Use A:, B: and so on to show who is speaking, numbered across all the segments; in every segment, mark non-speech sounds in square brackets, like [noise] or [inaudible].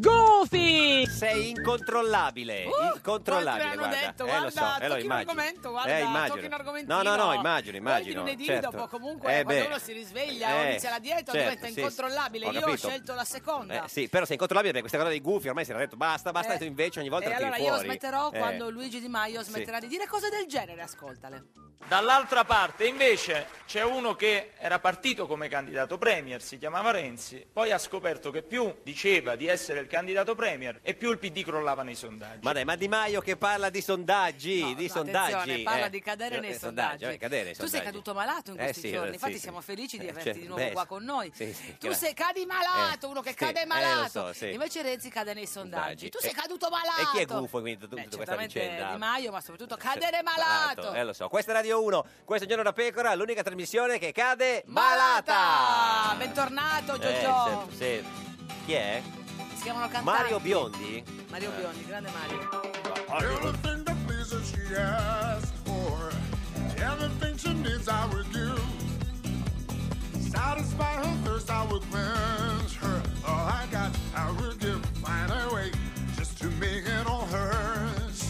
A: Goofy!
B: Sei incontrollabile,
A: Uh,
B: incontrollabile,
A: quanti me l'hanno
B: guarda.
A: detto,
B: eh, lo so,
A: guarda,
B: eh, lo
A: tocchi un
B: immagino.
A: argomento, guarda,
B: eh, immagino.
A: Ah, tocchi un
B: No, no, no,
A: argomentino.
B: immagino, immagino.
A: lunedì
B: certo.
A: dopo, comunque,
B: Eh,
A: quando
B: beh.
A: uno si risveglia o
B: Eh,
A: inizia la dieta
B: certo,
A: diventa
B: sì, sì.
A: incontrollabile.
B: Ho
A: Io ho
B: capito.
A: scelto la seconda.
B: Eh, sì, però sei incontrollabile perché questa cosa dei gufi ormai si era detto basta, basta,
A: Eh.
B: e tu invece ogni volta
A: e
B: la tiri
A: allora io
B: fuori.
A: smetterò
B: Eh.
A: quando Luigi Di Maio
B: Sì.
A: smetterà di dire cose del genere, ascoltale.
C: Dall'altra parte invece c'è uno che era partito come candidato premier, si chiamava Renzi, poi ha scoperto che più diceva di essere il candidato premier e più il PD crollava nei sondaggi.
B: Ma dai, ma Di Maio che parla di sondaggi,
A: No,
B: di
A: no,
B: sondaggi.
A: attenzione, parla
B: eh.
A: di cadere nei
B: Eh,
A: sondaggi.
B: eh, cadere nei
A: Tu sei
B: sondaggi.
A: caduto malato in
B: Eh,
A: questi
B: sì,
A: giorni,
B: eh, sì,
A: infatti
B: sì.
A: siamo felici di
B: Eh,
A: averti
B: certo,
A: di nuovo
B: beh,
A: qua con noi.
B: sì, sì,
A: tu
B: gra-
A: sei cadi malato, uno che
B: sì,
A: cade
B: eh, lo
A: malato.
B: so, sì.
A: Invece Renzi cade nei sondaggi.
B: Sondaggi.
A: Tu sei
B: Eh,
A: caduto malato.
B: e chi è gufo quindi tutta
A: Beh,
B: questa
A: certamente
B: vicenda? Eh,
A: Di Maio, ma soprattutto
B: Sì,
A: cadere malato.
B: Eh, lo so. Questa è Radio 1, questo è Giorno da Pecora, l'unica trasmissione che cade
A: Malata!
B: malata.
A: Bentornato
B: Eh,
A: Giorgio.
B: se- se- Chi è?
A: si chiamano cantanti.
B: Mario Biondi? Eh.
A: Mario Biondi, grande Mario.
D: Eh. Everything that pleases she asks for. Everything she needs I will give. Satisfy her thirst I will cleanse her. All I got I will give. Find a way just to make it all hers.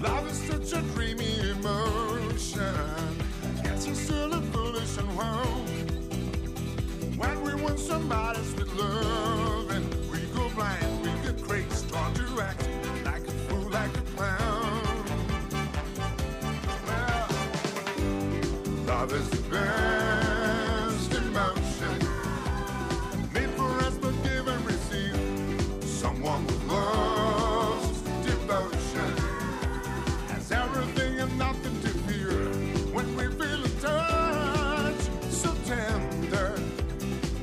D: Love is such a dreamy emotion. It's a silly foolish and world. When we want somebody's with love and we go blind, we get crazy, start to act like a fool, like a clown. Well, love is the best emotion, made for us but give and receive. Someone with love's devotion has everything and nothing to fear. When we feel a touch so tender.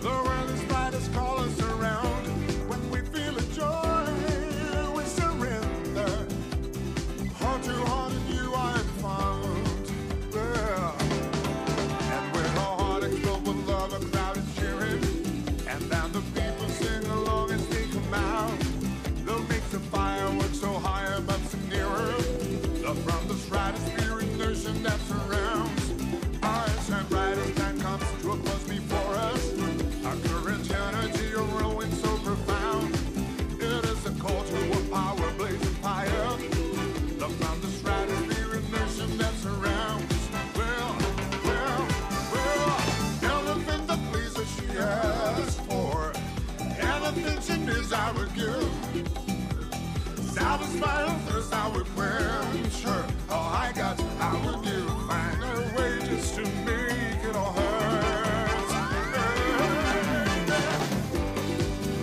D: The world is bright as colors around. When we feel a joy, we surrender. Heart to heart, and you I am found. Yeah. And when our heart explodes with love, a crowd is cheering. And then the people sing along and they come out. Love makes the fireworks so high above some nearer. Love from the brightest spirit notion that surrounds. Eyes and brightest time comes to a close before us. Our courage, energy, a whirlwind so profound. It is a call to a power blazing fire. Love from the brightest spirit notion that surrounds. Well, well, well, everything that pleases she asks for. Anything she needs, I would give. Satisfy her thirst, I would quench her. All I got, I would give. Find a way just to make it all hers.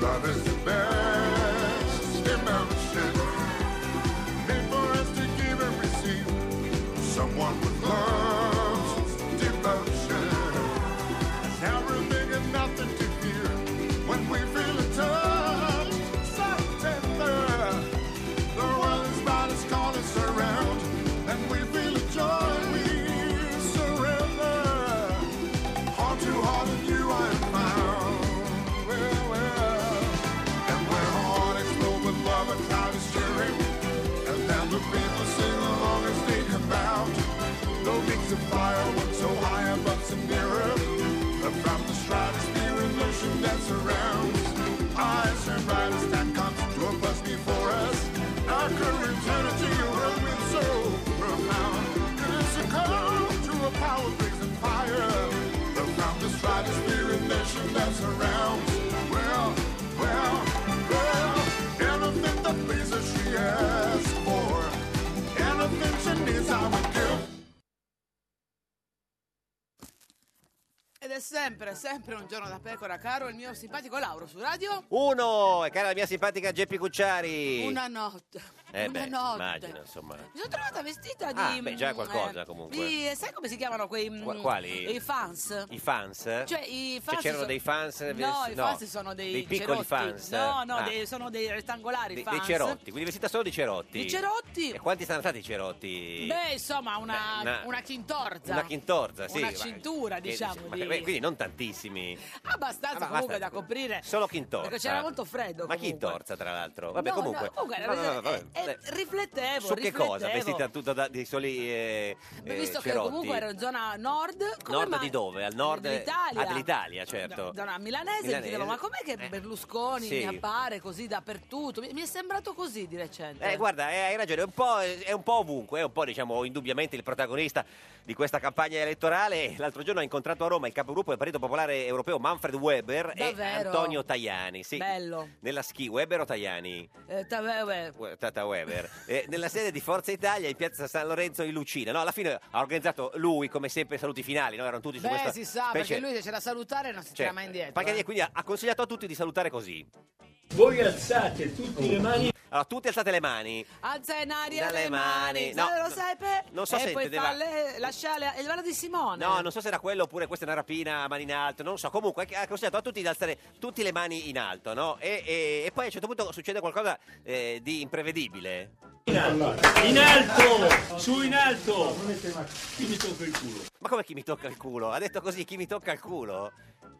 D: Love is the best emotion. Made for us to give and receive. Someone with love's devotion. Everything and nothing to fear when we feel a touch so tender. The world is about us, call us around, and we feel a joy we surrender. Heart to heart, and you I am found. Well, well, and when heart explodes with love, a crowd is cheering, and then the people sing along as they come out. No mix of fireworks so high above some mirror. And from the stratosphere and ocean that surrounds. Eyes and brightest that comes to a buzz before us. Our current energy whirlwind so profound. It is a call to a power blazing fire. And from the stratosphere and ocean that surrounds. Well, well, well. Anything that pleases she asks for. Anything she needs I would give.
A: Ed è sempre, sempre un giorno da pecora, caro il mio simpatico Lauro su radio.
B: eh, Uno! E cara la mia simpatica Geppi Cucciari.
A: Una notte.
B: Eh
A: Una
B: beh,
A: notte.
B: immagino, insomma.
A: Mi sono trovata vestita di.
B: Ah, beh, già
A: mm,
B: qualcosa,
A: eh,
B: comunque.
A: di- eh, sai come si chiamano quei. mm,
B: Qua- quali?
A: I fans.
B: I fans?
A: Cioè, i fans
B: c'erano
A: sono-
B: dei fans?
A: No, i
B: no,
A: fans sono dei.
B: Dei piccoli
A: cerotti.
B: fans?
A: No, no,
B: Ah,
A: dei- sono dei rettangolari
B: dei- dei
A: fans.
B: cerotti, quindi vestita solo di cerotti.
A: I cerotti.
B: E quanti sono stati i cerotti?
A: Beh, insomma, una,
B: Beh, una-
A: una chintorza.
B: Una chintorza, sì.
A: Una
B: ma-
A: cintura,
B: che-
A: diciamo,
B: ma-
A: di-
B: beh, Quindi non tantissimi.
A: Abbastanza
B: Ah, ma
A: comunque
B: basta.
A: da coprire.
B: Solo chintorza.
A: Perché c'era molto freddo.
B: Ma
A: comunque.
B: chintorza, tra l'altro. Vabbè,
A: No, no,
B: comunque.
A: comunque era-
B: No, no, no, vabbè.
A: eh, eh, riflettevo.
B: Su che cosa?
A: riflettevo.
B: Vestita tutta da, dei soli eh,
A: Beh,
B: eh,
A: visto che
B: cerotti?
A: comunque ero in zona nord, come
B: Nord
A: mai- Eh,
B: di dove? Al nord
A: Dell'Italia.
B: Ah, dell'Italia, certo. Eh.
A: zona milanese, mi chiedevo, ma com'è che Berlusconi
B: sì.
A: mi appare così dappertutto? Mi, mi è sembrato così di recente.
B: Eh, guarda, eh, hai ragione, è un, po', è un po' ovunque, è un po' diciamo indubbiamente il protagonista di questa campagna elettorale. L'altro giorno ha incontrato a Roma il capogruppo del Partito Popolare Europeo Manfred Weber e
A: Davvero?
B: Antonio Tajani. Sì,
A: Bello.
B: nella schi Weber o Tajani?
A: Eh, ta- beh, beh.
B: Tata Weber, Eh, nella sede di Forza Italia in piazza San Lorenzo in Lucina. No, alla fine ha organizzato lui, come sempre, i saluti finali, no? Erano tutti su
A: Beh,
B: questa
A: si sa,
B: specie-
A: perché lui se c'è da salutare e non si
B: cioè,
A: tira mai indietro.
B: Pagani
A: eh.
B: quindi ha ha consigliato a tutti di salutare così.
E: Voi alzate tutte le mani.
B: Allora, tutti alzate le mani.
A: Alza in aria
B: Dalle
A: le
B: mani.
A: mani,
B: No,
A: Sai,
B: no,
A: lo sai per...
B: non so
A: e
B: se
A: poi
B: intendeva-
A: fa le- lascia le- il vano di Simone.
B: No, non so se era quello oppure questa è una rapina a mani in alto, non so. Comunque ha consigliato a tutti di alzare tutte le mani in alto, no? E, e- e poi a un certo punto succede qualcosa eh, di imprevedibile.
E: In alto! Su in alto! Chi mi tocca il culo?
B: Ma come chi mi tocca il culo? Ha detto così, chi mi tocca il culo?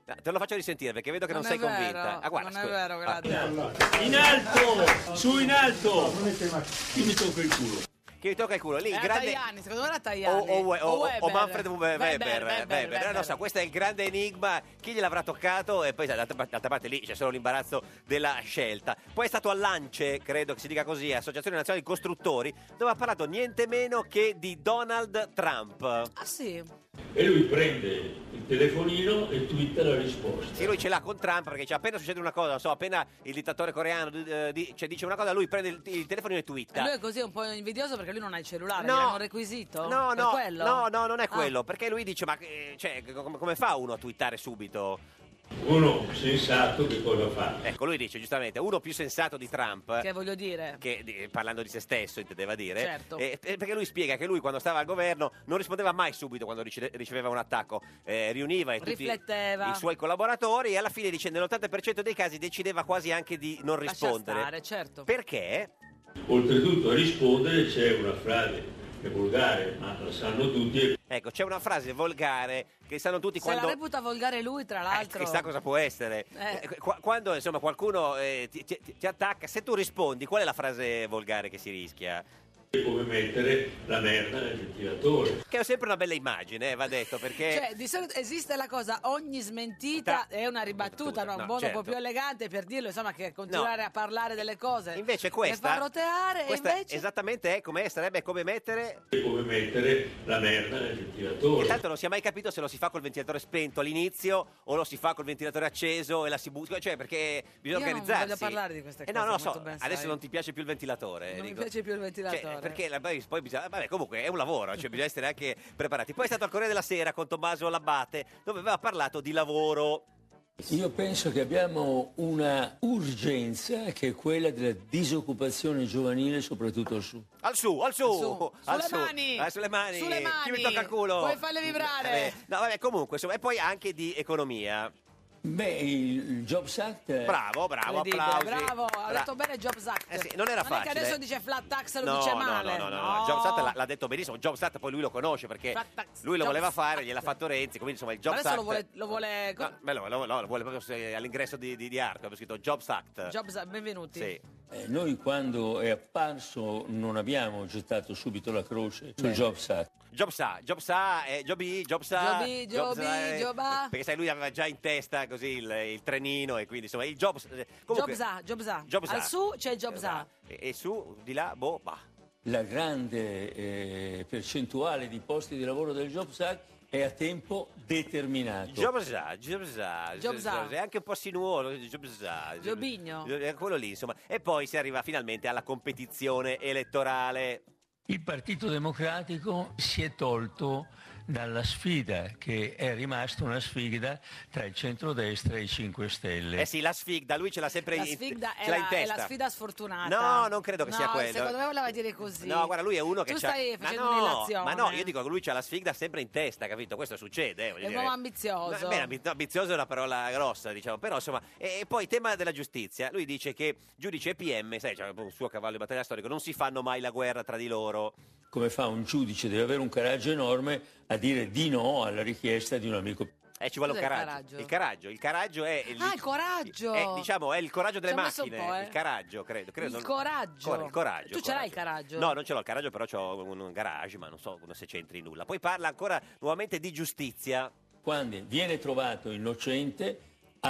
B: No, te lo faccio risentire perché vedo che non,
A: Non è
B: sei
A: vero,
B: convinta. Ah, guarda,
A: non è
B: scusa.
A: vero,
B: Ah,
A: grazie.
E: In alto! Su in alto! Chi mi tocca il culo?
B: chi mi tocca il culo? Lì,
A: Era
B: grande...
A: Tajani, secondo me era
B: O,
A: Tajani.
B: o- o- o-
A: Weber.
B: o Manfred Weber, Weber,
A: Weber,
B: Weber. Eh, non
A: Weber.
B: so, questo è il grande enigma, chi gliel'avrà toccato e poi sai, d'altra, d'altra parte lì c'è solo l'imbarazzo della scelta. Poi è stato all'ANCE, credo che si dica così, Associazione Nazionale di Costruttori, dove ha parlato niente meno che di Donald Trump.
A: Ah sì?
E: E lui prende il telefonino e twitta la risposta.
B: Sì, lui ce l'ha con Trump perché dice, appena succede una cosa, non so, appena il dittatore coreano eh, di- cioè, dice una cosa, lui prende il, il telefono e
A: E
B: twitta.
A: lui è così un po' invidioso perché lui non ha il cellulare,
B: No.
A: no. gliel'hanno requisito?
B: No,
A: Per
B: no,
A: quello?
B: no, no, non è
A: Ah.
B: quello, perché lui dice, ma eh, cioè, come, come fa uno a twittare subito?
E: Uno sensato che cosa fa?
B: Ecco, lui dice giustamente, uno più sensato di Trump,
A: Che voglio dire?
B: che di- parlando di se stesso intendeva dire,
A: Certo.
B: eh, eh, perché lui spiega che lui quando stava al governo non rispondeva mai subito quando rice- riceveva un attacco, eh, riuniva e tutti
A: Rifletteva.
B: i suoi collaboratori e alla fine dice nell'80% dei casi decideva quasi anche di non
A: Lascia
B: rispondere.
A: stare, certo.
B: Perché?
E: Oltretutto a rispondere c'è una frase che è volgare, ma la sanno tutti.
B: Ecco, c'è una frase volgare che sanno tutti
A: Se
B: quando...
A: la reputa volgare lui, tra
B: Eh,
A: l'altro...
B: chissà cosa può essere.
A: Eh.
B: Eh, qu- Quando insomma qualcuno eh, ti, ti- ti attacca, se tu rispondi, qual è la frase volgare che si rischia?
E: È come mettere la merda nel ventilatore.
B: Che è sempre una bella immagine, eh, va detto, perché...
A: Cioè, di solito esiste la cosa, ogni smentita
B: Ta-
A: è una ribattuta, no?
B: no,
A: un modo
B: certo.
A: un po' più elegante per dirlo, insomma, che continuare a parlare delle cose.
B: Eh, Invece
A: Le fa
B: questa,
A: roteare, e
B: questa
A: invece...
B: esattamente è come sarebbe come mettere.
E: È come mettere la merda nel
B: E
E: ventilatore.
B: tanto non si è mai capito se lo si fa col ventilatore spento all'inizio o lo si fa col ventilatore acceso e la si butta, cioè perché bisogna
A: Io non
B: organizzarsi.
A: voglio parlare di queste
B: Eh, no,
A: cose,
B: no, lo so,
A: molto ben sai.
B: adesso non ti piace più il ventilatore.
A: Non mi piace più il ventilatore.
B: Cioè, perché la- poi poi bisogna, vabbè, comunque è un lavoro, cioè bisogna essere anche preparati. Poi è stato al Corriere della Sera con Tommaso Labbate dove aveva parlato di lavoro.
C: Io penso che abbiamo una urgenza che è quella della disoccupazione giovanile, soprattutto al sud.
B: Al su, al su,
A: Su.
B: al
A: Sulle
B: su.
A: mani.
B: Eh, sulle mani,
A: Sulle
B: chi
A: mani.
B: mi tocca il culo?
A: Puoi farle vibrare.
B: Vabbè, No, vabbè, comunque, insomma, e poi anche di economia.
C: Beh, il, il Jobs Act è-
B: Bravo, bravo,
A: Incredibile,
B: applausi.
A: Bravo, ha
B: Bra-
A: detto bene Jobs Act.
B: Eh sì, non era
A: è
B: facile.
A: che adesso dice flat tax e lo
B: No,
A: dice
B: no,
A: male.
B: no, no, no, no. Jobs Act l'ha, l'ha detto benissimo. Jobs Act poi lui lo conosce perché
A: Flat tax,
B: lui lo
A: Jobs
B: voleva fare,
A: Act.
B: gliel'ha fatto Renzi, quindi insomma il Jobs
A: Adesso
B: Act... Ah,
A: lo vuole- lo vuole-
B: No, beh, lo, lo- lo- lo vuole proprio se- all'ingresso di, di, di Arco, abbiamo scritto Jobs Act.
A: Jobs Act, benvenuti.
B: ah. Sì.
C: eh, noi quando è apparso non abbiamo gettato subito la croce sul Jobs Act.
B: Jobs A, Jobs A, eh, Joby, Jobs A,
A: Joby,
B: Jobs
A: Joby,
B: A, eh,
A: Joba.
B: Perché sai, lui aveva già in testa così il, il trenino e quindi insomma il Jobs... eh, Comunque,
A: Jobs A, Jobs A.
B: Jobs Esatto.
A: Al
B: A.
A: su c'è Jobs A.
B: E, e su, di là, boh, bah.
C: La grande eh, percentuale di posti di lavoro del Jobs Act è a tempo determinato.
B: Jobs A, Jobs A,
A: Jobs A.
B: è anche un po' sinuoso, Jobs A,
A: Giobigno.
B: Eh, quello lì insomma, e poi si arriva finalmente alla competizione elettorale.
F: Il Partito Democratico si è tolto dalla sfida che è rimasta una sfida tra il centrodestra e i 5 Stelle.
B: Eh sì, la sfigda, lui ce l'ha sempre
A: La
B: in,
A: sfida
B: ce
A: è
B: l'ha
A: la,
B: in
A: è
B: testa.
A: la sfida sfortunata.
B: No, non credo che sia
A: No,
B: quello.
A: Secondo me voleva dire così.
B: No, guarda, lui è uno che
A: Tu
B: c'ha-
A: stai
B: ma
A: facendo
B: no,
A: un'illazione.
B: ma no, io dico che lui c'ha la sfigda sempre in testa, capito? Questo succede, eh, voglio
A: È un
B: dire.
A: uomo ambizioso.
B: Ma- beh, ambi- ambizioso è una parola grossa, diciamo, però insomma, e, e poi tema della giustizia, lui dice che giudice e PM, sai, c'è un suo cavallo di battaglia storico, non si fanno mai la guerra tra di loro.
C: Come fa un giudice? Deve avere un coraggio enorme a dire di no alla richiesta di un amico.
B: Eh, ci vuole un
C: Cos'è il
B: caraggio.
C: caraggio?
B: Il caraggio, il caraggio è il,
A: Ah, il coraggio.
B: è, diciamo, è il coraggio delle
A: Ci ho messo un
B: macchine,
A: po', eh.
B: il caraggio, credo, credo.
A: Il coraggio.
B: Cor- il coraggio.
A: Tu ce l'hai il
B: coraggio.
A: coraggio?
B: No, non ce l'ho il coraggio, però ho un, un garage, ma non so se c'entri nulla. Poi parla ancora nuovamente di giustizia.
C: Quando viene trovato innocente,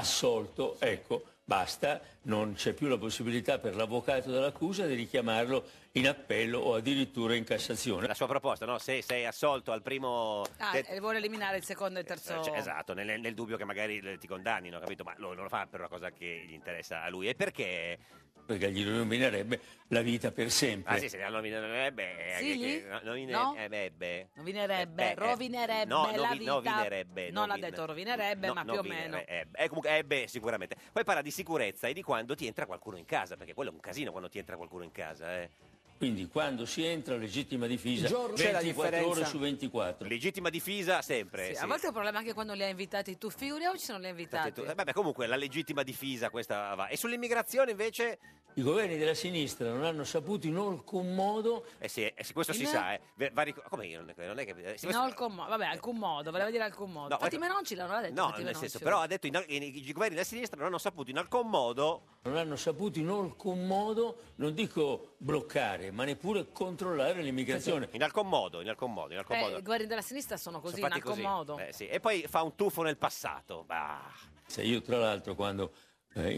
C: assolto, ecco, basta, non c'è più la possibilità per l'avvocato dell'accusa di richiamarlo in appello o addirittura in Cassazione.
B: La sua proposta, no? Se sei assolto al primo...
A: Ah,
B: te-
A: e vuole eliminare il secondo e il terzo.
B: Cioè, esatto, nel, nel dubbio che magari le- ti condannino, capito? Ma lui non lo fa per una cosa che gli interessa a lui. E perché?
C: Perché gli illuminerebbe la vita per sempre.
B: Ah sì, se ne hanno beh, che-
A: Sì?
B: che- no,
A: No?
B: eh, beh, beh.
A: Novinerebbe,
B: Eh, beh, eh,
A: rovinerebbe
B: no,
A: la
B: novi-
A: vita.
B: novinerebbe,
A: non ha
B: novin-
A: detto rovinerebbe,
B: No,
A: ma più
B: no,
A: o
B: vinere,
A: meno.
B: Eh, eh, comunque, eh, beh, sicuramente. Poi parla di sicurezza e di quando ti entra qualcuno in casa, perché quello è un casino quando ti entra qualcuno in casa. Eh.
C: Quindi quando si entra legittima difesa,
B: Giorno. C'è la
C: 24 ore
B: differenza.
C: su 24.
B: Legittima difesa sempre.
A: Sì,
B: eh, sì.
A: A volte è un problema anche quando li ha invitati tu, figuriamoci se non li ha
B: Perché
A: invitati.
B: tu- eh, Vabbè, comunque la legittima difesa questa va. E sull'immigrazione invece?
C: I governi della sinistra non hanno saputo in alcun modo
B: Eh sì, eh sì, questo si
A: In-
B: sa. Eh. Ve- va ric- Come io non, non è che... eh, sì, questo-
A: In
B: Eh,
A: alcun mo- vabbè, alcun modo, voleva dire alcun modo.
B: No,
A: Fatti
B: ecco-
A: Menonci l'hanno detto.
B: No,
A: Fatti
B: nel senso,
A: Menonci.
B: però ha detto in, in- i governi della sinistra non hanno saputo in alcun modo...
C: non hanno saputo in alcun modo, non dico bloccare, ma neppure controllare l'immigrazione.
B: In alcun modo, in alcun modo, in alcun
A: Eh,
B: modo.
A: I guerri della sinistra sono così,
B: Sono
A: in
B: fatti
A: alcun modo.
B: Eh, sì. E poi fa un tuffo nel passato. Bah.
C: Se io tra l'altro quando eh,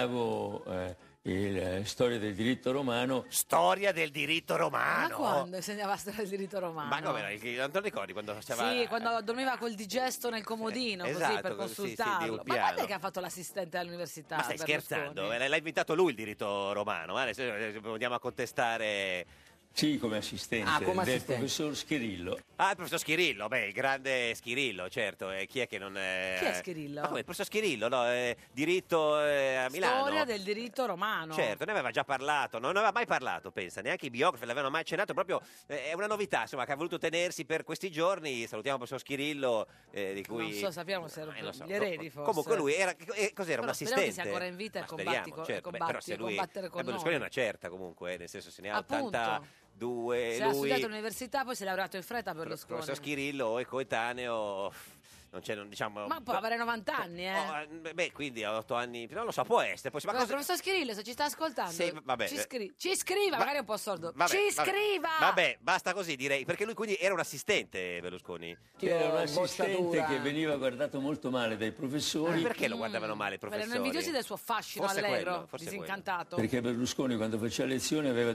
C: insegnavo eh, il, eh, storia del diritto romano...
B: Storia del diritto
A: Ma
B: romano?
A: quando insegnava la storia del diritto romano?
B: ah, Ma come? era? Non te lo ricordi quando faceva...
A: Sì, quando dormiva col digesto nel comodino,
B: Eh,
A: così
B: esatto,
A: per
B: così, sì, sì, di un
A: consultarlo. Ma quando
B: piano.
A: è che ha fatto l'assistente all'università?
B: Ma stai
A: Berlusconi?
B: scherzando? Eh, L'ha inventato lui il diritto romano. eh? Adesso eh, andiamo a contestare...
C: Sì, come assistente
B: Ah, come
C: Eh, del
B: assistente.
C: professor Scherillo.
B: Ah, il professor Schirillo, beh, il grande Schirillo, certo. E chi è che non è... eh,
A: Chi è Schirillo?
B: Ma come, il professor Schirillo, no? eh, diritto eh, a Milano.
A: Storia del diritto romano.
B: Certo, ne aveva già parlato, non ne aveva mai parlato, pensa, neanche i biografi l'avevano mai accennato, proprio eh, è una novità, insomma, che ha voluto tenersi per questi giorni. Salutiamo il professor Schirillo, eh, di cui...
A: Non so, sappiamo se
B: Eh, lo
A: erano
B: so.
A: gli eredi forse.
B: Comunque lui era, eh, cos'era, un
A: Però speriamo che sia
B: assistente?
A: ancora in vita e
B: Ma
A: combatti
B: speriamo,
A: co-
B: certo. Beh,
A: combatti
B: però se
A: e
B: lui,
A: combattere con
B: eh, Berlusconi è
A: noi.
B: una certa comunque, eh, nel senso se ne ha
A: Appunto.
B: 82,
A: Se ha
B: eh, lui...
A: studiato all'università, poi si è laureato in fretta per lo
B: Il professor Schirillo è coetaneo, non c'è, non, diciamo...
A: Ma può avere 90 anni, eh.
B: Oh, eh, beh, quindi a 8 anni, non lo so, può essere, può essere,
A: Ma
B: ma cosa...
A: professor Schirillo, se ci sta ascoltando,
B: Sì, vabbè.
A: ci, scri- ci scriva, magari è un po' sordo.
B: Vabbè,
A: ci
B: vabbè.
A: scriva!
B: Vabbè, basta così direi, perché lui quindi era un assistente Berlusconi.
C: Era un assistente
A: bocciatura.
C: che veniva guardato molto male dai professori.
B: Ma Eh, perché lo guardavano male i
A: Mm. Erano
B: professori?
A: invidiosi del suo fascino
B: Forse
A: allegro,
B: quello, forse
A: disincantato.
C: Perché Berlusconi quando faceva lezioni aveva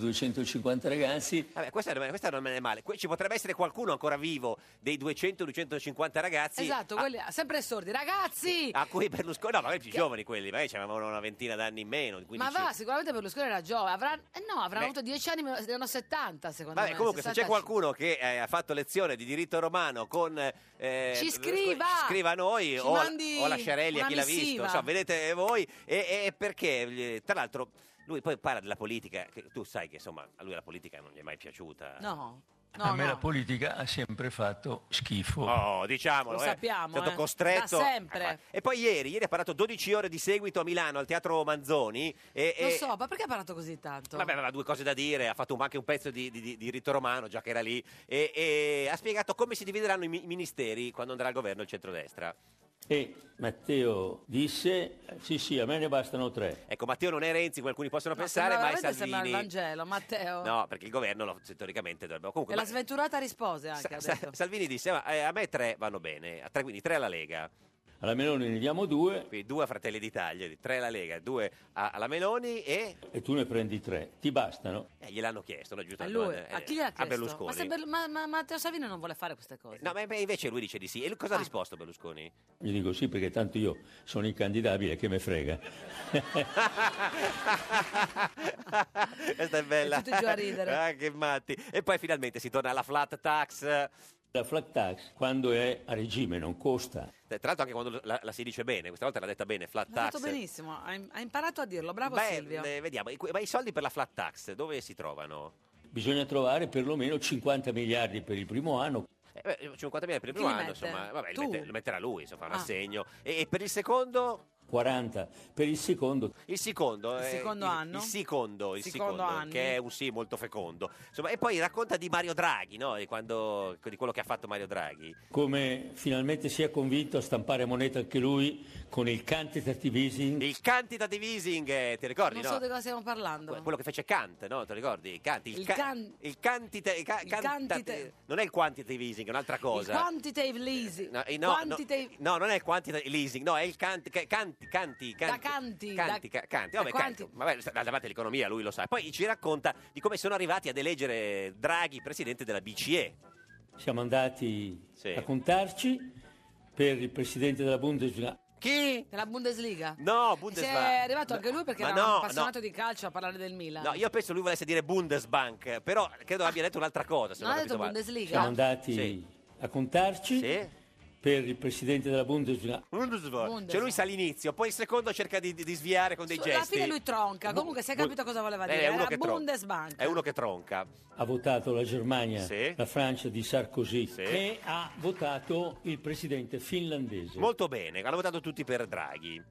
C: 200-250 ragazzi.
B: Vabbè, questa, Cioè, non è- questa non è male. Que- Ci potrebbe essere qualcuno ancora vivo dei 200-250 ragazzi
A: Esatto,
B: a,
A: quelli- sempre sordi. Ragazzi!
B: ah. a cui Berlusconi... No, magari più giovani quelli, magari avevano una ventina d'anni in meno. 15.
A: Ma va, sicuramente Berlusconi era giovane. Avrà, eh no, avranno
B: Beh.
A: avuto 10 anni, meno- erano 70 secondo
B: Vabbè,
A: me.
B: comunque, se c'è
A: 65.
B: qualcuno che eh, ha fatto lezione di diritto romano con. eh, Berlusconi,
A: Ci scriva!
B: ci scriva a noi
A: Ci
B: o,
A: mandi
B: o la Sciarelli a
A: una
B: chi l'ha
A: missiva.
B: visto, insomma, vedete voi. E, e perché? eh, Tra l'altro, lui poi parla della politica. Che tu sai che insomma, a lui la politica non gli è mai piaciuta.
A: No,
F: a
A: no,
F: me
A: no.
F: la politica ha sempre fatto schifo.
B: Oh, diciamolo,
A: Lo
B: eh,
A: sappiamo,
B: è stato
A: eh.
B: costretto
A: Da sempre.
B: Eh, E poi ieri, ieri ha parlato 12 ore di seguito a Milano al Teatro Manzoni e,
A: Lo
B: e-
A: so, ma perché ha parlato così tanto?
B: eh, Vabbè, aveva due cose da dire, ha fatto un- anche un pezzo di, di, di- di rito romano, già che era lì, e, e ha spiegato come si divideranno i, mi- i ministeri quando andrà al governo il centrodestra.
C: E Matteo disse, sì sì, a me ne bastano tre.
B: Ecco, Matteo non è Renzi, come alcuni possono pensare,
A: Sembra
B: ma è
A: veramente sembra il
B: Salvini.
A: Vangelo, Matteo.
B: No, perché il governo lo, teoricamente dovrebbe... Comunque,
A: E la
B: ma-
A: sventurata rispose anche, ha
B: Sa-
A: detto.
B: Salvini disse, "Ma, eh, a me tre vanno bene, a tre- quindi tre alla Lega.
C: Alla Meloni ne diamo due
B: Quindi due a Fratelli d'Italia, tre alla Lega, due a- alla Meloni e...
C: e tu ne prendi tre. Ti bastano?
B: eh, gliel'hanno chiesto, no, giusto?
A: A lui,
B: Eh,
A: a chi gliel'ha
B: A
A: chiesto?
B: Berlusconi. Eh,
A: Ma, se Berlu- ma- ma Matteo Salvini non vuole fare queste cose.
B: No, ma ma invece lui dice di sì. E lui- cosa ha risposto Berlusconi? [laughs]
C: Gli dico sì perché tanto io sono incandidabile, che
B: [laughs]
C: me frega.
B: Questa è bella.
A: E tutti giù a ridere.
B: [laughs] Ah, che matti. E poi finalmente si torna alla flat tax.
C: La flat tax, quando è a regime, non costa.
B: Tra l'altro anche quando la, la si dice bene, questa volta l'ha detta bene, flat
A: L'ha fatto
B: tax.
A: benissimo, ha im- ha imparato a dirlo, bravo
B: Beh,
A: Silvio.
B: eh, vediamo, i- ma i soldi per la flat tax dove si trovano?
C: Bisogna trovare perlomeno 50 miliardi per il primo anno.
B: Eh, beh, 50.000 per il
C: Chi
B: primo
C: li
B: anno,
C: mette?
B: insomma, vabbè, li
C: Tu?
B: mette- lo metterà lui, insomma, un
C: Ah.
B: assegno. E, e per il secondo?
C: 40 per il secondo.
B: Il secondo,
C: Il
B: eh,
C: secondo anno?
B: Il secondo, il
C: Secondo
B: secondo,
C: anni.
B: che è un sì molto fecondo. Insomma, e poi racconta di Mario Draghi, no? Di, quando, di quello che ha fatto Mario Draghi.
C: Come finalmente si è convinto a stampare moneta anche lui con il quantitative easing.
B: Il quantitative easing, eh, ti ricordi,
A: Non
B: no?
A: so di cosa stiamo parlando.
B: Quello che fece Kant, no? Te lo ricordi? Kant, il,
A: Il
B: ca-
A: can-
B: il quantita- il ca-
A: il
B: cantate-
A: quantita-
B: non è il quantitative easing, è un'altra cosa.
A: Quantitative leasing.
B: No, eh, no,
A: Quantitative...
B: no, no, non è il quantitative leasing, no, è il canti, ca- canti, canti,
A: Da
B: canti,
A: canti,
B: canti,
A: da-
B: ca- canti.
A: da
B: Vabbè,
A: quanti-
B: canti. Vabbè, sta- d'altra parte l'economia, lui lo sa. Poi ci racconta di come sono arrivati ad eleggere Draghi presidente della BCE.
C: Siamo andati a contarci per il presidente della Bundesliga.
B: Chi?
A: Della Bundesliga.
B: No,
A: Si
B: Bundesbank.
A: è arrivato anche lui perché
B: Ma
A: era
B: no,
A: un
B: no.
A: appassionato di calcio a parlare del Milan.
B: No, io penso lui volesse dire Bundesbank, però credo abbia detto un'altra cosa. se
A: Non
B: ho
A: ha
B: capito
A: detto
B: male.
A: Bundesliga?
C: Siamo andati a contarci per il presidente della Bundesliga.
B: Bundesbank. Cioè
A: Bundesbank.
B: lui sa l'inizio, poi il secondo cerca di, di sviare con dei
A: Alla
B: gesti.
A: fine lui tronca, comunque si è
B: Bu-
A: capito cosa voleva
B: Eh,
A: dire.
B: è uno
A: Era
B: che tronca.
A: Bundesbank.
B: È uno che tronca.
C: Ha votato la Germania,
B: Sì.
C: la Francia di Sarkozy
B: Sì.
C: e ha votato il presidente finlandese.
B: Molto bene, hanno votato tutti per Draghi.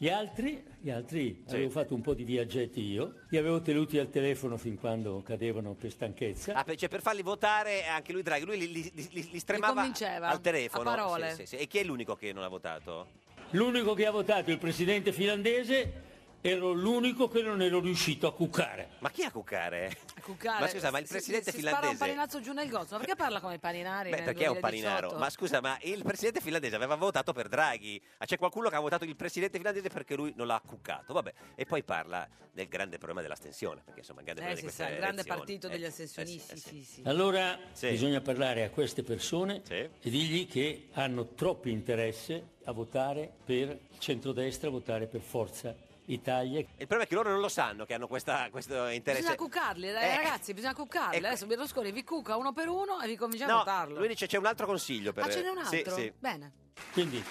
C: Gli altri, gli altri
B: Sì.
C: avevo fatto un po' di viaggetti io, li avevo tenuti al telefono fin quando cadevano per stanchezza.
B: Ah, per, cioè, per farli votare anche lui Draghi, lui li, li- li- li stremava
A: convinceva,
B: al telefono.
A: a parole.
B: Sì, sì, sì. E chi è l'unico che non ha votato?
C: L'unico che ha votato il presidente finlandese ero l'unico che non ero riuscito a cuccare.
B: Ma chi a cuccare?
A: Cuccare.
B: Ma scusa, ma il
A: Si-
B: presidente
A: si, si spara un
B: finlandese-
A: paninazzo giù nel gozzo. Ma perché parla come i paninari?
B: Beh,
A: nel
B: perché è un
A: 2018?
B: paninaro. Ma scusa, ma il presidente finlandese aveva votato per Draghi. Ah, C'è qualcuno che ha votato il presidente finlandese perché lui non l'ha cuccato. Vabbè, e poi parla del grande problema dell'astensione, perché insomma, il grande
A: Eh,
B: problema
A: sì,
B: di
A: sì,
B: questa
A: il grande
B: elezione.
A: partito
B: Eh,
A: degli
B: eh, sì,
A: ascensionisti. sì, sì.
C: Allora bisogna parlare a queste persone e dirgli che hanno troppo interesse a votare per centrodestra, a votare per Forza Italia.
B: Il problema è che loro non lo sanno che hanno questa- questo interesse.
A: Bisogna cuccarli, eh,
B: Eh. Ecco.
A: ragazzi, bisogna cuccarli. Adesso Berlusconi vi cuca uno per uno e vi convince a
B: No,
A: votarlo.
B: lui dice c'è un altro consiglio per
A: Ah, ce n'è un altro?
B: Sì, sì. [laughs]
A: Bene.
C: Quindi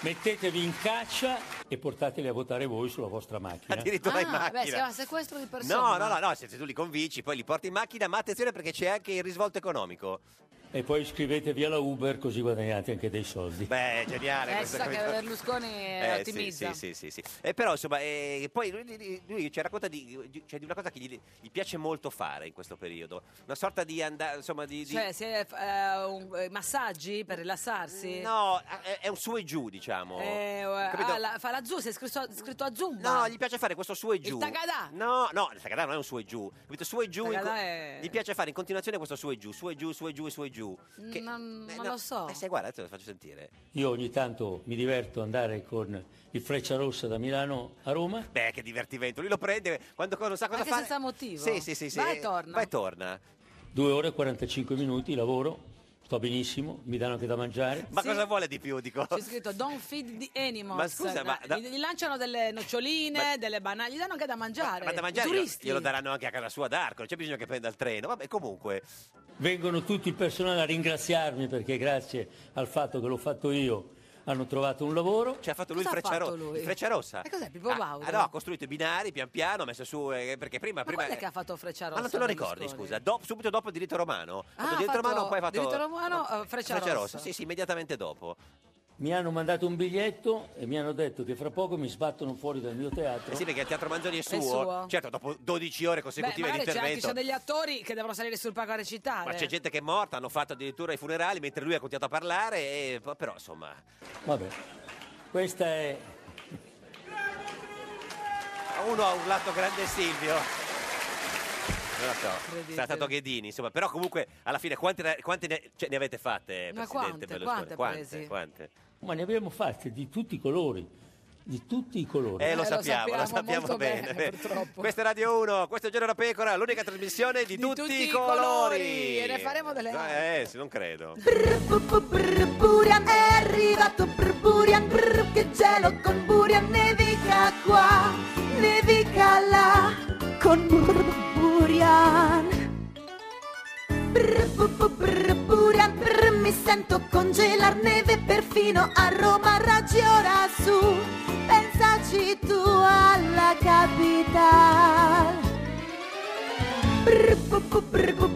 C: mettetevi in caccia e portateli a votare voi sulla vostra macchina.
B: Addirittura in
A: Ah,
B: macchina.
A: beh, si chiama sequestro di
B: No,
A: persone.
B: no, no, no, se se tu li convinci, poi li porti in macchina, ma attenzione perché c'è anche il risvolto economico.
C: E poi iscrivetevi alla Uber così guadagnate anche dei soldi.
B: Beh, geniale
A: Eh, si
B: questa
A: sa che
B: cosa.
A: Berlusconi
B: Eh,
A: eh,
B: sì,
A: ottimizza.
B: Sì, sì, sì, sì. Eh, però insomma, eh, poi lui, lui- lui ci racconta di, di- cioè, di una cosa che gli, gli piace molto fare in questo periodo, una sorta di andare, insomma, di... di-
A: Cioè, se, eh, un- eh, massaggi per rilassarsi?
B: No, è, è un su e giù, diciamo.
A: Eh, eh,
B: Capito?
A: ah, la, fa la Zumba, si è scritto, scritto a Zumba.
B: No, gli piace fare questo su e giù.
A: tagadà.
B: No, no, il tagadà non è un su e giù. Capito? Su e giù. in
A: Tagadà è-
B: Gli piace fare in continuazione questo su e giù, su e giù, su e giù, su e giù. Che-
A: non
B: eh,
A: non
B: no.
A: lo so.
B: Eh, se, guarda, adesso lo faccio sentire.
C: Io ogni tanto mi diverto ad andare con il Freccia Rossa da Milano a Roma.
B: Beh, che divertimento. Lui lo prende quando non sa cosa
A: Anche
B: fare.
A: senza motivo.
B: Sì, sì, sì, sì.
A: Va e torna.
B: Va e torna.
C: 2 ore e 45 minuti, lavoro, sto benissimo, mi danno anche da mangiare.
B: Ma cosa vuole di più? Dico.
A: C'è scritto Don't feed the animals.
B: Ma scusa, ma
A: Gli-
B: da-
A: gli, lanciano delle noccioline, delle banane, gli danno anche da mangiare.
B: Ma da mangiare
A: I
B: glielo,
A: turisti.
B: glielo daranno anche a casa sua ad Arco, non c'è bisogno che prenda il treno. Vabbè, comunque.
C: Vengono tutti il personale a ringraziarmi perché grazie al fatto che l'ho fatto io hanno trovato un lavoro.
B: Ci ha fatto lui
C: Cosa
B: il
C: ha
B: freccia,
C: fatto
B: ro-
C: lui?
B: il freccia rossa.
A: E cos'è, Pippo Baudo?
B: Ah, no, ha costruito i binari pian piano, ha messo su. eh, perché prima.
A: Ma
B: prima
A: quando è che ha fatto Freccia Rossa?
B: Ma non te lo
A: Berlusconi?
B: ricordi, scusa. Do- subito dopo il diritto romano. Ha
A: Ah,
B: fatto
A: ha
B: il diritto
A: fatto
B: romano, poi ha fatto.
A: Diritto romano, eh, Freccia Rossa.
B: Sì, sì, immediatamente dopo.
C: Mi hanno mandato un biglietto e mi hanno detto che fra poco mi sbattono fuori dal mio teatro.
B: Eh sì, perché il Teatro Manzoni è suo.
A: suo.
B: Certo, dopo 12 ore
A: Beh,
B: consecutive di
A: magari c'è anche ci
B: intervento.
A: sono degli attori che devono salire sul palco a recitare.
B: Ma c'è gente che è morta, hanno fatto addirittura i funerali mentre lui ha continuato a parlare. e- Però insomma.
C: Vabbè, questa è
B: Uno ha urlato grande Silvio. Non lo so,
C: Incredibile.
B: sarà stato Ghedini, insomma, però comunque alla fine quante, ne- quante ne, cioè, ne avete fatte,
C: Ma
B: Presidente
C: quante,
B: Berlusconi?
C: quante presi?
B: quante?
C: Ma ne abbiamo fatte di tutti i colori, di tutti i colori.
B: Eh, lo sappiamo, lo sappiamo, bene. Questa è Radio 1, questo è Giorno da Pecora, l'unica trasmissione di, tutti,
A: tutti
B: i
A: i
B: colori.
A: colori, e ne faremo delle
B: altre. Eh, sì, non credo.
G: Burian è arrivato per Burian, brr, che cielo con Burian nevica qua, nevica là, con brr, Burian. Brr, bu, bu, brr, Burian, brr, mi sento congelar neve perfino a Roma raggi ora su pensaci tu alla capitale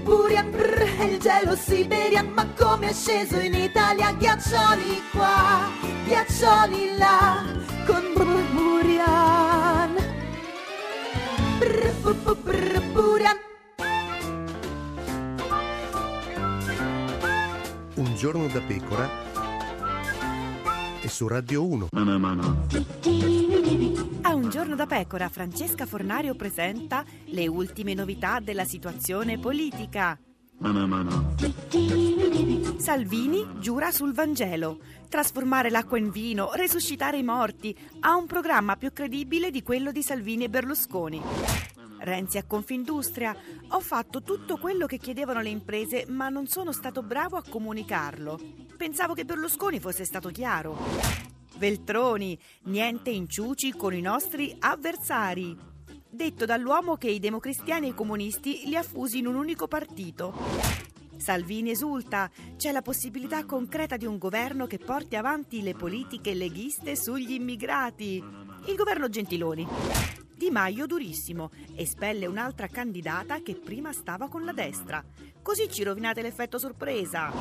G: Burian, brr, è il gelo siberian, ma come è sceso in Italia? Ghiaccioli qua, ghiaccioli là, con brr, Burian. Brr, bu- bu- brr, Burian.
H: Un giorno da pecora e su Radio 1.
I: A un giorno da pecora, Francesca Fornario presenta le ultime novità della situazione politica. Salvini giura sul Vangelo. Trasformare l'acqua in vino, resuscitare i morti. Ha un programma più credibile di quello di Salvini e Berlusconi. Renzi a Confindustria. Ho fatto tutto quello che chiedevano le imprese, ma non sono stato bravo a comunicarlo. Pensavo che Berlusconi fosse stato chiaro. Veltroni, niente inciuci con i nostri avversari. Detto dall'uomo che i democristiani e i comunisti li ha fusi in un unico partito. Salvini esulta, c'è la possibilità concreta di un governo che porti avanti le politiche leghiste sugli immigrati. Il governo Gentiloni. Di Maio durissimo, espelle un'altra candidata che prima stava con la destra. Così ci rovinate l'effetto sorpresa.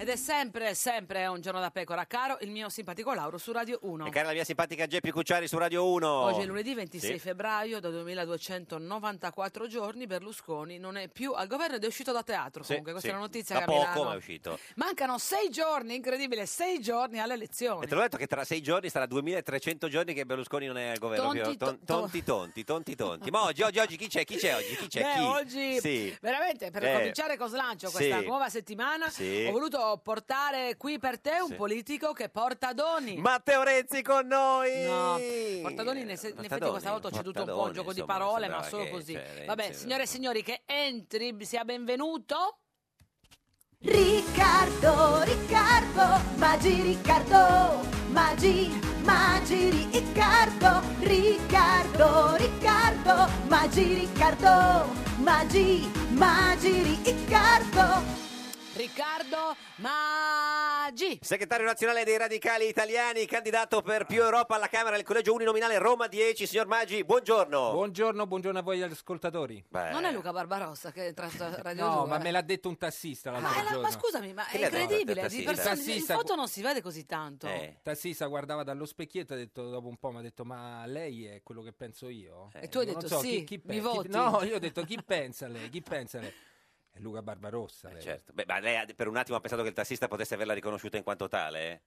A: Ed è sempre, sempre un giorno da pecora, caro il mio simpatico Lauro su Radio 1.
B: E cara la mia simpatica Geppi Cucciari su Radio 1.
A: Oggi è lunedì 26
B: Sì.
A: febbraio, da 2294 giorni Berlusconi non è più al governo ed è uscito da teatro.
B: Sì,
A: comunque, questa
B: sì.
A: è una notizia
B: Da
A: che a
B: poco
A: Milano-
B: ma è uscito.
A: Mancano sei giorni, incredibile, sei giorni alle elezioni.
B: E te l'ho detto che tra sei giorni sarà 2300 giorni che Berlusconi non è al governo.
A: Tonti,
B: Piero. Ton-
A: to-
B: tonti, tonti, tonti, tonti. Ma oggi, oggi, oggi chi c'è? Chi c'è oggi? Chi c'è?
A: Beh,
B: chi?
A: oggi
B: Sì.
A: veramente per
B: Eh.
A: cominciare con slancio questa
B: Sì.
A: nuova settimana
B: Sì.
A: ho voluto portare qui per te un
B: Sì.
A: politico che porta doni. Ah,
B: Matteo Renzi con noi!
A: No, Portadoni in, se- in effetti
B: Portadoni,
A: questa volta ho ceduto un po' un
B: Portadoni,
A: gioco di
B: insomma,
A: parole, ma
B: sembrava
A: solo
B: che,
A: così.
B: cioè,
J: eh,
B: Renzi-
A: Vabbè, signore e signori, che entri, sia benvenuto.
G: Riccardo, Riccardo, Magi Riccardo, Magi, Magi Riccardo, Riccardo, Riccardo, Magi Riccardo, Magi, Magi Riccardo.
A: Riccardo Maggi.
B: Segretario nazionale dei radicali italiani, candidato per più Europa alla Camera del Collegio Uninominale Roma 10, signor Maggi, buongiorno.
K: Buongiorno, buongiorno a voi ascoltatori.
A: Non è Luca Barbarossa che è entrato a Radio
K: No,
A: Due,
K: ma
A: eh.
K: me l'ha detto un tassista l'altro
A: Ma è la-
K: giorno.
A: ma scusami, ma
K: Che
A: è
K: le ha detto Eh.
A: incredibile.
K: il
A: Di
K: tassista?
A: persone-
K: Il
A: in
K: tassista-
A: foto non si vede così tanto.
B: Eh.
K: Il tassista Esatto. guardava dallo specchietto e ha detto dopo un po' mi ha detto ma lei è quello che penso io?
B: Eh.
A: E tu hai
K: Non
A: detto,
K: so,
A: "Sì,
K: chi- chi
A: mi
K: pe- chi-
A: voti".
K: [laughs] No, io ho detto chi pensa lei? Chi pensa lei? È Luca Barbarossa. lei.
B: Certo. Beh, ma lei ha- per un attimo ha pensato che il tassista potesse averla riconosciuta in quanto tale? eh?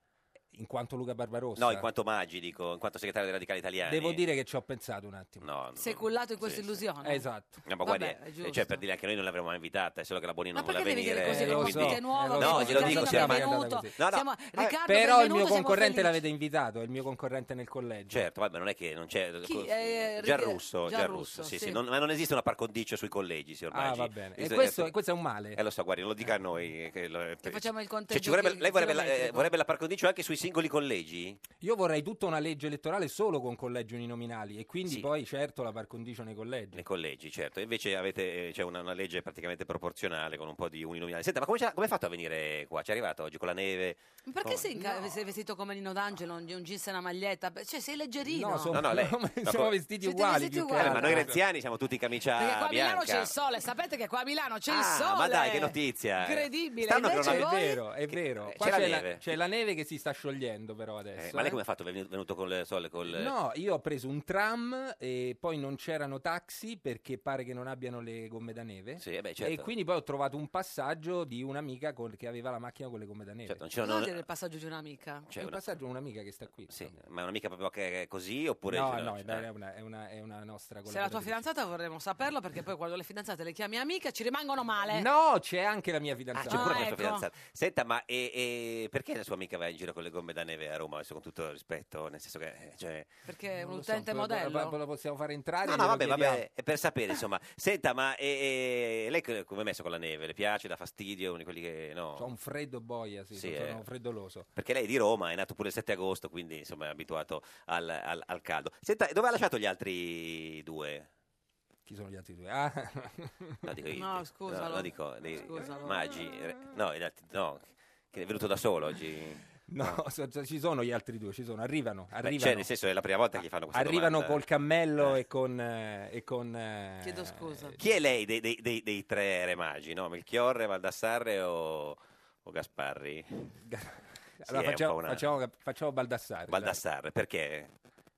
K: In quanto Luca Barbarossa.
B: No, in quanto eh. Maggi, dico, in quanto segretario dei radicali italiani.
K: Devo dire che ci ho pensato un attimo.
B: No, no.
A: Sei cullato in questa illusione.
K: Esatto.
B: No, ma
A: Vabbè,
B: guardi,
A: è
B: eh,
A: giusto.
B: cioè, per dire anche noi non l'avremmo mai invitata, è solo che la Bonino non
A: Ma
B: voleva
A: perché devi
B: venire.
A: dire così,
B: eh,
A: con
B: quindi-
A: ospite nuovo,
B: no, glielo
A: con Riccardo
B: dico, signor Maggi.
A: benvenuto.
B: No, no,
A: Siamo- Riccardo,
K: Eh, Però il
A: benvenuto,
K: mio
A: siamo
K: concorrente
A: felici.
K: l'avete invitato, è il mio concorrente nel collegio.
B: Certo, vabbè, non è che non c'è.
A: Chi? Eh, Ric-
B: Gianrusso,
A: Gianrusso,
B: Gianrusso, sì,
A: sì.
B: sì, non- ma non esiste una par condicio sui collegi, signor
K: Ah,
B: Maggi.
K: va bene. E
B: Esiste-
K: questo, questo è un male.
B: Eh, lo so, guardi, non lo dica a noi. eh, Che, lo-
A: Che facciamo il
B: Cioè,
A: conteggio
B: ci vorrebbe-
A: chi-
B: lei vorrebbe la, eh,
A: chilometrico.
B: vorrebbe la par condicio anche sui singoli collegi?
K: Io vorrei tutta una legge elettorale solo con collegi uninominali e quindi
B: Sì.
K: poi certo la par condicio nei collegi.
B: Nei collegi, certo. E Invece avete, eh, c'è una, una legge praticamente proporzionale con un po' di uninominale. Senta, ma come, c'ha- come hai fatto a venire qua? Ci è arrivato oggi con la neve?
A: Ma Perché
B: Come-
A: sei, in ca- sei vestito come Nino D'Angelo, un un jeans e una maglietta? Beh, Cioè, sei leggerino.
B: No, sono- No, no, lei-
K: Siamo
B: ma
K: siamo
B: co-
K: vestiti
A: Siete
K: uguali.
A: vestiti
K: più che
A: uguali.
B: Eh,
K: altro.
B: ma noi renziani siamo tutti in camicia
A: Perché qua a
B: bianca.
A: Milano c'è il sole, sapete che qua a Milano c'è il
B: Ah,
A: sole.
B: ma dai, che notizia!
A: Incredibile.
B: Stanno
A: Invece
B: che non-
A: voi-
K: È vero, è vero. Qua
B: c'è la
K: c'è, la
B: neve.
K: c'è la neve che si sta sciogliendo però
B: Eh,
K: adesso.
B: ma lei
K: eh.
B: come ha fatto? È venu- venuto col sole? Col...
K: No, io ho preso un tram e poi non c'erano taxi perché pare che non abbiano le gomme da neve.
B: Sì, eh beh, certo.
K: E quindi poi ho trovato un passaggio di un'amica col- che aveva la macchina con le gomme da neve.
B: Certo, non c'erano-
A: Non dire il passaggio di un'amica.
B: Cioè,
K: È un
B: una-
K: passaggio di un'amica che sta qui.
B: Sì, ma è un'amica proprio che è così oppure...
K: no,
B: cioè,
K: no,
B: cioè,
K: è, una, è una- è una nostra
A: Se è la tua
K: collaboratrice.
A: fidanzata vorremmo saperlo perché poi quando le fidanzate le chiami amica ci rimangono male.
K: No, c'è anche la mia
B: Ah,
K: fidanzata.
B: c'è pure
A: Ah,
B: la sua
A: ecco.
B: fidanzata. Senta, ma e- e perché la sua amica va in giro con le gomme da neve a Roma? Adesso, con tutto il rispetto, nel senso che... eh, Cioè...
A: Perché è
K: Non
A: un
K: lo so,
A: utente
K: po- po-
A: modello.
K: po- Lo possiamo fare entrare?
B: No, no,
K: glielo
B: vabbè,
K: chiediamo.
B: vabbè, è per sapere, insomma. Senta, ma e, e lei co- come è messo con la neve? Le piace, dà fastidio? Uno di quelli che no?
K: Ho un freddo boia, sì,
B: Sì,
K: sono
B: eh.
K: freddoloso.
B: Perché lei è di Roma, è nato pure il 7 agosto, quindi insomma è abituato al, al- al caldo. Senta, e dove ha lasciato gli altri due?
K: Chi sono gli altri due? Ah.
B: [laughs] No, dico io.
J: No, scusalo.
B: No, no, dico, di-
J: Scusalo.
B: Maggi. eh, No, in realtà- no, che è venuto da solo oggi.
K: No, [laughs] so- so- ci sono gli altri due, ci sono, arrivano,
B: Beh,
K: arrivano.
B: cioè, nel senso, è la prima volta che gli fanno questa
K: Arrivano
B: domanda. eh.
K: col cammello e con... eh, e con eh,
J: Chiedo scusa.
B: Chi è lei dei, dei- dei- dei tre re magi? No? Melchiorre, Valdassarre o, o Gasparri?
K: allora
B: è un
K: facciamo,
B: po' una-
K: facciamo, facciamo Baldassare.
B: Baldassarre, perché?
K: dai.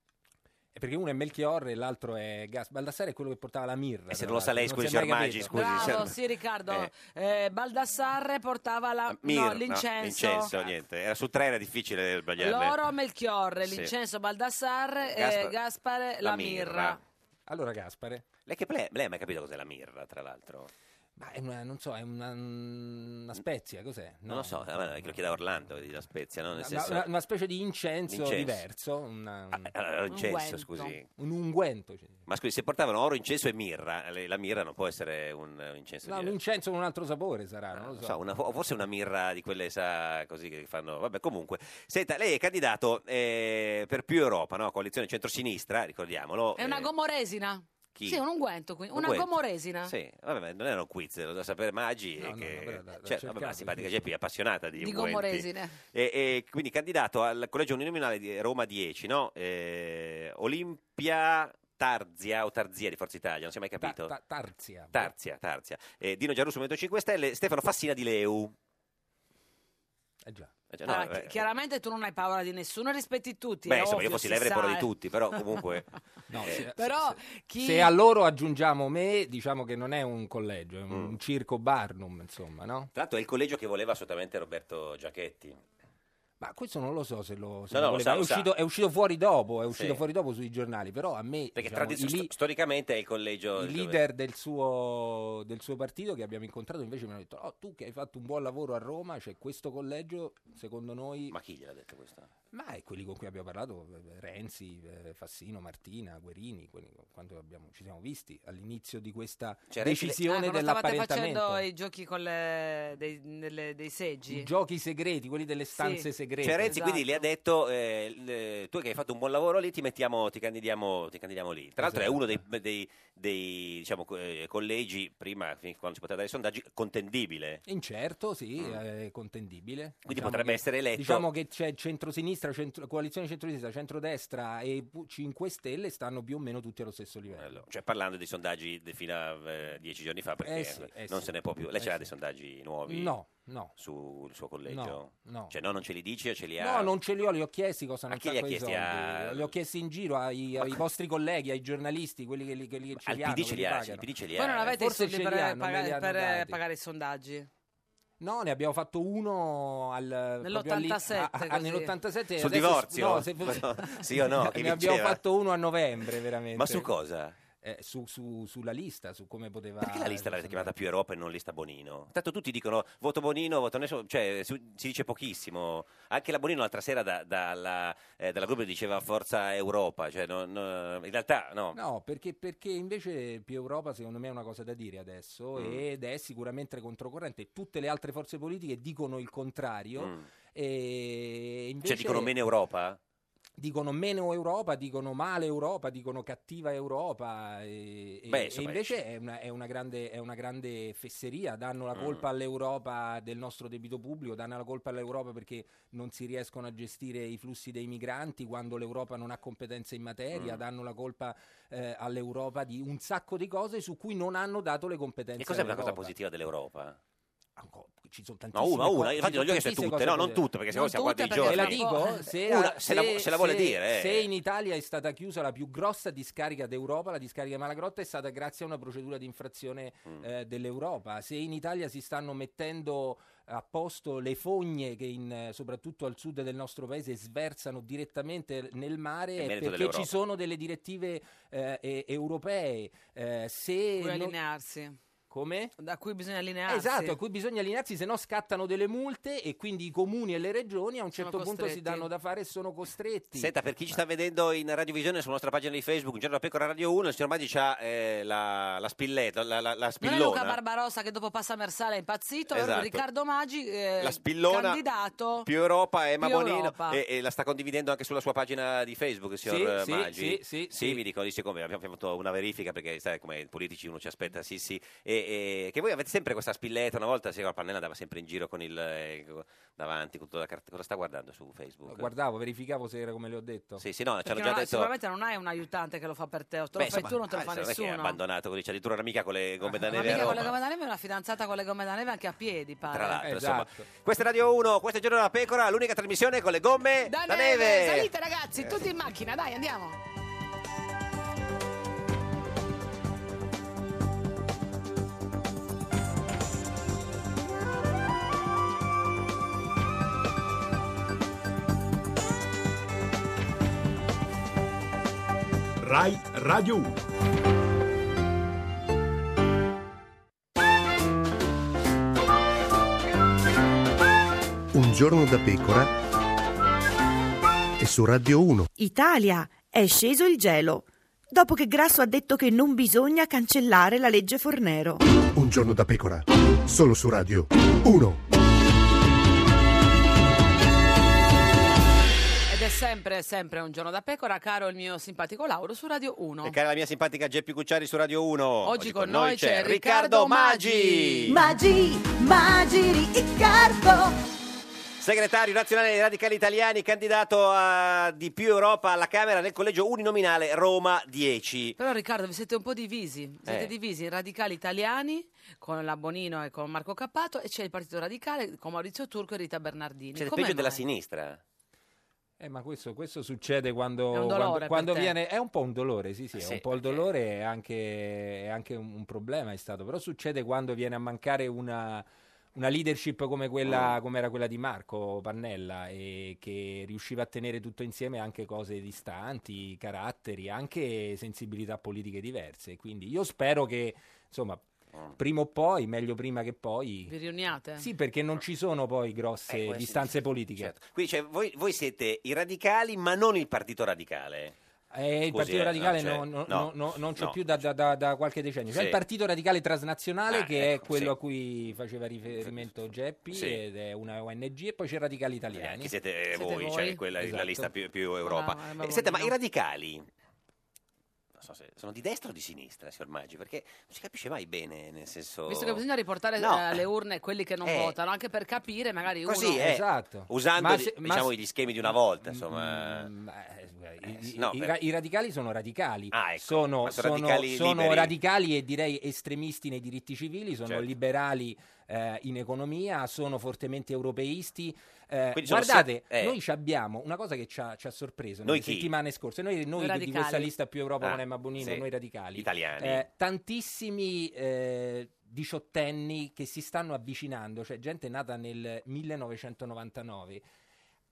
K: Perché uno è Melchiorre e l'altro è Gas. Baldassare è quello che portava la mirra.
B: E Eh, se
K: tra
B: non lo sa lei,
K: l'altro,
B: scusi,
K: non si è
B: signor
K: mai
B: Maggi,
K: capito.
B: scusi, Bravo, signor-
A: Sì, Riccardo,
B: Eh.
A: eh, Baldassarre portava la-
B: Mirra,
A: no, l'incenso.
B: l'incenso, niente. Era su tre, era difficile sbagliare.
A: L'oro Melchiorre,
B: Sì.
A: l'incenso Baldassarre, eh,
B: Gaspare-
A: Gaspare la, mirra.
K: Allora, Gaspare.
B: Lei, che, Eh, lei, lei ha mai capito cos'è la mirra, tra l'altro?
K: Ma è una, non so, è una, una spezia, cos'è? No.
B: Non lo so, eh, che lo chiede a Orlando di La Spezia, no? Nel
K: Una,
B: senso,
K: una- una specie di incenso,
B: Incenso.
K: diverso. una- un...
B: allora, l'incenso, scusi.
K: Un unguento. cioè.
B: Ma scusi, se portavano oro, incenso e mirra, le- la mirra non può essere un, eh, un incenso
K: No,
B: di
K: un incenso con un altro sapore sarà, non lo
B: Ah, Non
K: so.
B: so, una- forse una mirra di quelle sa, così che fanno. Vabbè, comunque. Senta, lei è candidato eh, per più Europa, no? Coalizione centrosinistra, ricordiamolo.
A: È una
B: eh,
A: gomoresina?
B: chi?
A: Sì, un unguento, quindi.
B: Un
A: Una
B: unguento.
A: gomoresina?
B: Sì, vabbè, ma non era un quiz, lo da sapere Maggi. e che, cioè, vabbè, ma simpatica Geppi, appassionata di,
A: Di
B: unguenti.
A: gomoresine.
B: E, e quindi candidato al collegio uninominale di Roma 10, no? Eh, Olimpia Tarzia o Tarzia di Forza Italia, non si è mai capito.
K: Ta- tarzia.
B: Tarzia, Tarzia. Eh, Dino Giarrusso, Movimento 5 Stelle, Stefano Fassina di Leu.
K: Eh già.
B: Eh già, no,
A: Allora, Ah, chi-
B: eh,
A: chiaramente tu non hai paura di nessuno e rispetti tutti.
B: Beh,
A: è
B: insomma, io
A: ovvio,
B: fossi
A: si
B: lei avrei paura
A: sa,
B: di
A: eh.
B: tutti, però comunque... eh,
A: Però chi...
K: Se a loro aggiungiamo me, diciamo che non è un collegio, è un
B: Mm.
K: circo Barnum, insomma, no?
B: Tra l'altro è il collegio che voleva assolutamente Roberto Giachetti.
K: Ma questo non lo so se lo, se
B: No,
K: lo
B: no, lo
K: voleva.
B: sa,
K: è,
B: lo sa.
K: uscito, è uscito fuori dopo, è uscito
B: Sì.
K: fuori dopo sui giornali, però a me
B: Perché
K: diciamo,
B: tradiz-
K: i, li-
B: sto- storicamente è il collegio...
K: i
B: dove-
K: leader del suo, del suo partito che abbiamo incontrato invece mi hanno detto, oh, tu che hai fatto un buon lavoro a Roma, c'è questo collegio, secondo noi...
B: Ma chi gliel'ha detto questo?
K: Ma è quelli con cui abbiamo parlato, eh, Renzi, eh, Fassino, Martina, Guerini, quelli con- quando abbiamo- ci siamo visti all'inizio di questa
B: Cioè, Renzi-
A: Ah,
K: decisione
A: quando stavate
K: dell'apparentamento.
A: facendo i giochi con le- dei, nelle- dei seggi?
K: I giochi segreti, quelli delle stanze segrete.
B: Cioè Renzi quindi le ha
K: Esatto.
B: detto eh, le- tu che hai fatto un buon lavoro lì ti, mettiamo, ti, candidiamo, ti candidiamo lì. Tra l'altro è uno dei,
K: Esatto.
B: dei- dei, diciamo, co- eh, collegi, prima fin quando si poteva dare i sondaggi, contendibile.
K: Incerto, sì, è contendibile.
B: Mm. Quindi potrebbe
K: che-
B: essere eletto.
K: Diciamo che c'è centrosinistra, centro- coalizione centrosinistra, centrodestra e pu- 5 Stelle stanno più o meno tutti allo stesso livello.
B: Cioè parlando dei sondaggi di- fino a eh, dieci giorni fa perché
K: Eh sì, eh
B: non
K: sì.
B: se ne può più. Lei
K: Eh
B: ce l'ha
K: sì.
B: dei sondaggi nuovi?
K: No, no.
B: Sul suo collegio?
K: No, no.
B: Cioè no, non ce li dici o ce li ha?
K: No, non ce li ho, li ho chiesti cosa
B: A
K: non
B: chi eh, li ha
K: sacco di
B: chiesti?
K: soldi.
B: A-
K: Li ho chiesti in giro ai, ai vostri colleghi, ai giornalisti, quelli che, li- quelli che ce
B: Al
K: li hanno.
B: PD ce
K: che
B: li ha,
K: pagano.
B: il PD ce li
A: Voi
B: ha. eh.
A: non Esatto. avete
K: Forse
A: i soldi
K: ce li
A: per,
K: hanno, me li
A: pagare-
K: hanno
A: per eh,
K: dati.
A: pagare i sondaggi?
K: No, ne abbiamo fatto uno al, proprio all'in-
A: Nell'87,
K: a- a-
A: così.
K: nell'87
B: Sul
K: adesso-
B: divorzio?
K: no, se-
B: [laughs] Sì o
K: [laughs]
B: no? Chi
K: ne abbiamo
B: vinceva?
K: fatto uno a novembre, veramente.
B: Ma su cosa?
K: Eh, su- su- sulla lista, su come poteva.
B: Perché la lista l'avete chiamata più Europa e non lista Bonino? Tanto tutti dicono voto Bonino, voto nessuno, cioè su- si dice pochissimo. Anche la Bonino l'altra sera da- dalla, eh, dalla Gruppo diceva forza Europa, cioè non- non- in realtà no. Cioè,
K: No, perché, perché invece più Europa secondo me è una cosa da dire adesso
B: Mm.
K: ed è sicuramente controcorrente. Tutte le altre forze politiche dicono il contrario.
B: Mm.
K: E invece
B: Cioè dicono meno Europa?
K: dicono meno Europa, dicono male Europa, dicono cattiva Europa e, e-
B: Beh,
K: e
B: insomma, eh,
K: invece è una, è una grande, è una grande fesseria, danno la colpa
B: Mm.
K: all'Europa del nostro debito pubblico, danno la colpa all'Europa perché non si riescono a gestire i flussi dei migranti quando l'Europa non ha competenze in materia,
B: Mm.
K: danno la colpa eh, all'Europa di un sacco di cose su cui non hanno dato le competenze.
B: E cos'è una cosa
K: all'Europa.
B: positiva dell'Europa?
K: Ci sono
B: No,
K: tantissime
B: una, una, infatti
K: cose- ci
B: non
K: sono
B: gli ho chiesto
K: tantissime
B: tutte,
K: cose
B: no, non
K: positive.
B: tutte, perché se no
K: Non
B: siamo qua
K: tutte,
B: dei
K: perché
B: giorni. Eh.
K: Ve la dico? Se,
B: Una,
K: a-
B: se la, se la vuole
K: se-
B: dire. eh.
K: se in Italia è stata chiusa la più grossa discarica d'Europa, la discarica Malagrotta è stata grazie a una procedura di infrazione
B: Mm.
K: eh, dell'Europa. Se in Italia si stanno mettendo a posto le fogne che in, eh, soprattutto al sud del nostro paese sversano direttamente nel mare
B: È
K: è
B: merito
K: perché
B: dell'Europa.
K: ci sono delle direttive eh, e- europee. Eh, se
A: Cui
K: non-
A: allinearsi.
K: Come?
A: Da cui bisogna allinearsi.
K: Esatto, a cui bisogna allinearsi, se no scattano delle multe e quindi i comuni e le regioni a un certo punto si
A: costretti.
K: danno da fare e sono costretti.
B: Senta, per chi ci sta vedendo in radiovisione sulla nostra pagina di Facebook, un giorno da pecora Radio 1, il signor Maggi c'ha eh, la, la spilletta, la, la, la
A: Non è Luca
B: spillona
A: Barbarossa che dopo passa Mersala è impazzito, è
B: Esatto.
A: Riccardo Maggi, eh,
B: La spillona
A: candidato.
B: più Europa Emma
A: Più
B: Bonino
A: Europa.
B: e, e la sta condividendo anche sulla sua pagina di Facebook il signor
K: Sì, sì,
B: Maggi
K: sì, sì, sì.
B: mi dicono dice come abbiamo fatto una verifica perché sai come i politici uno ci aspetta sì sì e, e- che voi avete sempre questa spilletta una volta signor Pannella andava sempre in giro con il eh, co- davanti con tutta la carta cosa sta guardando su Facebook
K: Guardavo, verificavo se era come le ho detto.
B: sì sì no ci
A: Perché
B: hanno
A: non
B: già
A: ha-
B: detto
A: Sicuramente non hai un aiutante che lo fa per te, o te lo
B: Beh,
A: fai
B: insomma,
A: tu, non te lo fa
B: ah, non è che è
A: nessuno.
B: abbandonato così c'è addirittura un'amica con le gomme da neve a
A: Un'amica con le
B: Roma
A: gomme da neve e una fidanzata con le gomme da neve anche a piedi, pare.
B: tra l'altro
K: Esatto.
B: insomma questa è Radio 1 questo è Giorno della Pecora l'unica trasmissione con le gomme da, Eh.
J: Salite ragazzi, tutti in macchina, dai, andiamo.
L: Rai Radio 1.
H: Un giorno da pecora e su Radio 1.
I: Italia, è sceso il gelo. Dopo che Grasso ha detto che non bisogna cancellare la legge Fornero.
H: Un giorno da pecora, solo su Radio 1.
A: Ed è sempre, sempre un giorno da pecora, caro il mio simpatico Lauro su Radio 1.
B: E cara la mia simpatica Geppi Cucciari su Radio 1.
A: Oggi con noi c'è Riccardo
B: Maggi,
G: Magi, Magiri, Riccardo
B: segretario nazionale dei Radicali Italiani, candidato a di più Europa alla Camera nel collegio uninominale Roma 10.
A: Però Riccardo vi siete un po' divisi, siete
B: Eh.
A: divisi in radicali italiani con la Bonino e con Marco Cappato e c'è il Partito Radicale con Maurizio Turco e Rita Bernardini.
B: C'è il
A: Come
B: peggio
A: mai?
B: della sinistra.
K: Eh, ma questo, questo succede quando,
A: È un dolore
K: quando,
A: per
K: quando
A: te.
K: viene. È un po' un dolore, sì, sì, è
B: Sì,
K: un po' il dolore, è anche, è anche un, un problema è stato. Però succede quando viene a mancare una, una leadership come,
A: Mm.
K: quella, come era quella di Marco Pannella, e che riusciva a tenere tutto insieme anche cose distanti, caratteri, anche sensibilità politiche diverse. Quindi io spero che, insomma,
A: Mm.
K: prima o poi, meglio prima che poi.
A: Vi riuniate?
K: Sì, perché non ci sono poi
A: Eh,
K: grosse distanze politiche.
A: certo.
B: Quindi cioè, voi, voi siete i radicali, ma non il partito radicale.
K: Eh, il
B: Scusi,
K: Partito
B: eh,
K: Radicale
B: no,
K: no-
B: cioè,
K: no-
B: no,
K: no- no- non c'è
B: no.
K: più da, da- da- da qualche decennio. C'è
B: Sì.
K: il Partito Radicale Transnazionale
B: Ah,
K: che
B: ecco,
K: è quello
B: sì.
K: a cui faceva riferimento Geppi
B: Sì.
K: ed è una ONG e poi c'è i Radicali Italiani.
B: Che siete, eh, voi, cioè quella, la
K: Esatto.
B: lista più, più Europa.
K: ma- ma
B: Eh,
K: voglio-
B: senta, ma
K: no.
B: i radicali non so se sono di destra o di sinistra, signor Maggi? Perché non si capisce mai bene, nel senso...
A: Visto che bisogna riportare
B: No.
A: eh, alle urne quelli che non
B: Eh.
A: votano, anche per capire magari
B: Così,
A: uno... Esatto.
B: eh, usando
K: esatto. Ma
B: di-
K: se- ma
B: diciamo,
K: se- Mm,
B: gli schemi di una volta, insomma... Eh,
K: I,
B: no,
K: i
B: per-
K: ra- i radicali sono radicali, sono,
B: ma sono
K: sono-
B: radicali
K: sono
B: liberi.
K: radicali e direi estremisti nei diritti civili, sono
B: Certo.
K: liberali eh, in economia, sono fortemente europeisti. eh,
B: Quindi sono
K: guardate,
B: se- eh.
K: noi ci abbiamo una cosa che ci ha, ci ha sorpreso
B: Noi
K: nelle
B: chi?
K: settimane scorse, noi, noi
B: Noi
K: di
B: radicali.
K: questa lista più Europa
B: Ah,
K: con Emma Bonino,
B: sì.
K: noi radicali,
B: Italiani.
K: eh, tantissimi eh, diciottenni che si stanno avvicinando, cioè gente nata nel 1999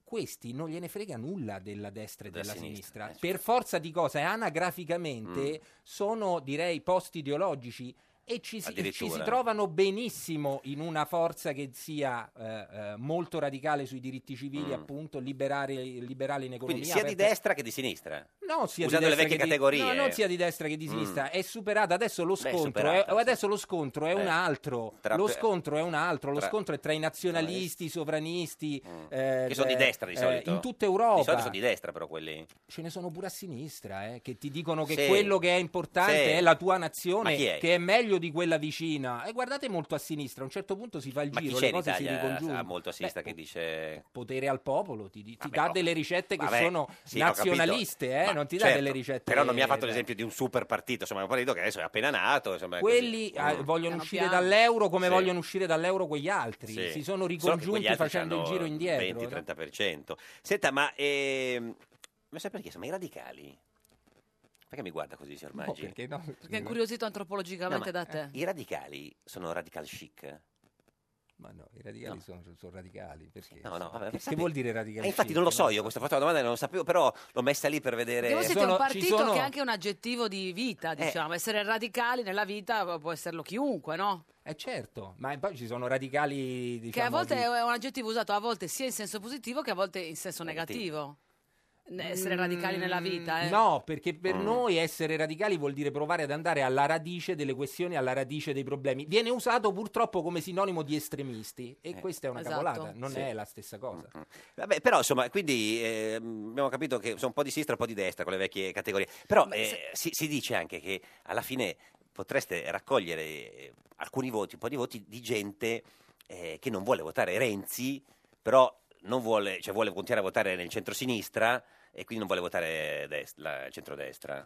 K: questi non gliene frega nulla della destra e
B: Della
K: della
B: sinistra,
K: sinistra.
B: eh,
K: Per forza di cosa, e anagraficamente,
B: Mm.
K: sono direi posti ideologici e ci si,
B: Addirittura.
K: ci si trovano benissimo in una forza che sia eh, eh, molto radicale sui diritti civili,
B: Mm.
K: appunto, liberare- liberale in economia.
B: Quindi sia di
K: aperta-
B: destra che di sinistra.
K: No, sia
B: Usando
K: di
B: le
K: destra
B: vecchie
K: che di-
B: categorie. Mm.
K: no, non sia di destra che di sinistra. È superata adesso lo
B: Beh, è
K: scontro. È
B: superata, sì.
K: adesso lo scontro è
B: Eh.
K: un altro.
B: Tra-
K: lo scontro è un altro. Lo
B: tra- Mm.
K: scontro è tra i nazionalisti, i sovranisti. eh,
B: Che sono di
K: eh,
B: destra di
K: eh,
B: solito.
K: in tutta Europa.
B: Di solito sono di destra però quelli.
K: Ce ne sono pure a sinistra eh, che ti dicono che
B: Sì.
K: quello che è importante
B: Sì.
K: è la tua
B: Ma
K: nazione,
B: chi è?
K: che è meglio di quella vicina. E guardate molto a sinistra. A un certo punto si fa il
B: Ma chi
K: giro,
B: c'è
K: le
B: in
K: cose si
B: Italia
K: ricongiungono.
B: ah, molto a sinistra che dice...
K: Potere al popolo, ti, ti
B: Vabbè,
K: dà
B: no.
K: delle ricette che
B: Vabbè,
K: sono
B: sì, ho capito.
K: nazionaliste, eh,
B: Ma
K: non ti dà
B: certo,
K: delle ricette.
B: Però non mi ha fatto
K: eh,
B: l'esempio di un super partito, insomma, è un partito che adesso è appena nato. Insomma, è così.
K: quelli ah,
B: Mm.
K: vogliono uscire
B: piano.
K: dall'euro come
B: Sì.
K: vogliono uscire dall'euro quegli altri.
B: Sì.
K: Si sono
B: Solo che quegli
K: ricongiunti
B: altri
K: facendo il
B: c'hanno
K: giro indietro. eh. no?
B: 20-30%. Senta, ma ehm, mi sempre chiesto, ma i radicali? Perché mi guarda così, signor Maggi?
K: perché no?
A: Perché è incuriosito
B: No, ma eh,
A: antropologicamente da te.
B: I radicali sono radical chic?
K: Ma no, i radicali sono, sono radicali. Perché?
B: No, no, vabbè,
K: che,
B: sapete-
K: vuol dire
B: Eh,
K: radicali?
B: infatti non lo so io, questa fatta la domanda non lo sapevo, però l'ho messa lì per vedere... Eh.
A: Voi siete un partito che è anche un aggettivo di vita, diciamo. Essere radicali nella vita può esserlo chiunque, no?
K: Eh certo, ma poi ci sono radicali diciamo,
A: che a volte
K: di-
A: è un aggettivo usato a volte sia in senso positivo che a volte in senso negativo.
K: Negativo.
A: Ne- Essere radicali nella vita, eh.
K: Mm, No, perché per
A: Mm.
K: noi essere radicali vuol dire provare ad andare alla radice delle questioni, alla radice dei problemi. Viene usato purtroppo come sinonimo di estremisti e questa è una
A: Esatto.
K: cavolata, non
B: Sì.
K: è la stessa cosa.
B: Vabbè, però insomma, quindi ehm, abbiamo capito che sono un po' di sinistra e un po' di destra con le vecchie categorie, però eh, si, si dice anche che alla fine potreste raccogliere eh, alcuni voti, un po' di voti di gente eh, che non vuole votare Renzi, però non vuole, cioè vuole continuare a votare nel centrosinistra e quindi non vuole votare dest- la- il centrodestra.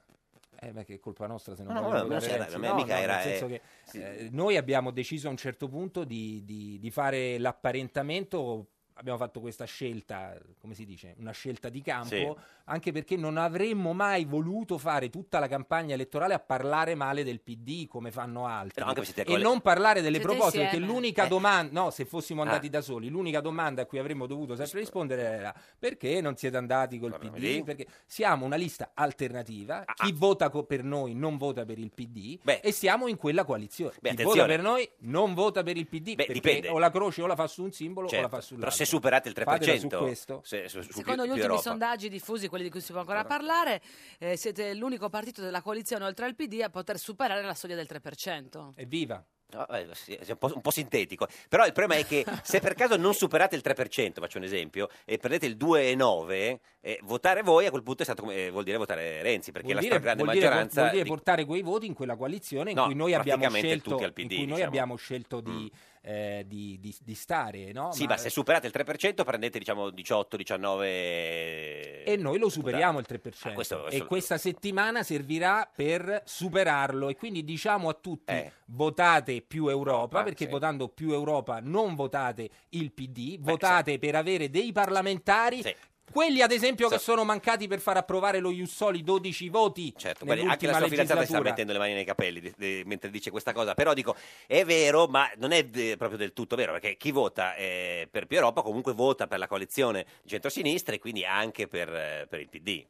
K: Eh, ma che è colpa nostra se non
B: No, no,
K: vogliamo
B: no, non
K: votare
B: c'era,
K: Renzi.
B: non è
K: No,
B: mica
K: no,
B: era,
K: nel senso
B: eh,
K: che,
B: sì.
K: eh, noi abbiamo deciso a un certo punto di, di- di fare l'apparentamento. Abbiamo fatto questa scelta, come si dice, una scelta di campo,
B: Sì.
K: anche perché non avremmo mai voluto fare tutta la campagna elettorale a parlare male del PD come fanno altri.
B: No, anche perché siete
K: e
B: colle-
K: non parlare delle
B: Siete
K: proposte, perché
B: insieme.
K: l'unica
B: Eh.
K: domanda, no, se fossimo
B: Ah.
K: andati da soli, l'unica domanda a cui avremmo dovuto sempre rispondere era perché non siete andati col
B: Vabbè, Ah,
K: PD?
B: vedi?
K: Perché siamo una lista alternativa, chi vota co- per noi non vota per il PD e siamo in quella coalizione.
B: Beh,
K: chi vota
B: attenzione.
K: per noi non vota per il PD perché
B: dipende.
K: o la croce o la fa su un simbolo
B: Certo,
K: o la fa sull'altro.
B: però se superate il 3%,
K: Fatela su questo.
B: se- su- su
A: Secondo
B: più-
A: gli
B: più
A: ultimi
B: Europa.
A: sondaggi diffusi, quelli di cui si può ancora parlare, eh, siete l'unico partito della coalizione oltre al PD a poter superare la soglia del 3%.
K: Evviva!
B: No, eh, sì, è un po', un po' sintetico, però il problema è che se per caso non superate il 3%, faccio un esempio, e prendete il 2,9, eh, votare voi a quel punto è stato come- eh, vuol dire votare Renzi, perché
K: Vuol
B: la
K: dire,
B: stragrande
K: vuol dire-
B: maggioranza...
K: vuol dire
B: di-
K: portare quei voti in quella coalizione in
B: No,
K: cui noi abbiamo
B: praticamente
K: scelto,
B: tutti al PD,
K: in cui noi
B: diciamo. Mm.
K: abbiamo scelto di, eh, di- di- di stare. no?
B: Sì, ma se superate il 3% prendete diciamo 18, 19...
K: e noi lo superiamo il 3%.
B: Ah, questo-
K: e questa settimana servirà per superarlo. E quindi diciamo a tutti: votate più Europa,
B: Eh. Ah,
K: perché
B: sì. Eh,
K: votando più Europa non votate il PD, votate per avere dei parlamentari. Quelli, ad esempio, che
B: So-
K: sono mancati per far approvare lo Jussoli 12 voti
B: Certo, guardi, anche la
K: nell'ultima
B: sua fidanzata sta
K: legislatura.
B: mettendo le mani nei capelli di- di- mentre dice questa cosa, però dico, è vero, ma non è de- proprio del tutto vero, perché chi vota eh, per più Europa comunque vota per la coalizione centrosinistra e quindi anche per, eh, per il PD.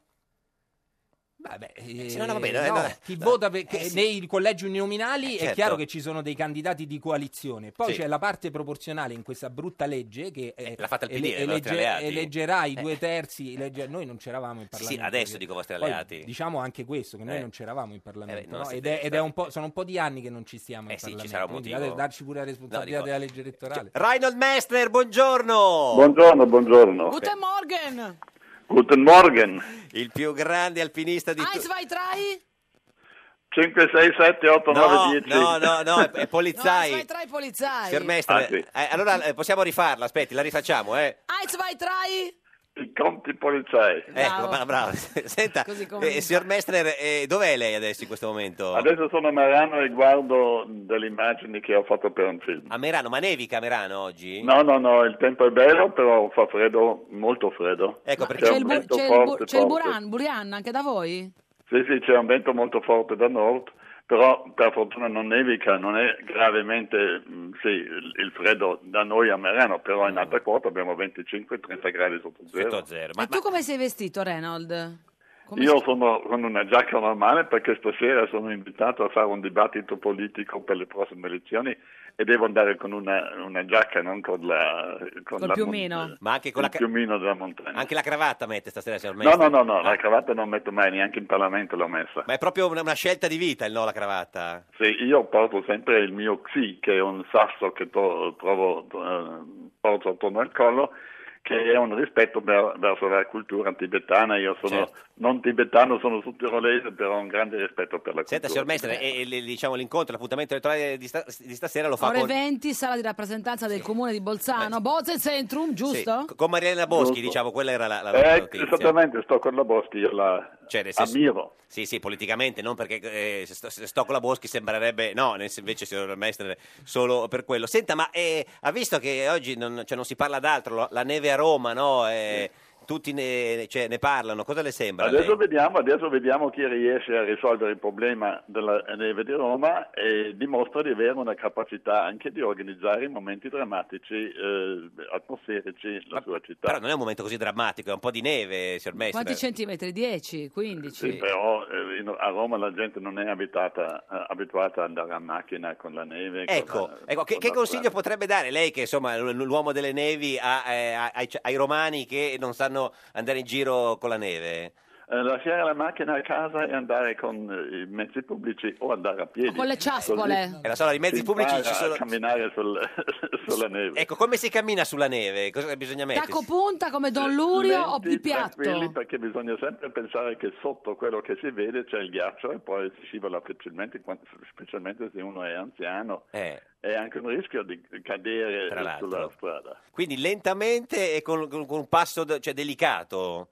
K: Vabbè,
B: sì, no, no, va bene,
K: eh,
B: eh,
K: no,
B: no,
K: chi
B: no.
K: vota per- che-
B: sì.
K: nei collegi uninominali è
B: certo.
K: chiaro che ci sono dei candidati di coalizione. Poi
B: Sì.
K: c'è la parte proporzionale in questa brutta legge che eh,
B: l'ha fatta il PD,
K: ele-
B: i vostri alleati.
K: eleggerà i
B: Eh.
K: due terzi. elegge- noi non c'eravamo in
B: Sì, sì,
K: Parlamento.
B: adesso
K: che-
B: dico i vostri
K: poi
B: alleati.
K: diciamo anche questo, che noi
B: Eh.
K: non c'eravamo in Parlamento.
B: Eh beh, non
K: no?
B: siete
K: Ed è, ed è
B: stati.
K: un po', sono un po' di anni che non ci stiamo in
B: Eh sì, ci
K: Parlamento.
B: sarà un
K: quindi
B: motivo.
K: date- darci pure la responsabilità
B: No, dico- Cioè,
K: della legge elettorale.
B: Reinhold Messner, buongiorno!
L: Buongiorno, buongiorno.
A: Guten Morgen!
L: Guten Morgen.
B: Il più grande alpinista di
A: Eins, zwei, drei!
L: 5, 6, 7, 8,
B: No,
L: 9, 10.
B: no,
K: [laughs]
B: no, no, è, è Polizai.
A: Zwei, drei polizai!
B: Signor Mestre,
L: Ah, sì.
B: eh, allora eh, possiamo rifarla, aspetti, la rifacciamo, eh.
A: Eins, zwei, drei!
L: I conti polizai.
B: Ecco, ma
A: [laughs]
B: bravo. [laughs] Senta,
A: Così come
B: eh,
A: mi-
B: signor Messner, eh, dov'è lei adesso in questo momento?
L: Adesso sono a Marano e guardo delle immagini che ho fatto per un film.
B: A Merano, ma nevica a Merano oggi?
L: No, no, no, il tempo è bello, però fa freddo, molto freddo.
B: Ecco,
A: C'è il, bu-
L: vento
A: c'è il bu-
L: forte,
A: c'è il
L: forte.
A: Buran, Burian anche da voi?
L: Sì, sì, c'è un vento molto forte da nord, però per fortuna non nevica, non è gravemente, mh, sì, il, il freddo da noi a Merano, però in alta quota abbiamo 25-30 gradi sotto zero.
A: e tu come sei vestito, Reynold? Come
L: Io
A: sei-
L: sono con una giacca normale perché stasera sono invitato a fare un dibattito politico per le prossime elezioni e devo andare con una, una giacca, non con la... Con
A: Col
L: la
A: piumino.
L: mont-
B: Ma anche con
L: il
B: la ca-
L: piumino della montagna.
B: Anche la cravatta mette stasera, signor
L: No,
B: Mestre?
L: no, no,
B: Ah.
L: no, la cravatta non metto mai, neanche in Parlamento l'ho messa.
B: Ma è proprio una, una scelta di vita il no alla cravatta?
L: Sì, io porto sempre il mio Xi, che è un sasso che to- trovo, eh, porto attorno al collo, che è un rispetto per- verso la cultura tibetana. Io sono
B: Certo.
L: non tibetano, sono sudtirolese, però ho un grande rispetto per la
B: Senta, signor
L: cultura.
B: Mestre, e, e le- diciamo, l'incontro, l'appuntamento elettorale di, sta- di stasera lo fa
A: Ore
B: con...
A: 20, sala di rappresentanza del comune di Bolzano, Bozen Centrum,
B: sì,
A: giusto?
B: con Marielena Boschi,
L: Giusto.
B: diciamo, quella era la, la
L: Eh,
B: notizia.
L: esattamente, sto con la Boschi, io la
B: Cioè, nel senso-
L: ammiro.
B: Sì, sì, politicamente, non perché eh, se, sto, se sto con la Boschi sembrerebbe... No, nel- invece, signor Mestre, solo per quello. Senta, ma eh, ha visto che oggi non, cioè, non si parla d'altro, lo- la neve a Roma, no? Eh, tutti ne, cioè, ne parlano, cosa le sembra?
L: Adesso vediamo, adesso vediamo chi riesce a risolvere il problema della neve di Roma e dimostra di avere una capacità anche di organizzare i momenti drammatici eh, atmosferici la sua città.
B: Però non è un momento così drammatico, è un po' di neve, signor Mestre.
A: Quanti centimetri? 10, 15?
L: Sì, però eh, in- a Roma la gente non è abitata- eh, abituata ad andare a macchina con la neve. con
B: Ecco,
L: la-
B: ecco, che,
L: con
B: che
L: la
B: consiglio potrebbe dare lei, che insomma è l'u- l'uomo delle nevi, a- eh, a- ai, ai romani che non sanno andare in giro con la neve?
L: Eh, lasciare la macchina a casa e andare con eh, i mezzi pubblici o andare a piedi.
A: Con le ciaspole.
B: Eh, la so, i mezzi
L: si
B: pubblici
L: impara
B: ci sono-
L: a camminare sul- [laughs] sulla neve.
B: Ecco, come si cammina sulla neve? Cosa bisogna mettere?
A: Tacco punta come Don Lurio o
L: Lenti,
A: di
L: tranquilli,
A: piatto?
L: perché bisogna sempre pensare che sotto quello che si vede c'è il ghiaccio e poi si scivola facilmente, quando- specialmente se uno è anziano. È anche un rischio di cadere
B: Eh. Tra l'altro.
L: sulla strada.
B: Quindi lentamente e con, con- con un passo de- cioè, delicato,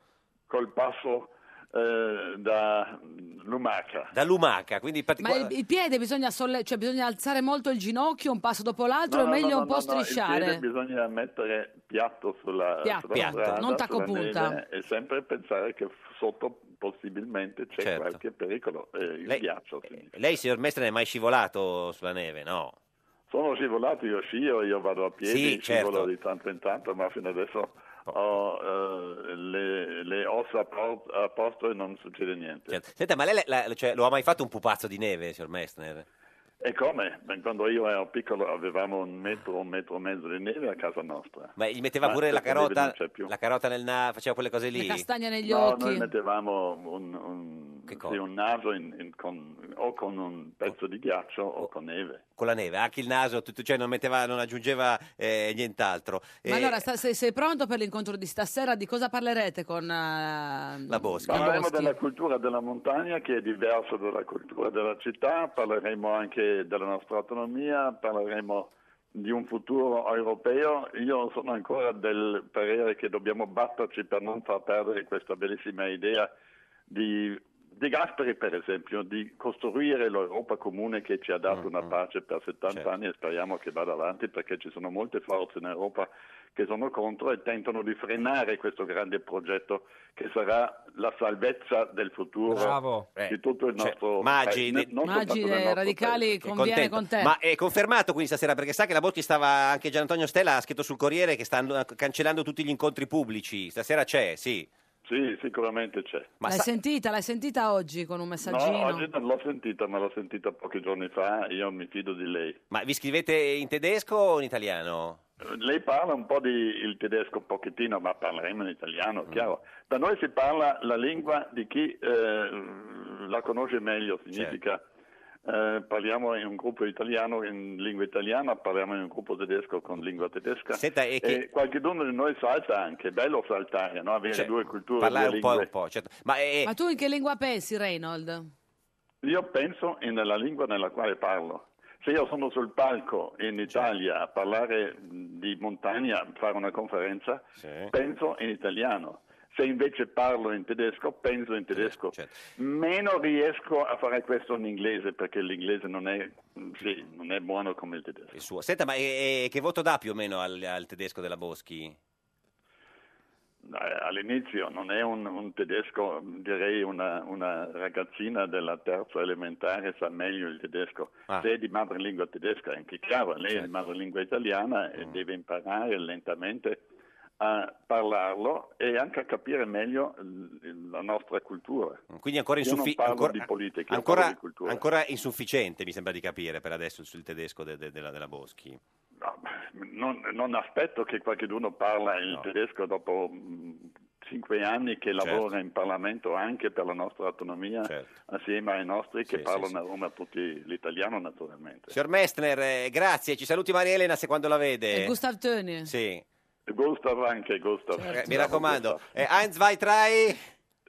L: Col passo eh, da lumaca.
B: da lumaca. Quindi parti-
A: Ma il, il piede bisogna, solle- cioè bisogna alzare molto il ginocchio un passo dopo l'altro, è meglio un po'
L: Il
A: strisciare.
L: piede bisogna mettere piatto sulla,
A: Piatto,
L: sulla
A: piatto,
L: strada,
A: non tacco
L: sulla
A: punta.
L: neve, E sempre pensare che f- sotto possibilmente c'è qualche pericolo. eh, il ghiaccio. sì.
B: Certo. Lei, signor Mestre, ne è mai scivolato sulla neve? No.
L: Sono scivolato, io scio, io vado a piedi,
B: Sì, certo. Oh.
L: scivolo di tanto in tanto, ma fino adesso ho eh, le, le ossa a po- a posto e non succede niente.
B: Certo. Senta, ma lei la- la- cioè, lo ha mai fatto un pupazzo di neve, signor Messner?
L: E come? Beh, Quando io ero piccolo avevamo un metro, un metro e mezzo di neve a casa nostra.
B: Ma gli metteva
L: Ma
B: pure la
L: questa neve non
B: carota,
L: c'è più.
B: la carota nel naso, faceva quelle cose lì?
A: Le castagne negli
L: no,
A: occhi.
L: noi mettevamo un, un- sì, un naso in- in- con- o con un pezzo di ghiaccio o con neve.
B: Con la neve, anche il naso, tutto, cioè non, metteva, non aggiungeva eh, nient'altro. E
A: Ma allora, sta- sei, sei pronto per l'incontro di stasera? Di cosa parlerete con eh,
B: La Boschi.
L: Parleremo della cultura della montagna che è diversa dalla cultura della città, parleremo anche della nostra autonomia, parleremo di un futuro europeo. Io sono ancora del parere che dobbiamo batterci per non far perdere questa bellissima idea di, di Gasperi, per esempio, di costruire l'Europa comune che ci ha dato una pace per 70 anni e speriamo che vada avanti perché ci sono molte forze in Europa che sono contro e tentano di frenare questo grande progetto che sarà la salvezza del futuro
K: Bravo.
L: di tutto il
B: Cioè,
L: nostro
B: Maggi,
L: paese. Non soltanto
A: Maggi
L: del
A: dei
L: nostro
A: Eh, radicali
B: Che
A: conviene
B: contento.
A: con te.
B: Ma è confermato quindi stasera perché sa che la Boschi stava anche Gian Antonio Stella ha scritto sul Corriere che stanno cancellando tutti gli incontri pubblici. Stasera c'è, sì.
L: Sì, sicuramente c'è.
B: Ma
A: l'hai
B: sa-
A: sentita? L'hai sentita oggi con un
L: No,
A: messaggino?
L: oggi non l'ho sentita, ma l'ho sentita pochi giorni fa. Io mi fido di lei. Eh,
B: ma vi scrivete in tedesco o in italiano?
L: Lei parla un po' di il tedesco pochettino, ma parleremo in italiano,
B: Mm.
L: chiaro. Da noi si parla la lingua di chi eh, la conosce meglio, significa
B: Certo.
L: eh, parliamo in un gruppo italiano in lingua italiana, parliamo in un gruppo tedesco con lingua tedesca.
B: Senta, e che-
L: qualche di noi salta anche, è bello saltare, no? avere
B: Cioè,
L: due culture,
B: parlare
L: due
B: un po' e
L: lingue.
B: un po', certo. Ma, eh,
A: Ma tu in che lingua pensi, Reynold?
L: Io penso in- nella lingua nella quale parlo. Se io sono sul palco in Italia a parlare mh, di montagna, a fare una conferenza, penso in italiano. Se invece parlo in tedesco, penso in tedesco.
B: certo.
L: Meno riesco a fare questo in inglese perché l'inglese non è, mh, sì, non è buono come il tedesco.
B: il suo. Senta, ma eh, eh, che voto dà più o meno al, al tedesco della Boschi?
L: Eh, All'inizio non è un, un tedesco, direi una, una ragazzina della terza elementare sa meglio il tedesco.
B: Ah. Certo.
L: Se è di madrelingua tedesca, è anche chiaro, lei è di madrelingua italiana
B: Mm.
L: e deve imparare lentamente a parlarlo e anche a capire meglio l- la nostra cultura.
B: Quindi ancora
L: Io non
B: insuffi-
L: parlo
B: ancora-
L: di politica, io
B: ancora,
L: parlo di cultura.
B: ancora insufficiente, mi sembra di capire per adesso sul tedesco de- de- della, della Boschi.
L: Non, non aspetto che qualcuno parla il tedesco dopo mh, cinque anni che
B: Certo.
L: lavora in Parlamento anche per la nostra autonomia assieme ai nostri
B: Sì,
L: che
B: sì,
L: parlano
B: sì.
L: a Roma tutti l'italiano naturalmente.
B: Signor Messner, eh, grazie, ci saluti Maria Elena se quando la vede.
A: E Gustav Töni?
B: Sì.
L: Gustav anche, Gustav.
B: Eh, Mi
L: Bravo,
B: raccomando,
L: Gustav.
B: eh, eins, zwei, drei.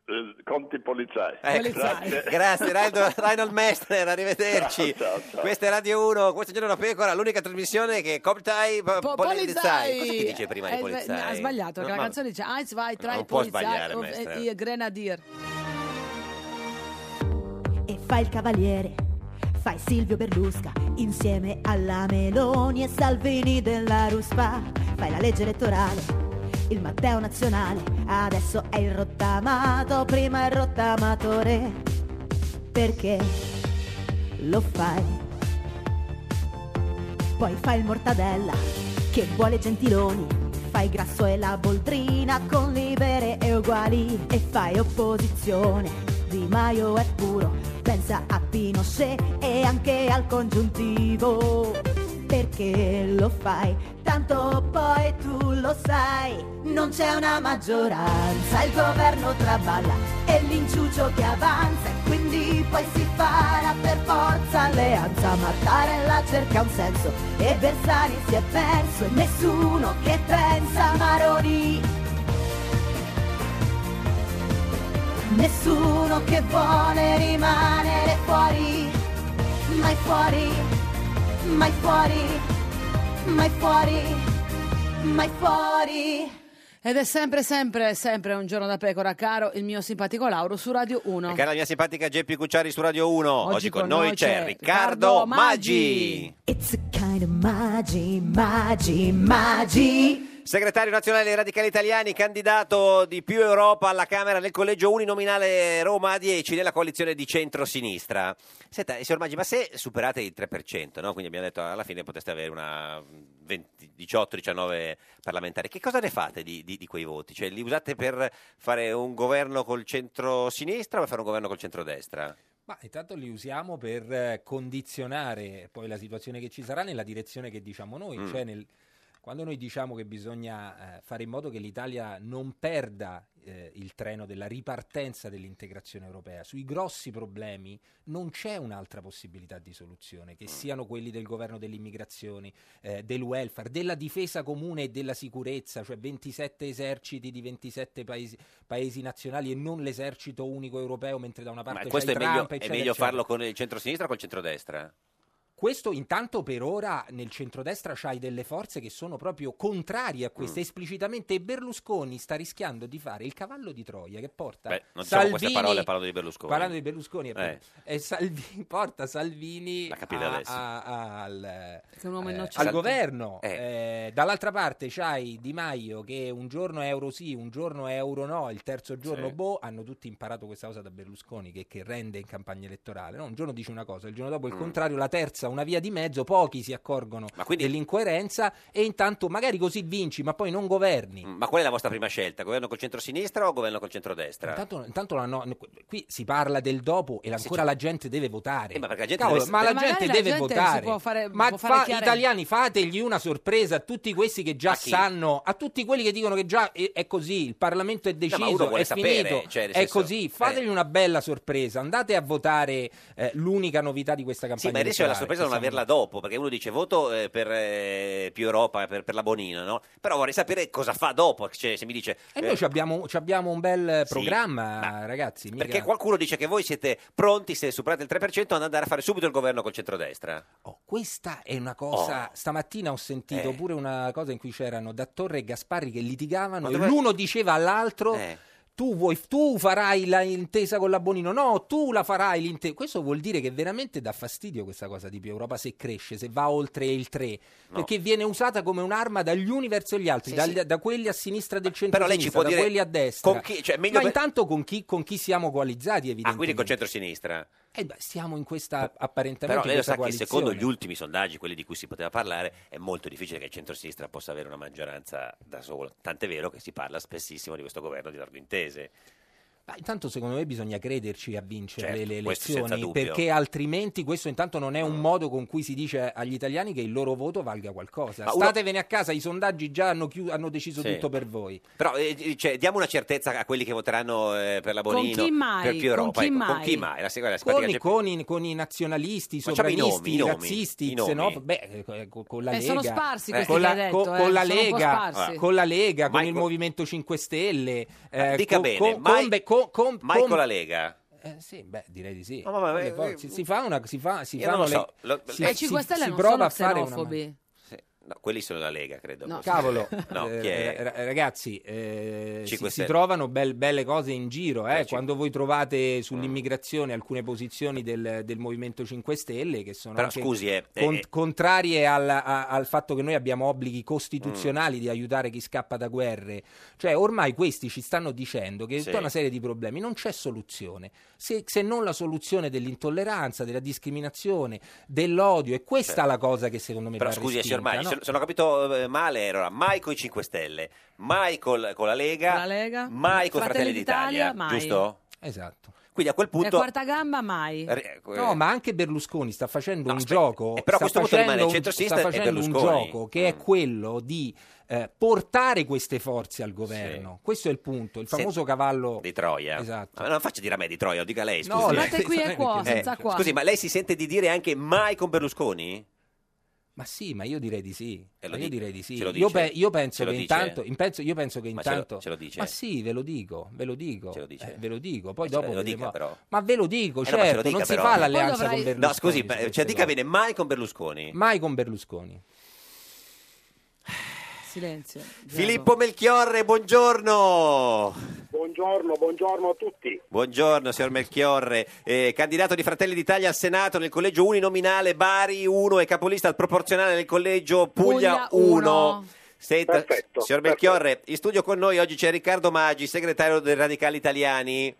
L: Eh, Conti polizai.
B: Ecco. Grazie, Reinhold, Reinhold Messner,
L: [laughs]
B: arrivederci.
A: Certo.
B: Questa è Radio 1, questo è Giorno da Pecora, l'unica trasmissione che Coptai
A: Po-
B: Polizai. Cosa ti dice prima di
A: Eh,
B: Polizai?
A: Ha sbagliato, che
B: No,
A: la
B: no.
A: canzone dice Eins, zwei, drei,
B: Non può
A: Polizei,
B: sbagliare,
A: ov-
B: maestra.
A: eh, Grenadier.
G: e fai il cavaliere, fai Silvio Berlusca insieme alla Meloni e Salvini della Ruspa, fai la legge elettorale, il Matteo nazionale, adesso è il rottamato, prima il rottamatore, perché lo fai. Poi fai il mortadella, che vuole gentiloni, fai grasso e la boldrina con libere e uguali, e fai opposizione. Di Maio è puro, pensa a Pinochet e anche al congiuntivo perché lo fai, tanto poi tu lo sai, non c'è una maggioranza, il governo traballa e l'inciuccio che avanza e quindi poi si farà per forza alleanza, Mattarella cerca un senso e Bersani si è perso e nessuno che pensa a Maroni. Nessuno che vuole rimanere fuori, mai fuori mai fuori, mai fuori, mai fuori.
A: Ed è sempre, sempre, sempre un giorno da pecora, caro il mio simpatico Lauro su Radio 1.
B: E cara la mia simpatica Geppi Cucciari su Radio 1. Oggi, con noi, c'è Riccardo
A: Riccardo
B: Maggi.
G: It's a kind of magi, magi, magi.
B: Segretario nazionale dei radicali italiani, candidato di più Europa alla Camera nel collegio uninominale Roma a 10 nella coalizione di centrosinistra. Senta, eh, signor Maggi, ma se superate il 3%, no? quindi abbiamo detto alla fine potreste avere una 20 18-19 parlamentari, che cosa ne fate di, di- di quei voti? Cioè, li usate per fare un governo col centrosinistra o per fare un governo col centrodestra?
K: Ma intanto li usiamo per eh, condizionare poi la situazione che ci sarà nella direzione che diciamo noi,
B: Mm.
K: cioè nel- quando noi diciamo che bisogna eh, fare in modo che l'Italia non perda eh, il treno della ripartenza dell'integrazione europea, sui grossi problemi non c'è un'altra possibilità di soluzione,
B: Mm.
K: che siano quelli del governo delle immigrazioni, eh, del welfare, della difesa comune e della sicurezza, cioè 27 eserciti di 27 paesi, paesi nazionali e non l'esercito unico europeo, mentre da una parte
B: Ma
K: c'è
B: questo è
K: il
B: meglio,
K: Trump,
B: è
K: eccetera,
B: meglio
K: eccetera.
B: farlo con il centrosinistra o col centrodestra?
K: Questo intanto per ora nel centrodestra c'hai delle forze che sono proprio contrarie a questo
B: Mm.
K: esplicitamente e Berlusconi sta rischiando di fare il cavallo di Troia che porta
B: Beh, non diciamo
K: Salvini
B: queste parole, parlando di Berlusconi.
K: parlando di Berlusconi
B: Eh.
K: e Salvini, [laughs] porta Salvini
B: capite
K: a-
B: adesso.
K: a- a- al,
A: Che è un uomo
K: eh,
A: innocente.
K: al governo Eh, dall'altra parte c'hai Di Maio che un giorno è euro sì un giorno è euro no il terzo giorno
B: Sì.
K: boh hanno tutti imparato questa cosa da Berlusconi che, che rende in campagna elettorale no? un giorno dice una cosa il giorno dopo il
B: Mm.
K: contrario la terza una via di mezzo pochi si accorgono dell'incoerenza e intanto magari così vinci ma poi non governi
B: Mm, Ma qual è la vostra prima scelta? Governo col centrosinistra o governo col centrodestra?
K: Intanto, intanto la no- qui si parla del dopo e ancora la gente deve votare.
B: certo. Eh, ma perché la gente deve-
A: Eh,
K: ma la
B: Ma
K: gente
B: magari la
K: deve
B: gente
K: votare.
A: si può fare-
K: ma
A: può fare
K: fa-
A: chiare-
K: italiani, fategli una sorpresa a tutti questi che già
B: A chi?
K: sanno, a tutti quelli che dicono che già è, è così, il Parlamento è
B: ma
K: deciso,
B: uno vuole
K: è
B: sapere,
K: finito,
B: cioè, nel
K: è
B: senso-
K: così. Fategli una bella sorpresa, andate a votare eh, l'unica novità di questa campagna.
B: Sì, ma il rischio è la
K: elettorale,
B: sorpresa non
K: che siamo-
B: averla dopo, perché uno dice voto eh, per eh, più Europa, per, per la Bonino, no? Però vorrei sapere cosa fa dopo, cioè, se mi dice...
K: E
B: eh,
K: noi ci abbiamo, ci abbiamo un bel programma, ragazzi. mica-
B: perché qualcuno dice che voi siete pronti, se superate il 3%, ad andare a fare subito il governo col centrodestra.
K: Questa è una cosa.
B: Oh.
K: Stamattina ho sentito
B: Eh.
K: pure una cosa in cui c'erano Dattore e Gasparri che litigavano
B: Ma Eh.
K: e
B: dove-
K: l'uno diceva all'altro. Tu, vuoi, tu farai la- l'intesa con la Bonino? No, tu la farai l'intesa. Questo vuol dire che veramente dà fastidio questa cosa di più Europa se cresce, se va oltre il 3,
B: No.
K: perché viene usata come un'arma dagli uni verso gli altri,
B: Sì,
K: dagli-
B: sì.
K: da quelli a sinistra del centro
B: Però lei ci può
K: da
B: dire
K: quelli a destra.
B: con chi- cioè, meglio
K: Ma
B: per-
K: intanto con chi, con chi siamo coalizzati,
B: Ah,
K: evidentemente.
B: quindi col centrosinistra.
K: Eh, beh, siamo in questa apparentemente
B: Però lei lo
K: questa
B: sa che secondo
K: coalizione.
B: gli ultimi sondaggi, quelli di cui si poteva parlare, è molto difficile che il centrosinistra possa avere una maggioranza da solo. Tant'è vero che si parla spessissimo di questo governo di largo intese.
K: Ma intanto secondo me bisogna crederci a vincere
B: Certo,
K: le
B: questo senza
K: elezioni,
B: dubbio. Mm.
K: perché altrimenti questo intanto non è un modo con cui si dice agli italiani che il loro voto valga qualcosa.
B: Ma uno-
K: Statevene a casa, i sondaggi già hanno, chiu- hanno deciso
B: Sì.
K: tutto per voi.
B: Però eh, cioè, diamo una certezza a quelli che voteranno eh, per la
K: Con
B: Bonino,
K: chi mai?
B: per più
K: Con
B: Europa.
K: chi
B: ecco, con
K: mai?
B: chi mai? La, seconda- la simpatica
K: Con i,
B: Geppi-
K: con i- con i nazionalisti, i
B: Facciamo i
K: sovranisti,
B: nomi, i
K: i
B: nomi,
K: razzisti,
B: i
K: i
B: nomi.
K: xenofobi, beh, co- co- con la
A: Eh,
K: Lega.
A: sono sparsi questi
K: con
A: che
K: la,
A: hai detto,
K: co-
A: eh,
K: con la
A: sono un po'
K: Lega, Ah.
A: sparsi.
K: con la Lega, con il Movimento 5 Stelle. eh,
B: Dica
K: co-
B: bene,
K: co- con-
B: mai,
K: be- co- con-
B: mai con
K: con-
B: la Lega.
K: Eh, sì, beh, direi di sì.
B: Ma- ma- ma-
K: Alle
B: eh,
K: forze- si fa una si fa si
B: Io non lo
K: fanno
B: so,
K: le-
B: lo- Eh,
K: si-
A: Ma i 5
K: si-
A: Stelle
K: si
A: non
K: prova
A: sono
K: a fare una
A: xenofobi.
B: No, quelli sono la Lega, credo.
K: No.
B: Forse.
K: Cavolo,
B: [laughs] No,
K: eh,
B: chi è?
K: ra- ra- ragazzi, eh, si,
B: Cinque
K: si
B: Stelle.
K: trovano bel- belle cose in giro. eh. Quando voi trovate
B: Mm.
K: sull'immigrazione alcune posizioni del, del Movimento 5 Stelle, che sono
B: Però
K: anche
B: scusi, eh,
K: con-
B: eh,
K: contrarie al, a- al fatto che noi abbiamo obblighi costituzionali
B: Mm.
K: di aiutare chi scappa da guerre, cioè ormai questi ci stanno dicendo che
M: Sì.
K: tutta una serie di problemi non c'è soluzione. Se, se non la soluzione dell'intolleranza, della discriminazione, dell'odio, è questa
B: Certo.
K: la cosa che secondo me
B: Però
K: va
B: scusi,
K: respinta,
B: signor Magni,
K: no?
B: se, se non ho capito eh, male, allora mai con i 5 Stelle, mai col- con la Lega,
A: La Lega?
B: mai con Fratelli, d'Italia,
A: mai.
B: giusto?
K: Esatto.
B: Quindi a quel
A: E
B: punto...
A: quarta gamba mai.
B: Re- eh,
K: No, ma anche Berlusconi sta facendo un
B: aspetta,
K: gioco.
B: eh, però
K: sta
B: questo punto
K: facendo
B: rimane il
K: un-
B: centro-sinistra
K: sta
B: e
K: facendo un
B: Berlusconi. Mm.
K: gioco che è quello di eh, portare queste forze al governo. Questo è il punto, il famoso cavallo
B: di Troia.
K: Esatto.
B: Ma non faccia dire a me di Troia, lo dica lei.
K: No,
B: scusi.
K: guardate [laughs] qui e qua,
B: Eh,
K: senza qua.
B: Scusi, ma lei si sente di dire anche mai con Berlusconi?
K: Ma sì, ma io direi di sì.
B: lo
K: Ma io
B: dice?
K: direi di sì.
B: Ce lo
K: Io,
B: dice?
K: pe- io
B: Ce
K: penso
B: lo
K: che
B: dice?
K: intanto, in- penso- io penso che
B: Ma ce lo-
K: intanto.
B: ce lo dice?
K: Ma sì, ve lo dico, ve lo dico. Eh, ve lo dico. Poi
B: Eh, ce
K: dopo
B: lo- lo dica,
K: vedremo-
B: però.
K: Ma ve lo dico,
B: Eh, no, ma ce
K: certo,
B: lo dica,
K: non si
B: però.
K: fa l'alleanza
B: Poi
K: con
B: dovrai-
K: Berlusconi.
B: No, scusi,
K: su
B: ma-
K: queste
B: cioè, dica
K: cose.
B: bene, mai con Berlusconi.
K: Mai con Berlusconi.
A: Silenzio.
B: Filippo Melchiorre, buongiorno.
N: Buongiorno, buongiorno a tutti.
B: Buongiorno, signor Melchiorre, eh, candidato di Fratelli d'Italia al Senato nel collegio uninominale Bari 1 e capolista al proporzionale nel collegio Puglia
N: Puglia
B: 1.
N: uno.
B: Senta, signor Melchiorre, in studio con noi oggi c'è Riccardo Maggi, segretario dei Radicali Italiani.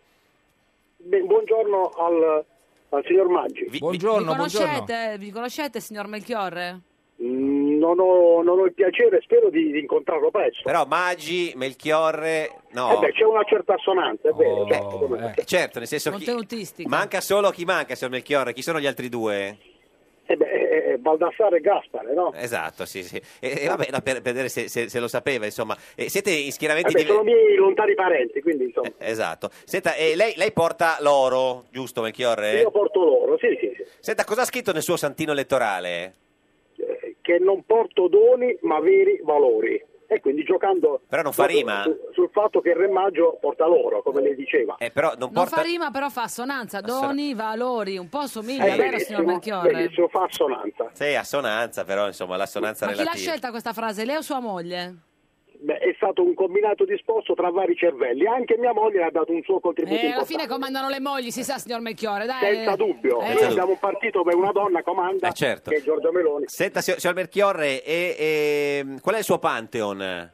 N: Beh, buongiorno al, al signor Maggi.
A: vi conoscete, vi conoscete, signor Melchiorre?
N: Mm, Non ho, non ho il piacere, spero di, di incontrarlo presto.
B: Però Maggi, Melchiorre, no. Oh,
N: Eh beh, c'è una certa assonanza, è vero. certo, come no.
B: Certo, nel senso chi...
A: Conteutistica.
B: manca solo chi manca, signor Melchiorre, chi sono gli altri due?
N: Eh beh, eh, eh, Baldassare e Gaspare, no?
B: Esatto, sì, sì. E, e vabbè, no, per, per vedere se, se- se lo sapeva, insomma. Eh, siete in schieramenti
N: Eh beh,
B: diver-
N: sono miei lontani parenti, quindi insomma,
B: Esatto. Senta, eh, lei, lei porta l'oro, giusto Melchiorre?
N: io porto loro, sì, sì, sì.
B: Senta, cosa ha scritto nel suo santino elettorale? Eh.
N: Che non porto doni, ma veri valori. E quindi giocando
B: Però non fa
N: proprio
B: rima.
N: su- sul fatto che il Re Maggio porta loro, come lei diceva.
B: Eh, però non
A: Non
B: porta...
A: fa rima, però fa assonanza, doni, valori, un po'
N: Eh,
A: somiglia, vero signor
K: eh,
A: Melchiorre?
N: bellissimo, fa assonanza.
B: Sì, assonanza, però, insomma, l'assonanza
A: Ma chi l'ha
B: relativa.
A: scelta questa frase? Lei o sua moglie?
N: Beh, è stato un combinato disposto tra vari cervelli. Anche mia moglie ha dato un suo contributo
A: Eh, alla
N: importante.
A: fine comandano le mogli, si sa, signor Melchiorre, dai.
N: Senza dubbio,
A: Eh,
N: Noi abbiamo un partito dove una donna comanda,
B: Eh, certo.
N: che è Giorgio Meloni.
B: Senta, signor signor Melchiorre, e- e, qual è il suo Pantheon? Non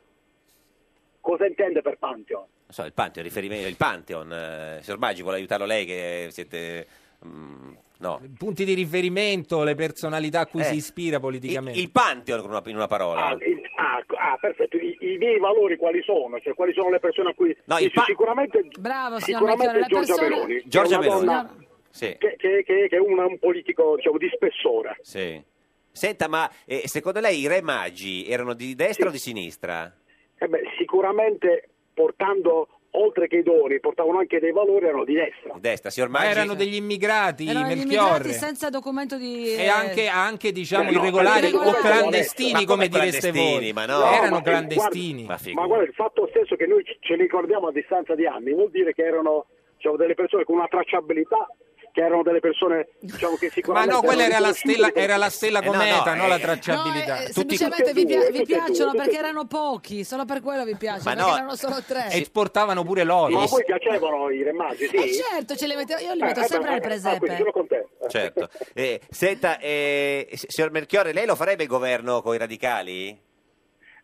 N: Cosa intende per Pantheon?
B: so, il Pantheon, riferimento, il Pantheon. eh, signor Maggi, vuole aiutarlo lei che siete... mm, no.
K: Punti di riferimento, le personalità a cui
B: Eh,
K: si ispira politicamente.
B: Il, il Pantheon, con una- in una parola.
N: Ah, il- ah, ah, perfetto, I, i miei valori quali sono? Cioè, quali sono le persone a cui...
B: No, il
N: Sì, Sicuramente,
A: Bravo, signor Melchiorre,
N: sicuramente
A: le
N: Giorgia
A: persone-
N: Meloni. che è
B: Giorgia
N: una
B: Meloni.
N: donna
B: Sì.
N: Che, che- che- che è una- un politico diciamo, di spessore.
B: Sì. Senta, ma eh, secondo lei i re magi erano di destra o di sinistra?
N: Eh beh, sicuramente portando, oltre che i doni, portavano anche dei valori, erano di destra.
B: Di destra, signor
K: Ma
B: Maggi?
K: erano degli immigrati,
A: erano gli immigrati
K: Melchiorre.
A: senza documento di... eh,
K: E anche, anche, diciamo,
N: Beh, no,
K: irregolari
N: ma-
K: o clandestini,
B: Ma come
K: come direste
B: clandestini?
K: voi.
B: Ma
N: No,
K: Erano
N: ma-
K: clandestini.
N: guarda- ma guarda, il fatto stesso che noi ce- ce li ricordiamo a distanza di anni vuol dire che erano diciamo, delle persone con una tracciabilità, che erano delle persone diciamo, che
K: Ma
N: sicuramente...
K: no, quella
N: erano
K: era la
N: riconosciute
K: stella,
N: come-
K: era la stella
N: Eh, no,
K: cometa,
N: no,
K: non
N: eh,
K: la
A: No,
K: tracciabilità.
A: eh,
K: Tutti-
A: semplicemente vi, pi- vi
N: tutte e due.
A: piacciono perché erano pochi, solo per quello vi piacciono,
K: Ma
A: perché
K: no. eh,
A: erano solo tre.
K: E portavano pure l'oro.
N: Ma a voi piacevano i remagi, sì?
A: Eh, certo, ce li mettevo, io li
N: Eh,
A: metto
N: eh,
A: sempre
N: beh,
A: al
N: eh, ah, quindi
A: presepe.
N: sono contento. [laughs]
B: Certo. Eh, senta, eh, s- signor Melchiorre, lei lo farebbe il governo con i radicali? Eh,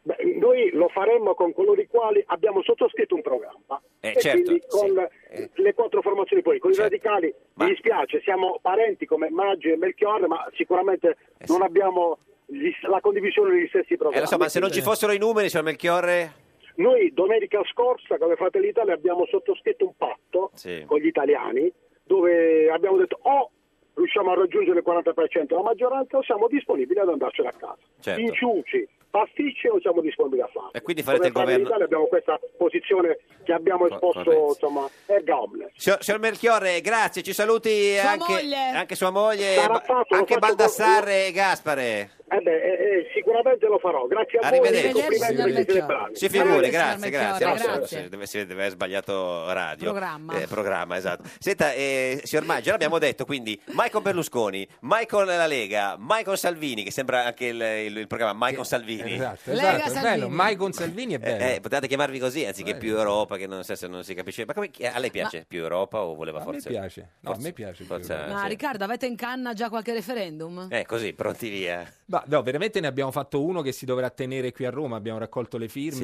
N: Beh, noi lo faremmo con coloro i quali abbiamo sottoscritto un programma.
B: Eh,
N: e
B: certo,
N: quindi con le quattro formazioni politiche, con i radicali, mi dispiace, siamo parenti come Maggi e Melchiorre, ma sicuramente non abbiamo gli- la condivisione degli stessi
B: Eh,
N: programmi.
B: lo so, ma se non ci fossero i numeri, signor Melchiorre?
N: Noi domenica scorsa come Fratelli d'Italia abbiamo sottoscritto un patto
B: Sì.
N: con gli italiani dove abbiamo detto o riusciamo a raggiungere il 40% della maggioranza o siamo disponibili ad andarcene a casa.
B: Certo.
N: Inciuci, pasticce o siamo disponibili a farlo.
B: E quindi farete
N: come
B: il governo-
N: Fratelli d'Italia abbiamo questa posizione che abbiamo esposto,
B: corretto.
N: insomma, è Goblet.
B: Signor, signor Melchiorre, grazie, ci saluti
N: Sua
B: anche,
N: moglie.
B: anche sua moglie,
N: Sarà
B: ba-
N: fatto, lo
B: anche
N: faccio
B: Baldassarre e Gaspare.
N: Eh beh, eh, eh, sicuramente lo farò. Grazie a
B: Arrivederci.
N: voi. Complimenti,
B: Arrivederci,
N: siete bravi.
B: Si figuri,
N: Grazie,
B: grazie,
N: signor
B: grazie. No,
N: Melchiorre,
B: se-
N: grazie.
B: se- deve, si- deve aver sbagliato radio.
A: Programma.
B: Eh, programma, esatto. Senta, eh, signor Maggio, l'abbiamo detto, quindi Michael Berlusconi, Michael La Lega, Michael Salvini, che sembra anche il, il- il programma Michael Salvini.
K: Esatto, esatto, è bello. Mai con Salvini è bello.
B: Eh, eh, potete chiamarvi così anziché più Europa, che non so se non si capisce. Ma come, chi- a lei piace
A: Ma-
B: più Europa o voleva
K: A me
B: forse?
K: piace. No, a me piace più
B: forza-
A: Ma
B: sì.
A: Riccardo, avete in canna già qualche referendum?
B: Eh, così, pronti via.
K: Ma no, veramente ne abbiamo fatto uno che si dovrà tenere qui a Roma. Abbiamo raccolto le firme
B: Sì.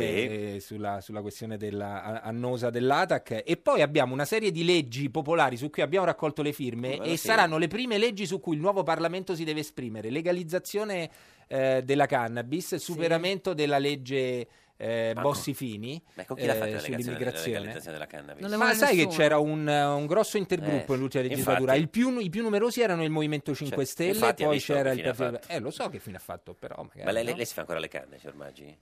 K: eh, sulla, sulla questione della a- annosa dell'ATAC. E poi abbiamo una serie di leggi popolari su cui abbiamo raccolto le firme.
B: Bella firma.
K: e saranno le prime leggi su cui il nuovo Parlamento si deve esprimere: legalizzazione eh, della cannabis, superamento della legge. eh,
B: Ma-
K: Bossi-Fini
B: Ma Ah. con chi l'ha
K: eh,
B: fatta la legalizzazione- la
K: sull'immigrazione
B: legalizzazione della cannabis?
A: Non le
K: ma
A: vuole
K: sai che
A: nessuno.
K: c'era un, un grosso intergruppo
B: Eh,
K: nell'ultima
B: infatti.
K: legislatura Il più- i più numerosi erano il Movimento 5
B: Cioè,
K: Stelle
B: infatti, ha
K: poi
B: visto che
K: c'era il
B: fine ha
K: Partito
B: fatto.
K: eh lo so che fine ha fatto però magari
B: Ma lei,
K: no?
B: lei si fa ancora le canne, signor Maggi?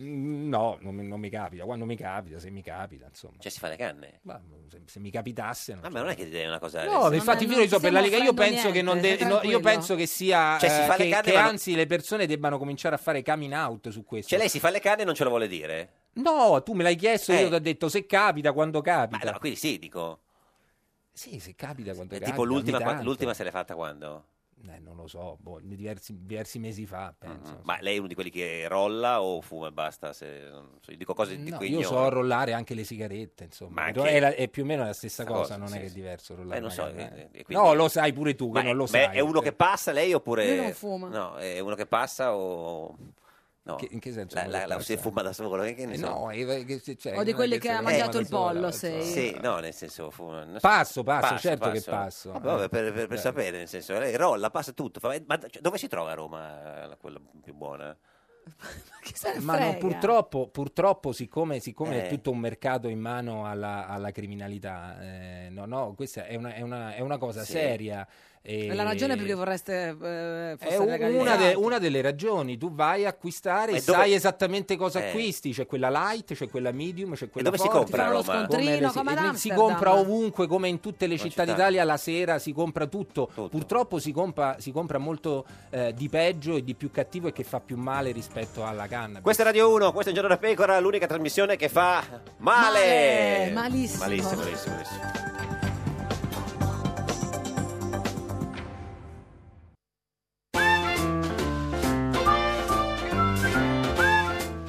K: Mm, No, non, mi- non mi capita. Quando mi capita, se mi capita, insomma.
B: Cioè si fa le canne?
K: Ma se, se mi capitasse.
B: Ah, ma non è che è una cosa...
K: No,
B: adesso.
K: infatti, figurati, so, per la Lega, io penso che non de-
A: stai
K: no, io
A: tranquillo.
K: penso che sia
B: Cioè, si
K: eh,
B: fa le
K: che,
B: canne,
K: che
B: ma non-
K: anzi le persone debbano cominciare a fare coming out su questo.
B: Cioè lei si fa le canne e non ce lo vuole dire?
K: No, tu me l'hai chiesto,
B: Eh.
K: io ti ho detto se capita, quando capita.
B: Allora, quindi sì, dico...
K: Sì, se capita, quando
B: Eh,
K: capita.
B: tipo l'ultima,
K: ogni
B: qua-
K: tanto.
B: l'ultima se l'è fatta quando?
K: Eh, non lo so, boh, diversi, diversi mesi fa, penso.
B: Mm-hmm. Ma lei è uno di quelli che rolla o fuma e basta? Se, non so, io dico cose di
K: No,
B: cui
K: io
B: ignoro.
K: so rollare anche le sigarette, insomma.
B: Ma anche-
K: Però È, la- è più o meno la stessa
B: Sta
K: cosa,
B: cosa,
K: non
B: sì,
K: è che è
B: sì.
K: diverso
B: Eh,
K: rollare.
B: non
K: una
B: so,
K: canna.
B: eh, eh, quindi-
K: No, lo sai pure tu
B: Ma
K: che non lo
B: ma
K: sai.
B: È uno che passa lei oppure...
A: Lui non fuma.
B: No, è uno che passa o... No.
K: Che- in che senso
B: La,
K: uno
B: la-
K: che
B: la-
K: passa?
B: si fuma da solo? Che, che ne
K: Eh,
B: so?
K: no, eh, che- che- cioè,
A: O di
K: non è
A: quelli che
K: se-
A: ha
K: eh,
A: mangiato
K: ma
A: il
K: da sola,
A: pollo,
K: da
A: sei.
K: sola.
B: Sì, no, nel senso fuma... non so.
K: Passo, passo, certo che passo. Eh.
B: Vabbè, vabbè, per, per- per sapere, nel senso, lei rolla, passa tutto. fa- Ma cioè, dove si trova a Roma eh, quella più buona?
K: Ma non-
A: Eh, frega?
K: purtroppo, purtroppo, siccome, siccome
B: Eh.
K: è tutto un mercato in mano alla, alla criminalità, eh, no, no, questa è una, è una- è una cosa
A: Sì.
K: seria. e-
A: La ragione è perché vorreste eh,
K: È
A: fosse
K: un- una,
A: legalizzato.
K: de- una delle ragioni, tu vai a acquistare
B: Ma
K: e
B: e dove-
K: sai esattamente cosa
B: Eh.
K: acquisti, c'è quella light, c'è quella medium, c'è quella
B: dove si
K: forte.
B: compra a Fanno lo Roma? scontrino,
K: Come le-
A: come ad
K: e- si
A: Amsterdam.
K: compra ovunque, come in tutte le
B: Come
K: città
B: città.
K: d'Italia, la sera si compra tutto. Purtroppo si compra, si compra molto eh, di peggio e di più cattivo e che fa più male rispetto alla canna.
B: Questa è Radio 1, questo è Un Giorno da Pecora, l'unica trasmissione che fa male.
A: Male, malissimo.
B: Malissimo, malissimo, malissimo.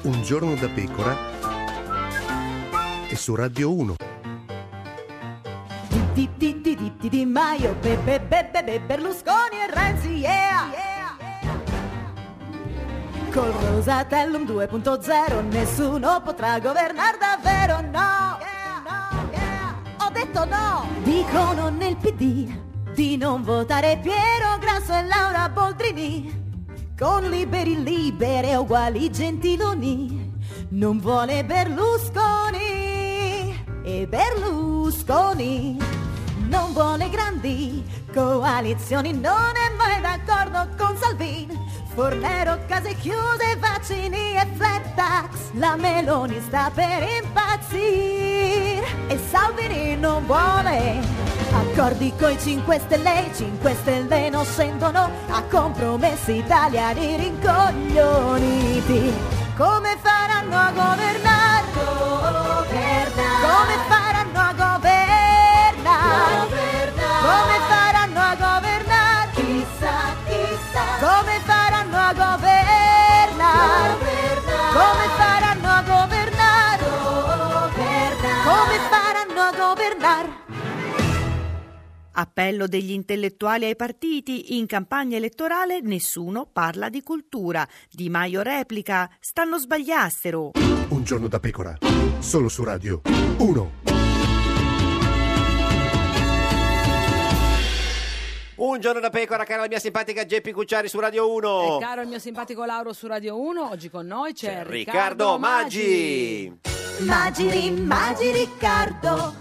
H: Un giorno da pecora e su Radio 1.
G: Di di di di di Di Maio, be, be, be, be, be, Berlusconi e Renzi, yeah! Col Rosatellum 2.0 nessuno potrà governare davvero, no! Ho detto no! Dicono nel PD di non votare Piero Grasso e Laura Boldrini con liberi libere e uguali Gentiloni non vuole Berlusconi e Berlusconi non vuole grandi coalizioni, non è mai d'accordo con Salvini. Fornero, case chiuse, vaccini e flat tax. La Meloni sta per impazzire e Salvini non vuole Accordi coi 5 Stelle, i 5 Stelle non scendono a compromessi italiani rincoglioniti. Come faranno a governare? Come faranno a governare? Come faranno a governare? Chissà, chissà. Come faranno a governare? Come faranno a governare? Come faranno a governare?
I: Appello degli intellettuali ai partiti, in campagna elettorale nessuno parla di cultura. Di Maio replica, stanno sbagliassero.
H: Un giorno da pecora, solo su Radio 1.
B: Un giorno da Pecora, cara la mia simpatica Geppi Cucciari su Radio 1.
A: E caro il mio simpatico Lauro su Radio 1, oggi con noi c'è,
B: Riccardo Maggi.
G: Magiri, Maggi Riccardo.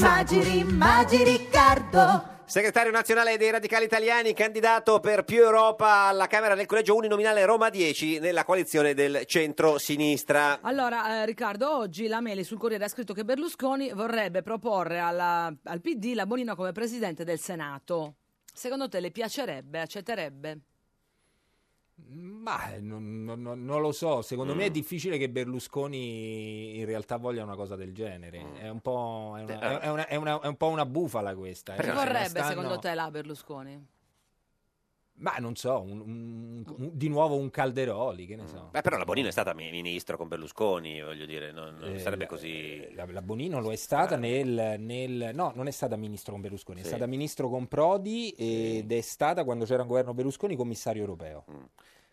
G: Magiri, Maggi Riccardo.
B: Segretario nazionale dei Radicali Italiani, candidato per più Europa alla Camera del Collegio Uninominale Roma 10 nella coalizione del centro-sinistra.
A: Allora, eh, Riccardo, oggi la Meli sul Corriere ha scritto che Berlusconi vorrebbe proporre alla- al PD la Bonino come presidente del Senato. Secondo te le piacerebbe, accetterebbe?
K: Ma eh, non, non- non- non lo so, secondo
B: Mm.
K: me è difficile che Berlusconi in realtà voglia una cosa del genere. È un po', è una-
B: Mm. Eh,
K: è una- è una- è un po' una bufala questa. eh.
A: Chi
K: Cioè, la
A: vorrebbe
K: stanno-
A: secondo te là Berlusconi?
K: Ma non so, un- un- un- di nuovo un Calderoli, che ne so.
B: Beh, però la Bonino è stata mi- ministro con Berlusconi, voglio dire, non, non
K: Eh,
B: sarebbe
K: la-
B: così.
K: La, la Bonino lo è stata nel, nel- No, non è stata ministro con Berlusconi,
B: Sì.
K: è stata ministro con Prodi ed è stata, quando c'era un governo Berlusconi, commissario europeo.
B: Mm.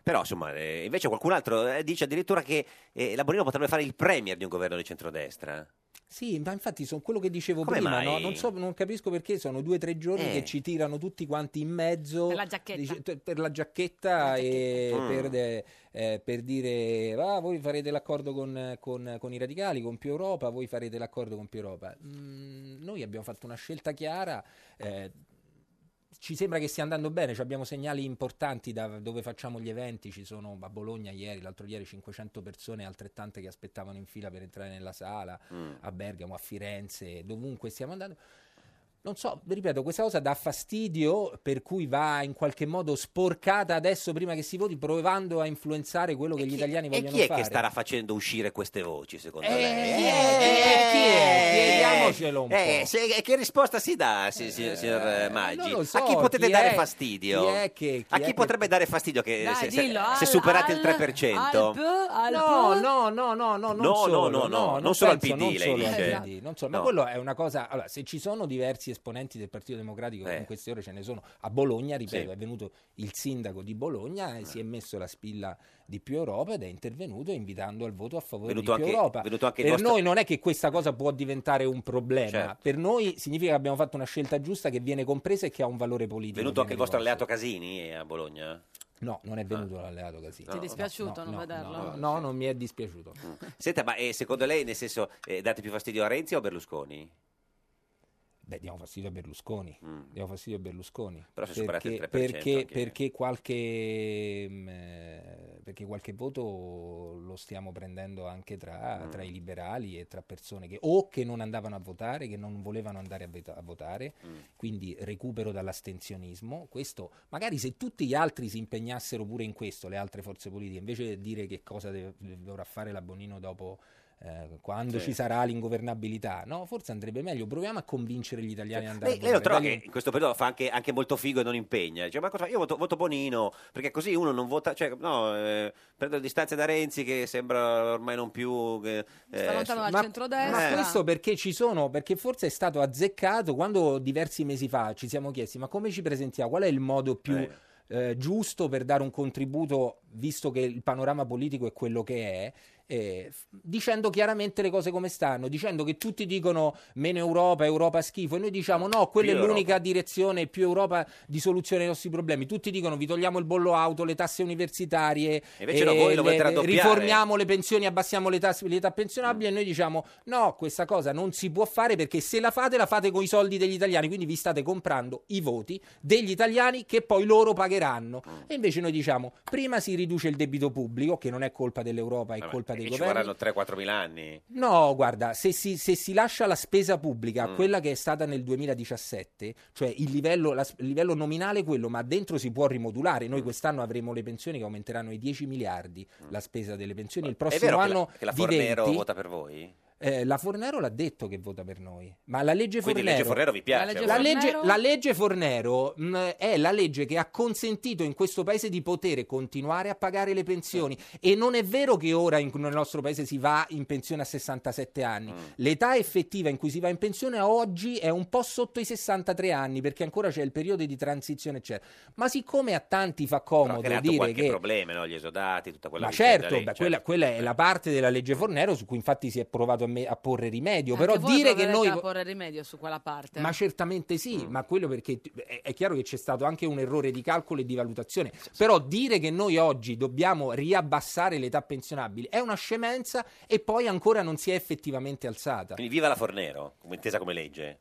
B: Però, insomma, eh, invece qualcun altro eh, dice addirittura che eh, la Bonino potrebbe fare il premier di un governo di centrodestra.
K: Sì, ma infatti sono quello che dicevo
B: Come
K: prima,
B: mai?
K: no? non, so- non capisco perché sono due o tre giorni
B: Eh.
K: che ci tirano tutti quanti in mezzo
A: Per la giacchetta.
K: t- per la giacchetta e
B: giacchetta. Mm.
K: per, de- eh, per dire ah, voi farete l'accordo con, con- con i radicali, con più Europa, voi farete l'accordo con più Europa. Mm, noi abbiamo fatto una scelta chiara. eh, ci sembra che stia andando bene, cioè abbiamo segnali importanti da dove facciamo gli eventi, ci sono a Bologna ieri, l'altro ieri 500 persone altrettante che aspettavano in fila per entrare nella sala,
B: Mm.
K: a Bergamo, a Firenze, dovunque stiamo andando. Non so, vi ripeto, questa cosa dà fastidio, per cui va in qualche modo sporcata adesso prima che si voti, provando a influenzare quello che gli italiani
B: E
K: vogliono
B: chi è
K: fare.
B: che starà facendo uscire queste voci, secondo
K: Eh,
B: lei?
K: chi è? Chi è? Chiediamocelo un po'.
B: Eh, se- che risposta si dà, si- si- signor eh, Maggi?
K: non lo so,
B: a chi potete
K: chi
B: dare
K: è-
B: fastidio?
K: chi è che- chi
B: a
K: è
B: chi
K: che-
B: potrebbe dare fastidio che,
A: Dai,
B: se, se-
A: dillo,
B: se
A: al-
B: superate
A: al-
B: il 3%?
A: al P, al
K: No,
A: P.
K: no, no, no, no, non
B: No, no,
K: solo,
B: no, no, non
K: non
B: solo al
K: penso,
B: PD,
K: non
B: lei
K: solo al
B: dice.
K: PD, non solo, ma
B: No.
K: quello è una cosa, allora, se ci sono diversi esponenti del Partito Democratico, in queste ore ce ne sono, a Bologna, ripeto,
B: Eh. Sì. Eh.
K: è venuto il sindaco di Bologna, e si è messo la spilla di più Europa ed è intervenuto invitando al voto a favore
B: Venuto
K: di più
B: anche-
K: Europa.
B: venuto anche il
K: per
B: vostro-
K: noi non è che questa cosa può diventare un problema,
B: Certo.
K: per noi significa che abbiamo fatto una scelta giusta che viene compresa e che ha un valore politico.
B: Venuto anche il vostro
K: viene
B: alleato Casini eh, a Bologna? Ah.
K: No, non è venuto l'alleato Casini.
B: Ti è dispiaciuto
K: No, no,
B: non
K: no,
B: vederlo?
K: No, no, non mi è dispiaciuto.
B: Senta, ma eh, secondo lei, nel senso, eh, date più fastidio a Renzi o a Berlusconi?
K: Beh, diamo fastidio a Berlusconi. Diamo fastidio a Berlusconi.
B: Mm. Però se superate il 3%
K: perché,
B: anche-
K: perché qualche, mm, eh, perché qualche voto lo stiamo prendendo anche tra,
B: Mm.
K: tra i liberali e tra persone che o che non andavano a votare, che non volevano andare a, veta- a votare,
B: Mm.
K: quindi recupero dall'astensionismo. Questo, magari se tutti gli altri si impegnassero pure in questo, le altre forze politiche, invece di dire che cosa deve- dovrà fare la Bonino dopo eh, quando
B: Sì.
K: ci sarà l'ingovernabilità, no? Forse andrebbe meglio. Proviamo a convincere gli italiani ad andare
B: Cioè, Lei,
K: a
B: lei lo
K: votare.
B: trova
K: Dagli
B: che in questo periodo fa anche, anche molto figo e non impegna. Dice, ma cosa fa? Io voto, voto Bonino, perché così uno non vota... Cioè, no, eh, prendo le distanze da Renzi che sembra ormai non più... eh, eh,
A: lontano
B: su-
A: dal centrodestra.
K: Ma
A: Eh.
K: questo perché ci sono, perché forse è stato azzeccato quando diversi mesi fa ci siamo chiesti ma come ci presentiamo, qual è il modo più eh, giusto per dare un contributo visto che il panorama politico è quello che è, eh, f- dicendo chiaramente le cose come stanno, dicendo che tutti dicono meno Europa, Europa schifo e noi diciamo no, quella
B: Più
K: è
B: Europa.
K: l'unica direzione, più Europa di soluzione ai nostri problemi. Tutti dicono vi togliamo il bollo auto, le tasse universitarie,
B: Invece no, voi lo volete raddoppiare.
K: riformiamo le pensioni, abbassiamo le tasse l'età pensionabile e noi diciamo no, questa cosa non si può fare perché se la fate la fate con i soldi degli italiani, quindi vi state comprando i voti degli italiani che poi loro pagheranno. E invece noi diciamo prima si riduce il debito pubblico, che non è colpa dell'Europa, è
B: Vabbè,
K: colpa dei
B: e ci
K: governi.
B: vorranno 3-4 mila anni.
K: No, guarda, se si, se si lascia la spesa pubblica,
B: Mm.
K: quella che è stata nel 2017, cioè il livello, la s- il livello nominale è quello, ma dentro si può rimodulare.
B: Mm.
K: Noi quest'anno avremo le pensioni che aumenteranno ai 10 miliardi, la spesa delle pensioni. Il
B: È
K: prossimo
B: vero che la-
K: anno
B: che la
K: di
B: Fornero
K: 20.
B: vota per voi?
K: Eh, la Fornero l'ha detto che vota per noi, ma la legge
B: Quindi
K: Fornero,
B: la legge Fornero vi piace, La legge
K: La
B: Fornero-
K: legge, la legge Fornero, mh, è la legge che ha consentito in questo paese di poter continuare a pagare le pensioni. E non è vero che ora in- nel nostro paese si va in pensione a 67
B: Mm.
K: anni. L'età effettiva in cui si va in pensione oggi è un po' sotto i 63 anni perché ancora c'è il periodo di transizione, eccetera. Ma siccome a tanti fa
B: Ha
K: comodo
B: creato
K: dire
B: qualche
K: che
B: problema, no? Gli esodati, tutta quella
K: ma
B: vicenda
K: certo,
B: lì, cioè,
K: beh, Quella, quella è la parte della legge Fornero su cui infatti si è provato a, me- a porre rimedio,
A: Anche
K: però
A: voi
K: dire che
A: proverete
K: noi...
A: a porre rimedio su quella parte.
K: Ma certamente sì, ma quello perché t- è, è chiaro che c'è stato anche un errore di calcolo e di valutazione, però dire che noi oggi dobbiamo riabbassare l'età pensionabile è una scemenza e poi ancora non si è effettivamente alzata.
B: Quindi viva la Fornero, come- intesa come legge.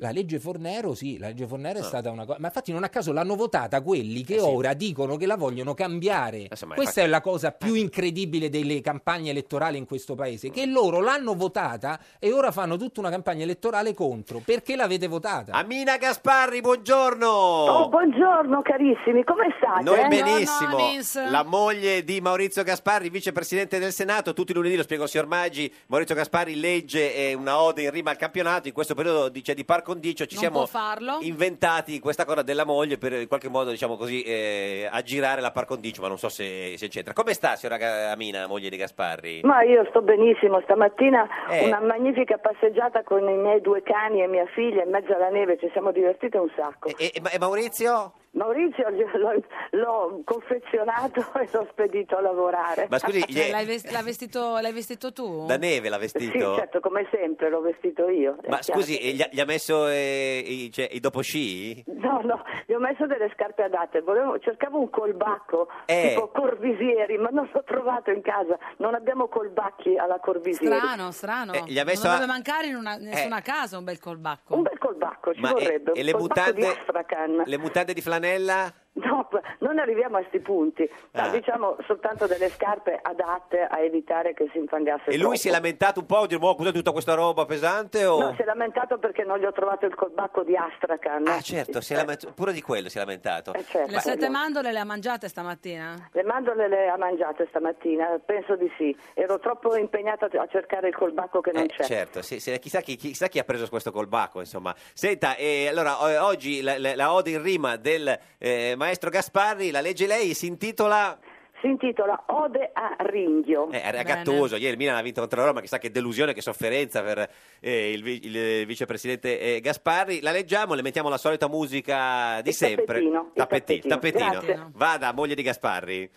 K: La legge Fornero, sì, la legge Fornero
B: Ah.
K: è stata una cosa. Ma infatti, non a caso l'hanno votata quelli
B: Eh
K: che ora dicono che la vogliono cambiare.
B: ma
K: Questa
B: infatti- Eh.
K: è la cosa più incredibile delle campagne elettorali in questo paese: che loro l'hanno votata e ora fanno tutta una campagna elettorale contro. Perché l'avete votata?
B: Amina Gasparri, buongiorno.
J: Oh, buongiorno carissimi, come state?
B: Noi
J: eh?
B: benissimo, la moglie di Maurizio Gasparri, vicepresidente del Senato, tutti i lunedì, lo spiego al signor Maggi, Maurizio Gasparri legge eh, una ode in rima al campionato, in questo periodo dice di par condicio, ci
A: non
B: siamo
A: può farlo.
B: inventati questa cosa della moglie per in qualche modo, diciamo così, eh, aggirare la par condicio, ma non so se, se c'entra. Come sta signora Ga- Amina, moglie di Gasparri?
J: Ma io sto benissimo, stamattina
B: Eh.
J: una magnifica passeggiata con i miei due cani e mia figlia in mezzo alla neve, ci siamo divertite un sacco.
B: E, e- e Maurizio?
J: Maurizio l'ho, l'ho confezionato [laughs] e l'ho spedito a lavorare.
B: Ma scusi, gli-
A: Cioè, l'hai, ves- l'ha vestito, l'hai vestito tu?
B: Da neve l'ha vestito?
J: Sì, certo, come sempre l'ho vestito io. è
B: Ma
J: chiaro.
B: scusi, eh, gli ha, gli ha messo eh, i, cioè, i dopo sci?
J: No, no, gli ho messo delle scarpe adatte, volevo, cercavo un colbacco,
B: Eh.
J: tipo Corvisieri, ma non l'ho trovato in casa, non abbiamo colbacchi alla Corvisieri.
A: Strano, strano.
B: Eh, gli ha messo
A: non dovrebbe
B: a-
A: mancare in una, nessuna casa un bel colbacco.
J: Un bel colbacco ci
B: Ma e-
J: vorrebbe,
B: e
J: un
B: le
J: colbacco di
B: mutande-
J: Astracan.
B: Le mutande di flanella?
J: No, non arriviamo a sti punti, ma
B: Ah.
J: diciamo soltanto delle scarpe adatte a evitare che si infangasse
B: E lui si è
J: troppo.
B: lamentato un po', di oh, cos'è tutta questa roba pesante? O...
J: No, si è lamentato perché non gli ho trovato il colbacco di Astracan.
B: Ah, certo, si è lamentato, pure di quello si è lamentato.
J: certo.
A: Le sette mandorle le ha mangiate stamattina?
J: Le mandorle le ha mangiate stamattina? Penso di sì. Ero troppo impegnata a cercare il colbacco che non
B: Eh,
A: cioè.
J: c'è.
B: certo, sì, sì, chissà, chi, chissà chi ha preso questo colbacco, insomma. Senta, eh, allora, o- oggi la, la- la ode in rima del eh, maestro Gasparri, la legge lei, si intitola...
J: Si intitola Ode a Ringhio.
B: Eh, era Gattuso, ieri il Milan ha vinto contro la Roma, chissà che delusione, che sofferenza per eh, il, vi- il vicepresidente eh, Gasparri. La leggiamo, le mettiamo la solita musica di sempre.
J: tappetino, il
B: Tappetino,
J: tappetino.
B: tappetino.
J: Grazie.
B: Vada, moglie di Gasparri.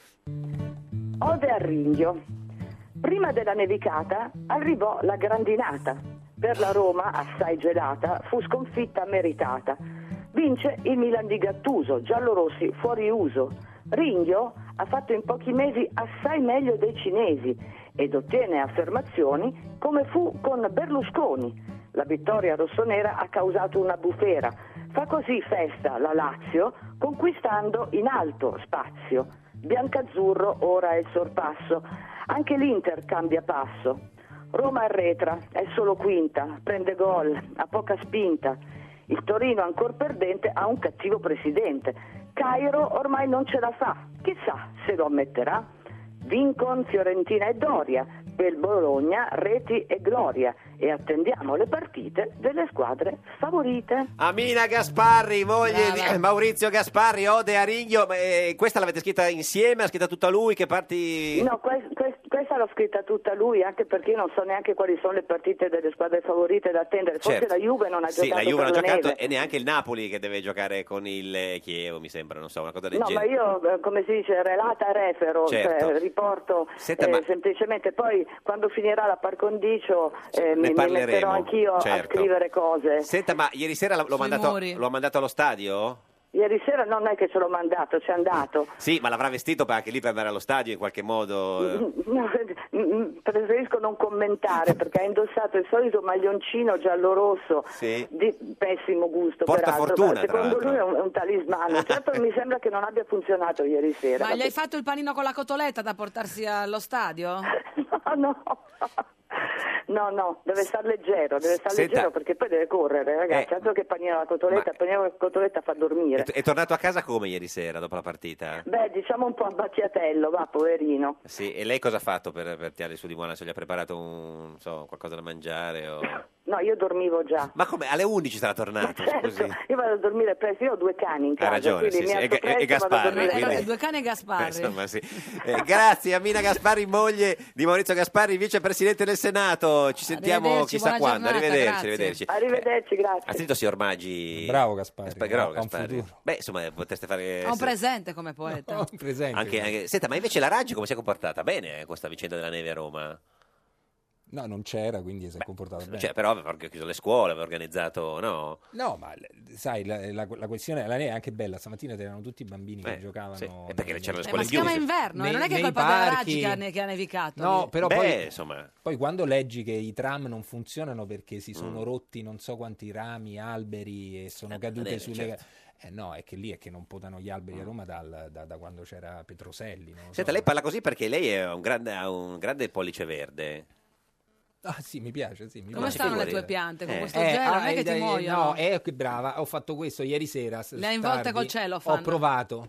J: Ode a Ringhio. Prima della nevicata arrivò la grandinata. Per la Roma, assai gelata, fu sconfitta meritata. Vince il Milan di Gattuso, giallorossi fuori uso. Ringhio ha fatto in pochi mesi assai meglio dei cinesi ed ottiene affermazioni come fu con Berlusconi. La vittoria rossonera ha causato una bufera. Fa così festa la Lazio, conquistando in alto spazio. Biancazzurro ora è il sorpasso. Anche l'Inter cambia passo. Roma arretra, è solo quinta, prende gol, ha poca spinta. Il Torino ancor perdente ha un cattivo presidente. Cairo ormai non ce la fa, chissà se lo ammetterà. Vincon, Fiorentina e Doria, del Bologna, Reti e Gloria e attendiamo le partite delle squadre favorite.
B: Amina Gasparri, moglie di Maurizio Gasparri, Ode Ariglio, ma, eh, questa l'avete scritta insieme, ha scritta tutta lui, che parti...
J: No, que- que- questa l'ho scritta tutta lui, anche perché io non so neanche quali sono le partite delle squadre favorite da attendere.
B: Certo.
J: Forse la Juve non ha
B: Sì,
J: giocato
B: la Juve
J: per
B: non ha giocato
J: neve.
B: e neanche il Napoli che deve giocare con il eh, Chievo, mi sembra, non so, una cosa del
J: No, ma
B: genere.
J: io, eh, come si dice, relata refero,
B: Certo.
J: cioè, riporto
B: Senta,
J: eh,
B: ma-
J: semplicemente. Poi, quando finirà la par condicio, eh, mi, mi metterò
B: parleremo,
J: anch'io
B: certo.
J: a scrivere cose.
B: Senta, ma ieri sera l'ho mandato,
J: muri.
B: l'ho mandato allo stadio?
J: Ieri sera non è che ce l'ho mandato, c'è andato.
B: Sì, ma l'avrà vestito per- anche lì per andare allo stadio in qualche modo. eh.
J: No, Mm, Preferisco non commentare perché ha indossato il solito maglioncino giallo-rosso
B: Sì.
J: di pessimo gusto.
B: Porta
J: peraltro.
B: fortuna, tra
J: Secondo lui è
B: l'altro.
J: un, è un talismano. Certo, mi sembra che non abbia funzionato ieri sera.
A: Ma gli hai fatto il panino con la cotoletta da portarsi allo
J: [laughs]
A: stadio?
J: No, no, deve star leggero, deve star
B: Senta.
J: leggero perché poi deve correre, ragazzi.
B: Eh.
J: Altro che panino alla cotoletta, panino alla cotoletta fa dormire.
B: È, è tornato a casa come ieri sera dopo la partita?
J: Beh, diciamo un po' abbacchiatello, va, poverino.
B: Sì, e lei cosa ha fatto per, per tirare su di buona? Se gli ha preparato un, non so, qualcosa da mangiare? o-
J: No, io dormivo già.
B: Ma come? Alle 11 sarà tornato, scusi.
J: Io vado a dormire presto, io ho due cani in casa.
B: ragione,
J: quindi
B: sì,
J: mi
B: sì,
J: alzo
B: e- e-
J: presto
B: e
J: vado a
B: Gasparri,
J: dormire.
B: quindi-
A: Due cani e
B: Eh,
A: Gasparri.
B: insomma, sì. Eh, grazie Amina Gasparri, moglie di Maurizio Gasparri, vicepresidente del Senato. Ci sentiamo
J: Arrivederci,
B: chissà
J: buona
B: quando.
J: giornata,
B: arrivederci,
J: grazie.
B: arrivederci.
J: Arrivederci, grazie.
B: Ha scritto signor Maggi.
K: Bravo Gasparri, eh,
B: Aspa-
K: ha
B: bravo,
K: un
B: Gasparri.
K: futuro.
B: Beh, insomma, potreste fare
A: Ho un presente come poeta.
K: presente.
B: eh, anche, anche- Senta, ma invece la Raggi come si è comportata? Bene eh, questa vicenda della neve a Roma?
K: No, non c'era, quindi si è comportato bene.
B: Cioè, però aveva anche chiuso le scuole, aveva organizzato, no?
K: No, ma l- sai, la, la- la questione la nea è anche bella. Stamattina c'erano tutti i bambini che
B: Eh,
K: giocavano.
B: sì. Eh, perché c'erano le
A: Eh, ma
B: scuole
A: si chiama
B: chiuse.
A: inverno, eh,
K: Nei-
A: non è che è
K: nei
A: colpa della Raggi
K: parchi.
A: che ha, ne- che ha nevicato.
K: No,
A: lì.
K: però
B: Beh,
K: poi,
B: insomma.
K: poi quando leggi che i tram non funzionano perché si sono
B: Mm.
K: rotti non so quanti rami, alberi e sono
B: Eh,
K: cadute
B: bene,
K: sulle...
B: certo. Mm.
K: Eh no, è che lì è che non potano gli alberi a Roma dal- da, da quando c'era Petroselli. non lo
B: Senta,
K: so.
B: lei parla così perché lei è un grande, ha un grande pollice verde.
K: Ah sì, mi piace, sì, mi
B: Come
K: piace.
B: stanno le tue piante con Eh. questo
A: gelo? Non è che ti
K: eh,
A: muoiono?
K: No, eh, che brava, ho fatto questo ieri sera. s-
A: Le ha involte
K: tardi.
A: col cellophane.
K: Ho provato.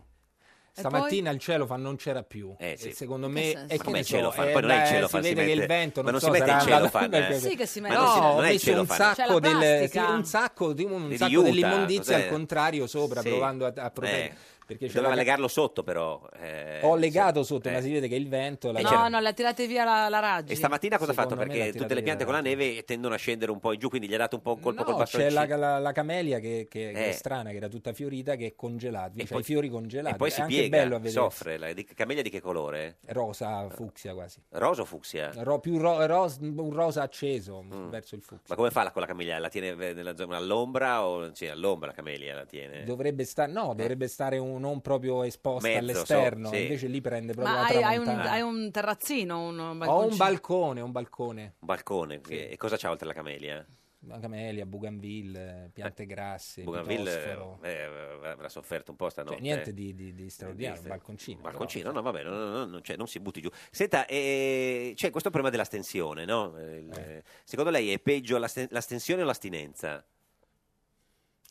A: E
K: Stamattina il celofan non c'era più.
B: Eh, sì.
K: E secondo
B: Che
K: me
B: senso?
K: è
B: Ma com'è
K: il
B: il cellophane? Poi non è il cellophane,
K: eh, Si
B: si
K: vede che il
B: mette-
K: vento
B: ma
K: non,
B: non
K: so,
B: si mette
K: sarà
B: il
K: andato- [laughs]
B: cellophane, eh?
A: Sì che si
K: Ma
A: mette.
K: no,
A: No,
K: ho
A: non è il
K: messo un
A: cellophane. C'è la
K: sacco, del, sì,
A: plastica.
K: un sacco, di- un
B: Di
K: sacco
B: juta,
K: dell'immondizia
B: cos'è?
K: al contrario sopra,
B: Sì.
K: provando a, a proteggere.
B: Eh,
K: Perché c'era
B: Doveva
K: la-
B: legarlo sotto, però. eh,
K: Ho legato sotto,
B: eh.
K: ma si vede che il vento... la-
B: Eh,
A: No,
B: c'era-
A: no, le ha tirate via la, la Raggi.
B: E stamattina cosa ha fatto?
K: Secondo me l'ha
B: Perché
K: tirata
B: tutte le
K: via
B: piante
K: la
B: con la neve tendono a scendere un po' in giù, quindi gli ha dato un po' un colpo col
K: No, c'è
B: bastoncino.
K: la, la- la camelia che, che- che
B: Eh.
K: è strana, che era tutta fiorita, che è congelata, cioè
B: poi-
K: i fiori congelati.
B: E poi
K: è
B: si
K: anche
B: piega,
K: bello a vedere.
B: soffre. La di- camellia di che colore?
K: Rosa, fucsia quasi.
B: Rosa o fucsia?
K: Ro- più ro- ros- un rosa acceso
B: Mm.
K: verso il fucsia.
B: Ma come fa la- con la camellia? La tiene eh, nella zona all'ombra o sì, all'ombra la camellia la tiene?
K: Dovrebbe, sta- no, dovrebbe stare un, non proprio esposta
B: Eh. Mezzo,
K: all'esterno,
B: so- sì.
K: invece lì prende proprio
A: Ma
K: la
A: hai, hai un,
K: tramontana.
A: hai un terrazzino, un
K: Ho un
A: balconcino?
K: balcone, un balcone.
B: Un balcone. che- E cosa c'ha oltre la camellia?
K: Una camelia, bougainville, eh, piante grasse,
B: Bougainville eh,
K: pitosfero.
B: eh, avrà sofferto un po' stanotte. eh.
K: Cioè, niente di, di- di straordinario, un balconcino.
B: Un balconcino,
K: Esatto.
B: no, vabbè, no, no, no, non, c'è- non si butti giù. Senta, eh, c'è questo problema dell'astensione, no? Eh, il- Secondo lei è peggio l'asten- l'astensione o l'astinenza?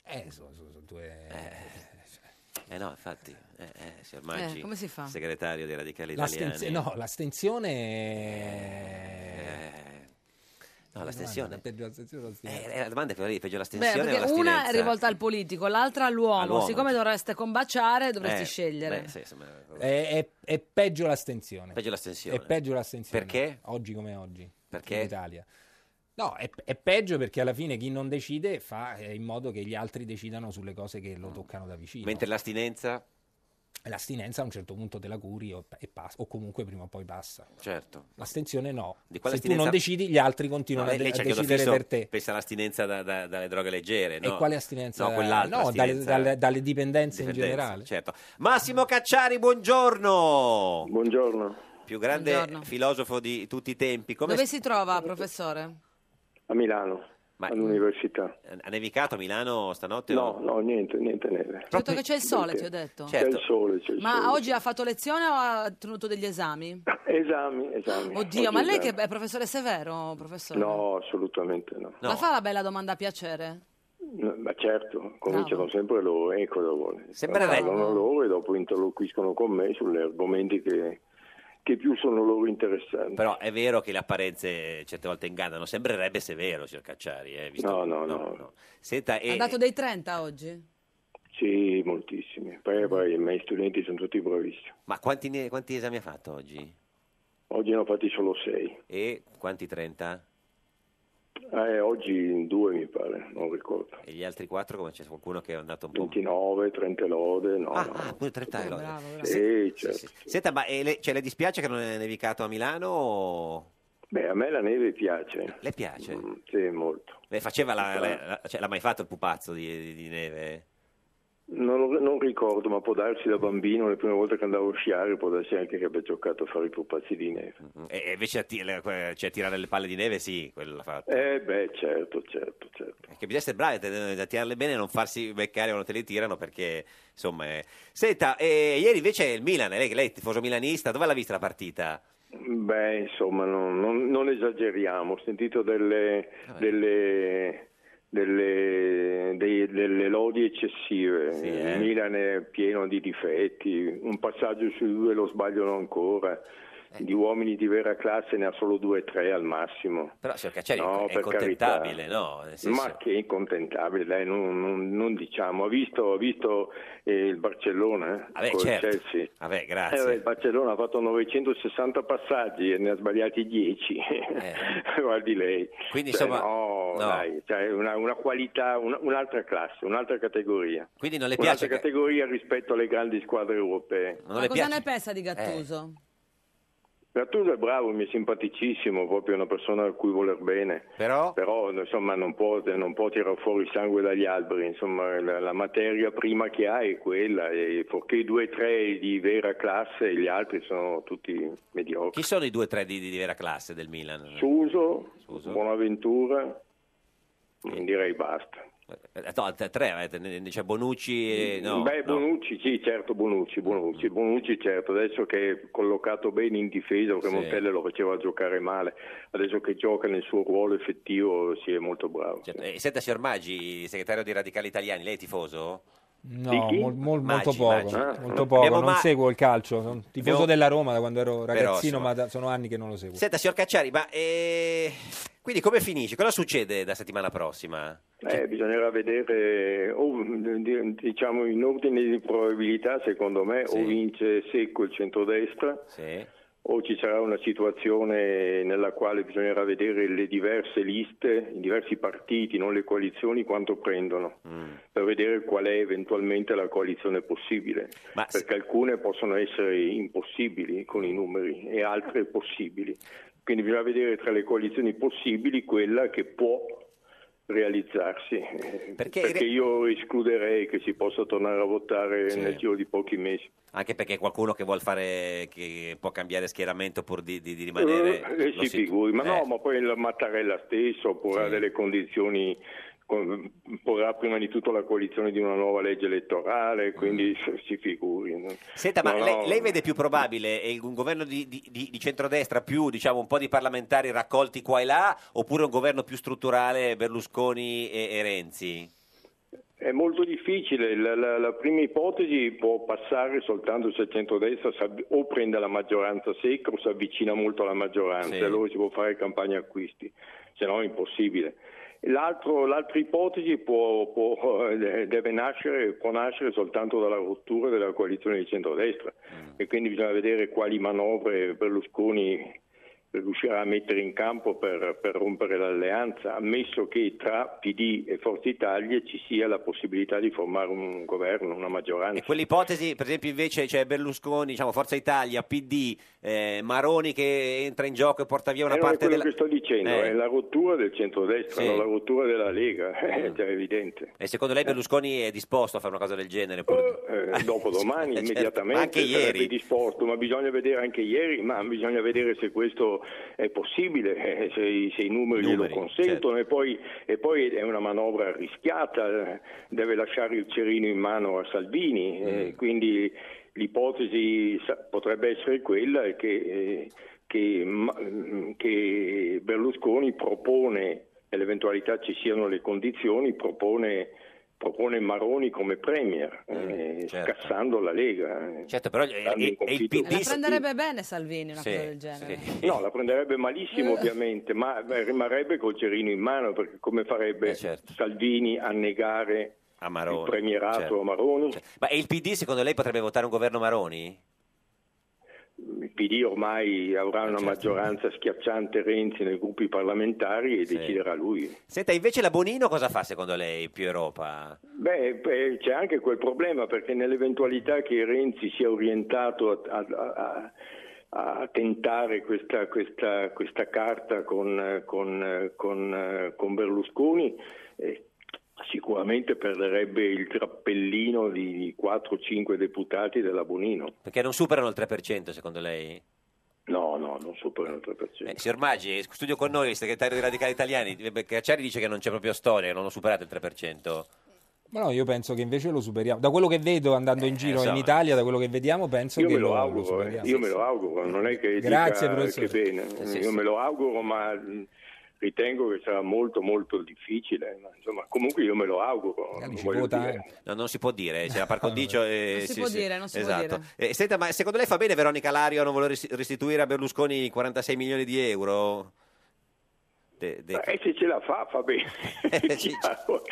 K: Eh, sono, sono- sono due...
B: Eh no, infatti, eh, eh, signor
K: Eh,
B: Maggi,
K: come si fa?
B: segretario dei radicali
K: L'astenzi-
B: italiani.
K: no, l'astensione... è-
B: No, l'astensione.
K: Domanda, peggio l'astensione o l'astensione?
B: Eh, la domanda è quella lì, peggio
A: Beh,
B: l'astensione o
A: perché una
B: l'astinenza?
A: è rivolta al politico, l'altra all'uomo.
B: All'uomo.
A: Siccome dovreste combaciare, dovresti
B: Eh,
A: scegliere.
B: beh, sì, insomma, eh,
K: È, è- è peggio l'astensione.
B: Peggio l'astensione.
K: È peggio l'astensione.
B: Perché?
K: Oggi come oggi.
B: Perché?
K: In Italia. No, è, è peggio perché alla fine chi non decide fa eh, in modo che gli altri decidano sulle cose che lo toccano da vicino.
B: Mm. Mentre l'astinenza,
K: L'astinenza a un certo punto te la curi o, e passa, o comunque prima o poi passa.
B: certo.
K: L'astensione no.
B: Di quale
K: Se tu non
B: astinenza-
K: decidi, gli altri continuano
B: lei,
K: a, de-
B: lei
K: a
B: c'ha il chiodo
K: decidere
B: fisso,
K: per te.
B: Pensa all'astinenza da- da- dalle droghe leggere, no?
K: E quale astinenza?
B: No, quell'altra
K: No, dalle,
B: astinenza.
K: dalle- dalle dipendenze in
B: Dipendenza,
K: generale.
B: Certo. Massimo Cacciari, buongiorno.
M: Buongiorno.
B: Più grande
A: Buongiorno.
B: filosofo di tutti i tempi. Come
A: Dove si trova, professore?
M: A Milano, all'università.
B: Ha nevicato a Milano stanotte?
M: No, no, niente, niente neve.
A: Ho detto che c'è il sole, ti ho detto.
M: C'è il sole, c'è il
A: Ma
M: sole.
A: oggi ha fatto lezione o ha tenuto degli esami?
M: Esami, esami.
A: Oddio,
M: Oggi
A: ma lei che
M: esami.
A: è professore severo, professore?
M: No, assolutamente no.
A: Ma fa la bella domanda a piacere?
M: No, Ma certo, cominciano sempre loro e cosa vuole.
A: Sembra
M: Parlano loro e dopo interloquiscono con me sugli argomenti che, che più sono loro interessanti.
B: Però è vero che le apparenze certe volte ingannano. Sembrerebbe severo, signor Cacciari. Eh, visto-
M: No, no, no.
B: Senta,
A: Ha
B: e...
A: dato dei 30 oggi?
M: Sì, moltissimi.
A: Mm.
M: Poi, poi i miei studenti sono tutti bravissimi.
B: ma quanti, ne- quanti esami ha fatto oggi?
M: Oggi ne ho fatti solo sei.
B: E quanti 30?
M: Eh, oggi due mi pare, non ricordo.
B: E gli altri 4 come c'è qualcuno che è andato un po'...
M: 29, 30 lode, no.
B: Ah,
M: no.
B: ah, pure 30 lode.
A: Eh,
M: Sì, certo.
B: Senta, ma eh, le, cioè, le dispiace che non è nevicato a Milano o
M: Beh, a me la neve piace.
B: le piace?
M: Mm, Sì, molto.
B: Le faceva la, la- la- cioè, l'ha mai fatto il pupazzo di, di- di neve?
M: Non, lo- non ricordo, ma può darsi da bambino, le prime volte che andavo a sciare, può darsi anche che abbia giocato a fare i pupazzi di neve.
B: E, e invece a ti- le- que- cioè, tirare le palle di neve, sì, quello l'ha fatto.
M: Eh beh, certo, certo, certo.
B: Perché bisogna essere bravi a a tirarle bene e non farsi beccare quando te le tirano perché, insomma... eh. Senta, eh, ieri invece il Milan, lei, lei è tifoso milanista, dove l'ha vista la partita?
M: Beh, insomma, non, non- non esageriamo. Ho sentito delle, delle, delle- dei- delle lodi eccessive.
B: eh.
M: Il Milan è pieno di difetti. Un passaggio su due lo sbagliano ancora.
B: Eh.
M: Di uomini di vera classe ne ha solo due o tre al massimo.
B: Però, signor Cacciari,
M: No,
B: è
M: per
B: incontentabile,
M: carità.
B: no? Nel senso-
M: Ma che incontentabile, dai, non, non- non diciamo. Ha visto, ha visto eh, il Barcellona eh,
B: Vabbè,
M: col
B: certo.
M: Chelsea.
B: Vabbè,
M: Eh,
B: grazie.
M: vabbè, il Barcellona ha fatto 960 passaggi e ne ha sbagliati 10, [laughs] guardi lei.
B: Eh. Quindi,
M: Cioè,
B: insomma,
M: no,
B: no.
M: dai, cioè, una, una qualità, un- un'altra classe, un'altra categoria.
B: Quindi non le
M: un'altra
B: piace che- Eh,
M: categoria rispetto alle grandi squadre europee.
A: Ma cosa ne pensa di Gattuso?
M: Gattuso è bravo, mi è simpaticissimo, proprio una persona a cui voler bene.
B: Però?
M: insomma, non può, non può tirare fuori il sangue dagli alberi. Insomma, la, la materia prima che ha è quella. E forché due o tre di vera classe, gli altri sono tutti mediocri.
B: Chi sono i due o tre di, di vera classe del Milan?
M: Suso, Buonaventura, direi basta.
B: Eh, No, t- tre avete, ne- ne- c'è Bonucci e... No,
M: Beh,
B: no.
M: Bonucci, sì, certo, Bonucci, Bonucci, Bonucci, certo, adesso che è collocato bene in difesa, che
B: Sì.
M: Montella lo faceva giocare male, adesso che gioca nel suo ruolo effettivo, sì, è molto bravo. sì.
B: Eh, senta, signor Maggi, segretario dei Radicali Italiani, lei è tifoso?
K: No,
B: Di chi?
K: mol- mol-
B: Maggi,
K: molto poco,
B: Maggi. Ah.
K: molto poco.
B: Abbiamo
K: non
B: ma-
K: seguo il calcio, sono tifoso
B: Abbiamo-
K: della Roma da quando ero
B: Però,
K: ragazzino,
B: insomma-
K: ma da- sono anni che non lo seguo.
B: Senta, signor Cacciari, ma eh, quindi come finisce? Cosa succede da settimana prossima?
M: Eh, bisognerà vedere, o, di- diciamo in ordine di probabilità, secondo me, o vince secco il centrodestra, o ci sarà una situazione nella quale bisognerà vedere le diverse liste, i diversi partiti, non le coalizioni, quanto prendono, per vedere qual è eventualmente la coalizione possibile, perché alcune possono essere impossibili con i numeri e altre possibili. Quindi bisogna vedere tra le coalizioni possibili quella che può realizzarsi, eh, perché, io escluderei che si possa tornare a votare nel giro di pochi mesi.
B: Anche perché qualcuno che vuol fare, che può cambiare schieramento pur di, di- di rimanere...
M: Eh,
B: lo
M: si
B: si-
M: figuri, ma
B: eh,
M: no, ma poi la Mattarella stesso porrà delle condizioni, con- porrà prima di tutto la coalizione di una nuova legge elettorale, quindi si figuri. no?
B: Mm. Senta, ma
M: No,
B: lei,
M: no.
B: lei vede più probabile eh, un governo di, di- di- di centrodestra più diciamo, un po' di parlamentari raccolti qua e là oppure un governo più strutturale Berlusconi e, e Renzi?
M: È molto difficile, la, la- la prima ipotesi può passare soltanto se il centrodestra si avvi- o prende la maggioranza secca o si avvicina molto alla maggioranza,
O: Sì.
M: allora si può fare campagna acquisti, se no è impossibile. L'altro- l'altra ipotesi può, può- eh, deve nascere, può nascere soltanto dalla rottura della coalizione di centrodestra e quindi bisogna vedere quali manovre Berlusconi riuscirà a mettere in campo per, per rompere l'alleanza, ammesso che tra PD e Forza Italia ci sia la possibilità di formare un governo, una maggioranza.
B: Quell'ipotesi, per esempio, invece c'è Berlusconi, diciamo, Forza Italia, PD, eh, Maroni che entra in gioco e porta via una
M: Eh, non è
B: parte
M: quello
B: della...
M: che sto dicendo,
B: Eh.
M: è la rottura del centrodestra,
B: Sì. Mm.
M: non la rottura della Lega, [laughs] è già evidente.
B: E secondo lei Berlusconi è disposto a fare una cosa del genere? pur-
M: Eh,
B: [laughs]
M: dopo domani,
B: Certo,
M: immediatamente, cioè,
B: anche
M: sarebbe
B: ieri.
M: disposto, ma bisogna vedere anche ieri, ma bisogna vedere se questo è possibile, eh, se, i- se i numeri, glielo
O: Numeri,
B: certo.
M: consentono e, poi, e poi è una manovra rischiata, eh, deve lasciare il cerino in mano a Salvini, eh,
B: Mm.
M: quindi l'ipotesi sa- potrebbe essere quella che, eh, che ma- mm, che Berlusconi propone, nell'eventualità ci siano le condizioni, propone propone Maroni come premier, eh, scassando la Lega. eh,
B: Mm, Certo, però
M: dando in conflitto-
A: La prenderebbe bene Salvini una
M: Sì,
A: cosa del genere.
M: No, la prenderebbe malissimo
A: Eh.
M: ovviamente, ma beh, rimarrebbe col cerino in mano, perché come farebbe
B: Eh,
M: Salvini a negare il premierato
B: certo.
M: a Maroni?
B: Ma e il PD secondo lei potrebbe votare un governo Maroni?
M: Il PD ormai avrà
B: Eh,
M: una
B: certo.
M: maggioranza schiacciante Renzi nei gruppi parlamentari e deciderà lui.
B: Senta, invece la Bonino cosa fa secondo lei più Europa?
M: Beh, beh, c'è anche quel problema perché nell'eventualità che Renzi sia orientato a, a- a- a tentare questa, questa- questa carta con, eh, con, eh, con, eh, con Berlusconi, eh, sicuramente perderebbe il trappellino di 4-5 deputati della Bonino.
B: Perché non superano il 3% secondo lei?
M: No, no, non superano il 3%.
B: Eh, signor Maggi, studio con noi il segretario dei Radicali Italiani. Cacciari dice che non c'è proprio storia, che non ho superato il 3%.
K: Ma no, io penso che invece lo superiamo. Da quello che vedo andando in giro in
B: Eh, insomma.
K: Italia, da quello che vediamo, penso
M: Io
K: che
M: me lo
K: lo, lo
M: auguro, eh.
K: superiamo.
M: io me lo auguro, non è che
K: Grazie,
M: dica
K: professore.
M: che bene,
K: sì,
M: io
K: sì.
M: me lo auguro, ma mh, ritengo che sarà molto molto difficile, ma, insomma, comunque io me lo auguro.
B: Eh,
M: voglio dire.
B: No, non si può dire, c'è la par condicio. eh,
M: Non si
B: sì,
M: può
B: sì.
M: dire, non si può
B: esatto. Eh, senta, ma secondo lei fa bene Veronica Lario a non voler ris- restituire a Berlusconi 46 milioni di euro? de- de-
M: E Eh, se ce la fa, fa
B: [laughs]
M: bene.
B: Eh,
M: [laughs] Chiaro.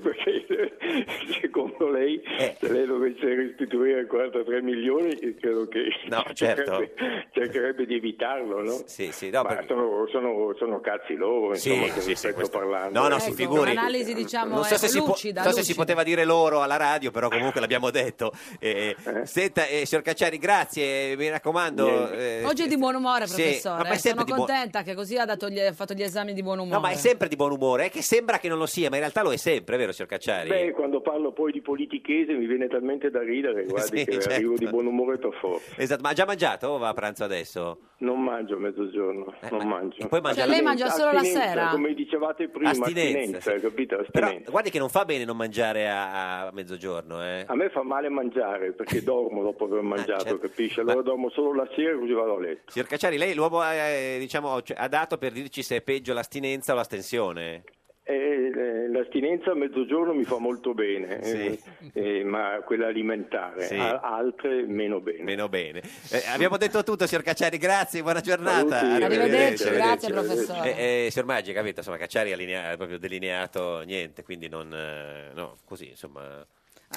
M: Perché eh, secondo lei,
B: Eh.
M: se lei dovesse restituire 43 milioni, eh, credo che
B: No, certo.
M: cercherebbe, cercherebbe di evitarlo, no?
B: Sì, sì, no,
M: Ma
B: perché-
M: sono, sono- sono cazzi loro,
B: Sì,
M: insomma, che
B: sì,
M: vi
B: sì,
M: sto
B: questo-
M: parlando. eh.
B: No, no, si
A: Ecco,
B: figuri.
A: un'analisi, diciamo,
B: non so,
A: ecco,
B: se si, po-
A: lucida,
B: so se si
A: lucida.
B: poteva dire loro alla radio, però comunque l'abbiamo detto. Eh, Senta, eh, signor Cacciari, grazie, mi raccomando. eh,
A: Oggi è di buon umore,
B: Sì,
A: professore.
B: ma è
A: eh,
B: sempre
A: Sono
B: di buon-
A: contenta che così ha, dato gli- ha fatto gli esami di buon umore.
B: No, ma è sempre di buon umore, è che sembra che non lo sia, ma in realtà lo è sempre, vero, signor Cacciari?
M: Beh, quando parlo poi di politichese mi viene talmente da ridere, guardi,
B: Sì,
M: che
B: certo.
M: arrivo di buon umore per forza.
B: Esatto, ma ha già mangiato o va a pranzo adesso? Eh,
M: Non mangio a mezzogiorno, non mangio.
B: poi mangia- Cioè, lei
N: Ah,
B: mangia
A: solo la
M: Astinenza,
A: sera?
M: Come dicevate prima,
B: Astinenza,
M: astinenza,
B: sì.
M: capito?
B: Però
M: Astinenza.
B: guardi che non fa bene non mangiare a, a mezzogiorno, eh.
M: A me fa male mangiare perché dormo dopo
B: Ah,
M: aver mangiato,
B: certo.
M: capisci? Allora dormo solo la sera così vado a letto.
B: Signor Cacciari, lei l'uomo eh, diciamo, cioè, ha dato per dirci se è peggio l'astinenza o l'astensione?
M: E, eh, l'astinenza a mezzogiorno mi fa molto bene, eh, eh, ma quella alimentare,
B: Sì.
M: a- altre meno bene.
B: Meno bene. Eh, abbiamo detto tutto, signor Cacciari, grazie, buona giornata.
M: Saluti, arrivederci, grazie, professore.
B: Eh, eh, signor Maggi, capito, insomma, Cacciari ha linea- ha proprio delineato niente, quindi non... eh, no, così, insomma...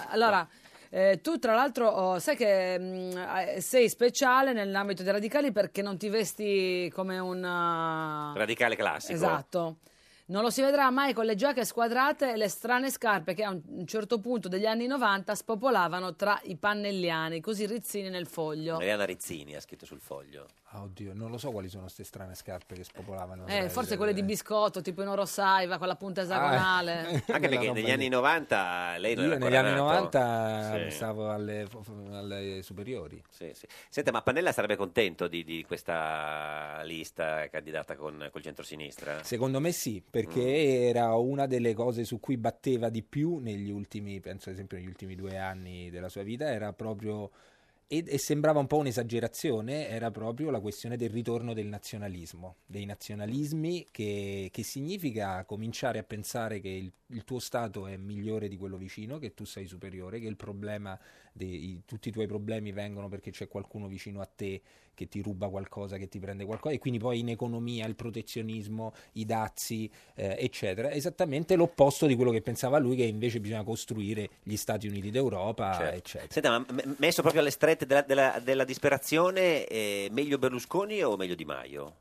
A: Allora, eh, tu tra l'altro oh, sai che mm, eh, sei speciale nell'ambito dei radicali perché non ti vesti come un... eh,
B: Radicale classico.
A: Esatto. Non lo si vedrà mai con le giacche squadrate e le strane scarpe che a un un certo punto degli anni 90 spopolavano tra i pannelliani, così rizzini nel foglio.
B: Mariana Rizzini ha scritto sul foglio.
K: Ah, oddio, non lo so quali sono queste strane scarpe che spopolavano. Cioè,
A: Eh, forse quelle di biscotto, tipo in oro saiva, con la
B: Ah.
A: punta esagonale.
B: [laughs] Anche
K: Quella
B: perché
K: roba
B: negli
K: lì.
B: anni 90 lei non
K: Io
B: era
K: negli
B: ancora
K: anni
B: nato.
K: 90
B: Sì.
K: stavo alle, alle superiori.
B: Sì, sì. Senta, ma Pannella sarebbe contento di, di questa lista candidata con col centrosinistra?
K: Secondo me sì, perché era una delle cose su cui batteva di più negli ultimi, penso ad esempio negli ultimi due anni della sua vita, era proprio, ed- e sembrava un po' un'esagerazione, era proprio la questione del ritorno del nazionalismo, dei nazionalismi che, che significa cominciare a pensare che il, il tuo Stato è migliore di quello vicino, che tu sei superiore, che il problema dei- i- tutti i tuoi problemi vengono perché c'è qualcuno vicino a te che ti ruba qualcosa, che ti prende qualcosa, e quindi poi in economia il protezionismo, i dazi, eh, eccetera. Esattamente l'opposto di quello che pensava lui, che invece bisogna costruire gli Stati Uniti d'Europa,
B: Certo.
K: eccetera.
B: Senta, ma m- messo proprio alle strette della, della- della disperazione, eh, meglio Berlusconi o meglio Di Maio?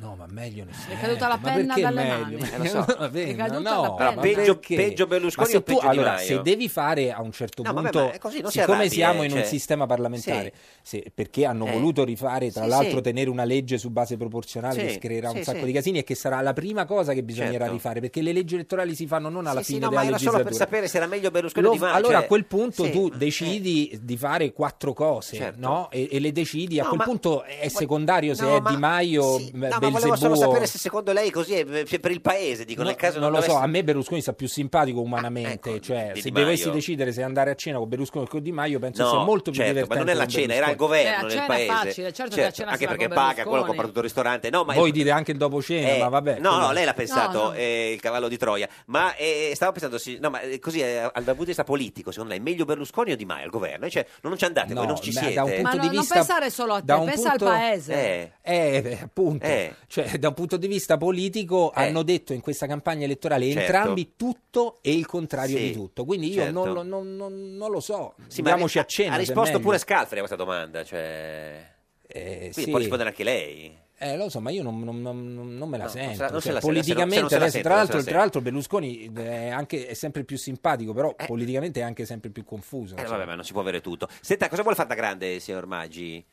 K: No, ma meglio nessuno.
A: È caduta la
K: Ma
A: penna
K: perché
A: dalle
K: meglio?
A: mani.
K: Ma
A: Eh, lo
K: [laughs]
A: so.
K: va bene,
A: È caduta
K: no,
A: la penna.
K: ma
B: Peggio-
K: perché?
B: peggio Berlusconi
K: Ma se
B: o peggio
K: tu,
B: Di
K: allora,
B: Maio?
K: se devi fare a un certo
B: No, vabbè,
K: punto,
B: ma è così, non si
K: siccome
B: arrabbi,
K: siamo
B: eh,
K: in
B: cioè.
K: un sistema parlamentare, se- perché hanno
B: Eh.
K: voluto rifare, tra
B: Sì,
K: l'altro,
B: sì.
K: tenere una legge su base proporzionale
B: Sì,
K: che creerà
B: sì,
K: un sacco
B: sì.
K: di casini e che sarà la prima cosa che bisognerà
B: Certo.
K: rifare, perché le leggi elettorali si fanno non alla
B: Sì, sì,
K: fine
B: no,
K: della
B: ma era solo per
K: legislatura.
B: sapere se era meglio Berlusconi o
K: Lo-
B: Di Maio.
K: allora
B: cioè-
K: a quel punto
B: Sì, Eh.
K: tu decidi di fare quattro cose
B: Certo.
K: no? e, e le decidi. a
B: No,
K: quel
B: ma-
K: punto è secondario se
B: No,
K: è
B: ma-
K: Di Maio,
B: sì,
K: Be-
B: No, ma volevo solo
K: Belzebu o-
B: sapere se secondo lei così è cioè, per il paese, dico, nel caso
K: non, lo so,
B: dovesse-
K: a me Berlusconi sta più simpatico umanamente, cioè
B: Ah, ecco, di
K: se
B: Di Maio.
K: dovessi decidere se andare a cena con Berlusconi o con Di Maio penso
B: No,
K: sia molto più
B: certo,
K: divertente.
B: ma non è la
K: con
B: cena, era il
K: Berlusconi.
B: governo
A: Eh, a
B: nel
A: cena è
B: paese.
A: facile, certo che a cena si
B: anche
A: va
B: perché
A: con
B: paga
A: Berlusconi.
B: quello che compra tutto il ristorante. No, ma
K: Eh, Voi dite anche il dopo cena,
B: Eh,
K: ma vabbè.
B: no,
K: quello-
B: no, lei l'ha pensato,
A: No, no.
B: eh, il cavallo di Troia. Ma eh, stavo pensando, sì, no, ma eh, così eh, dal punto di vista politico, secondo lei, meglio Berlusconi o Di Maio al governo? Eh, Cioè, non ci andate, voi
K: No,
B: non ci
K: beh,
B: siete.
K: da un punto
A: Ma no-
K: di
A: non
K: vista-
A: pensare solo a
K: da
A: te,
K: un
A: pensa
K: punto-
A: al paese.
B: Eh.
K: Eh, beh, appunto, Cioè, da un punto di vista politico hanno detto in questa campagna elettorale
B: Eh. Certo.
K: entrambi tutto e il contrario
B: Sì,
K: di tutto, quindi io non,
B: certo.
K: lo, non- non- non lo so,
B: Sì, ma
K: diamoci
B: ha-
K: a cena.
B: Ha
K: se è
B: risposto
K: meglio.
B: pure Scalfari a questa domanda, cioè...
K: Quindi
B: può
K: sì.
B: rispondere anche lei.
K: Eh, lo so, ma io non, non- non- non me la
B: No, non
K: sento.
B: se la- non se
K: cioè,
B: la- se la- se
K: politicamente,
B: non se la
K: adesso,
B: sente,
K: tra,
B: non se la
K: l'altro,
B: sente.
K: tra l'altro Berlusconi è, anche- è sempre più simpatico, però politicamente è anche sempre più confuso.
B: Eh,
K: insomma.
B: vabbè, ma non si può avere tutto. Senta, cosa vuole fare da grande, signor Maggi?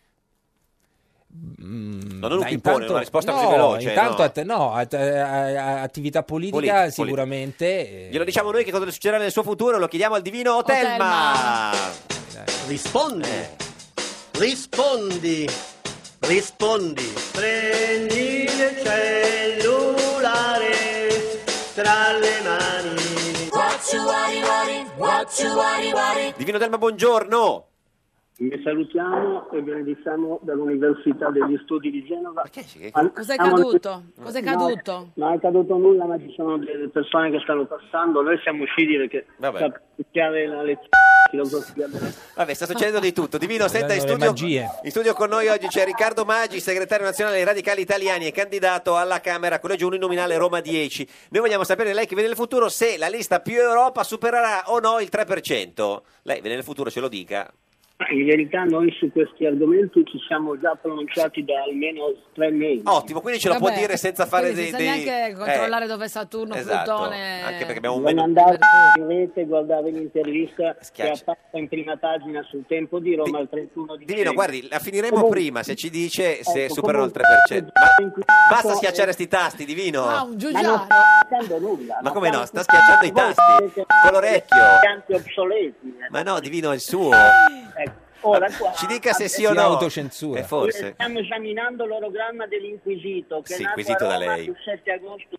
B: No, non un
K: Mm, Ma
B: pippone,
K: intanto-
B: una risposta
K: no,
B: così veloce.
K: Intanto,
B: no.
K: att- no, att- a- a- attività politica
B: Politica,
K: sicuramente. eh,
B: Glielo diciamo noi che cosa succederà nel suo futuro, lo chiediamo al divino Otelma.
O: Rispondi.
K: Eh.
O: Rispondi. Rispondi. Prendi il cellulare tra le mani.
B: Divino Telma, buongiorno.
O: Vi salutiamo e benediciamo dall'Università degli Studi di Genova.
A: Cos'è caduto? Cos'è
O: No,
A: caduto?
O: Non è caduto nulla, ma ci sono delle persone che stanno passando. Noi siamo usciti perché
B: Vabbè.
O: per picchiare la lezione filosofia della
B: Vabbè, sta succedendo di tutto. Divino, senta in
K: Guardano le
B: studio,
K: magie.
B: in studio con noi oggi c'è Riccardo Maggi, segretario nazionale dei Radicali Italiani e candidato alla Camera, collegio uninominale Roma 10. Noi vogliamo sapere, lei che vede nel futuro, se la lista più Europa supererà o no il 3%. Lei vede nel futuro, ce lo dica.
O: Ma In verità noi su questi argomenti ci siamo già pronunciati da almeno tre mesi.
B: Ottimo, quindi ce lo può
A: Vabbè,
B: dire senza fare
A: quindi
B: dei...
A: senza
B: dei-
A: neanche
B: eh,
A: controllare dove è Saturno,
B: esatto,
A: Plutone.
B: anche perché abbiamo un
O: Non
B: menu...
O: andate in rete e guardare l'intervista che
B: Schiaccia.
O: ha fatto in prima pagina sul tempo di Roma il 31 dicembre.
B: Divino, guardi, la finiremo
O: Comunque,
B: prima se ci dice se
O: Ecco,
B: superano il
O: comunque,
B: 3%. Ma basta
O: eh,
B: schiacciare sti tasti, Divino.
A: Ah,
O: Ma non sta facendo nulla.
B: Ma
O: non
B: come
O: sta-
B: no? Sta schiacciando i
O: Voi
B: tasti
O: siete-
B: con l'orecchio.
O: siete anche obsoleti. eh.
B: Ma no, Divino è il suo.
O: Ecco, ora qua-
B: Ci dica
O: eh,
B: se sì
K: Si
B: o no.
K: autocensura.
B: E forse.
O: Stiamo esaminando l'orogramma dell'Inquisito che
B: Sì,
O: è nato a
B: inquisito da
O: Roma
B: lei.
O: il 7 agosto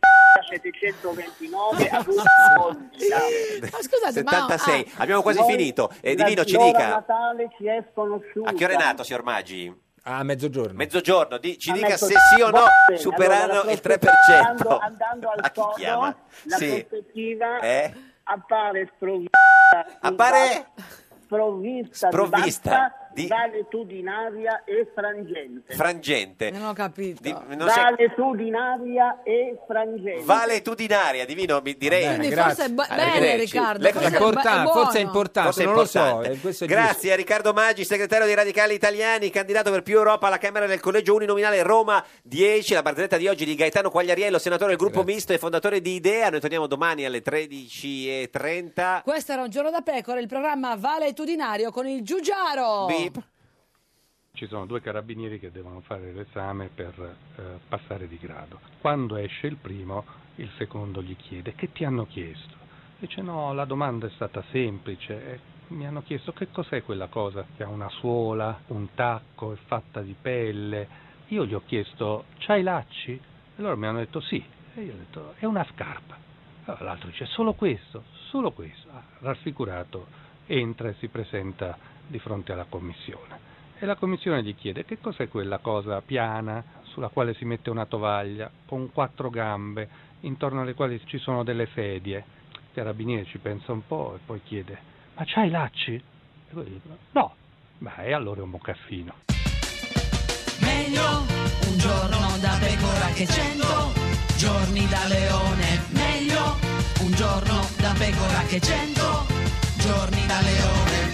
A: [laughs]
O: 1729 a Roma
A: Ma ah. scusate,
B: 76.
A: ma...
B: Abbiamo quasi
O: Noi-
B: finito. Eh, Divino, ci
O: l'ora
B: dica.
O: Natale ci è sconosciuta.
B: A che ora è nato, signor Maggi?
K: A mezzogiorno.
B: Mezzogiorno, di- ci
O: A
B: dica se
O: mezzogiorno.
B: sì o no
O: Va bene,
B: superano
O: allora,
B: il
O: Andando,
B: 3%.
O: andando al
B: A chi
O: sodo,
B: chiama?
O: la
B: Sì.
O: prospettiva
B: Eh?
O: appare sprovvista.
B: Appare?
O: Sprovvista,
B: Sprovvista
O: di,
B: di-
O: vasta, valetudinaria e frangente.
B: Frangente.
A: Non ho capito.
B: Di- non so-
O: valetudinaria e frangente.
B: Valetudinaria, Divino, mi direi.
A: Quindi forse è bu-
B: Arrivederci.
A: bene Riccardo,
B: Lei
A: forse
B: cosa-
A: è, bu- è buono.
K: forse è importante,
B: Forse è
K: non lo so,
B: importante.
K: eh, questo è
B: Grazie a Riccardo Maggi, segretario dei Radicali Italiani, candidato per più Europa alla Camera del Collegio Uninominale Roma 10, la barzelletta di oggi di Gaetano Quagliariello, senatore del gruppo misto e fondatore di Idea. Noi torniamo domani alle 13.30.
A: Questo era un giorno da pecora, il programma valetudinario con il Giugiaro.
B: Beep.
P: Ci sono due carabinieri che devono fare l'esame per eh, passare di grado. Quando esce il primo, il secondo gli chiede che ti hanno chiesto? Dice no, la domanda è stata semplice. eh, Mi hanno chiesto che cos'è quella cosa che ha una suola, un tacco, è fatta di pelle. Io gli ho chiesto, c'hai lacci? E loro mi hanno detto sì. E io ho detto, è una scarpa. Allora l'altro dice, solo questo, solo questo. Ah, rassicurato, entra e si presenta di fronte alla commissione. E la commissione gli chiede che cos'è quella cosa piana sulla quale si mette una tovaglia, con quattro gambe, intorno alle quali ci sono delle sedie. Il carabiniere ci pensa un po' e poi chiede, ma c'hai lacci? E quello dice, no. Beh, allora è un mocassino.
Q: Meglio un giorno da pecora che cento giorni da leone. Meglio un giorno da pecora che cento giorni da leone.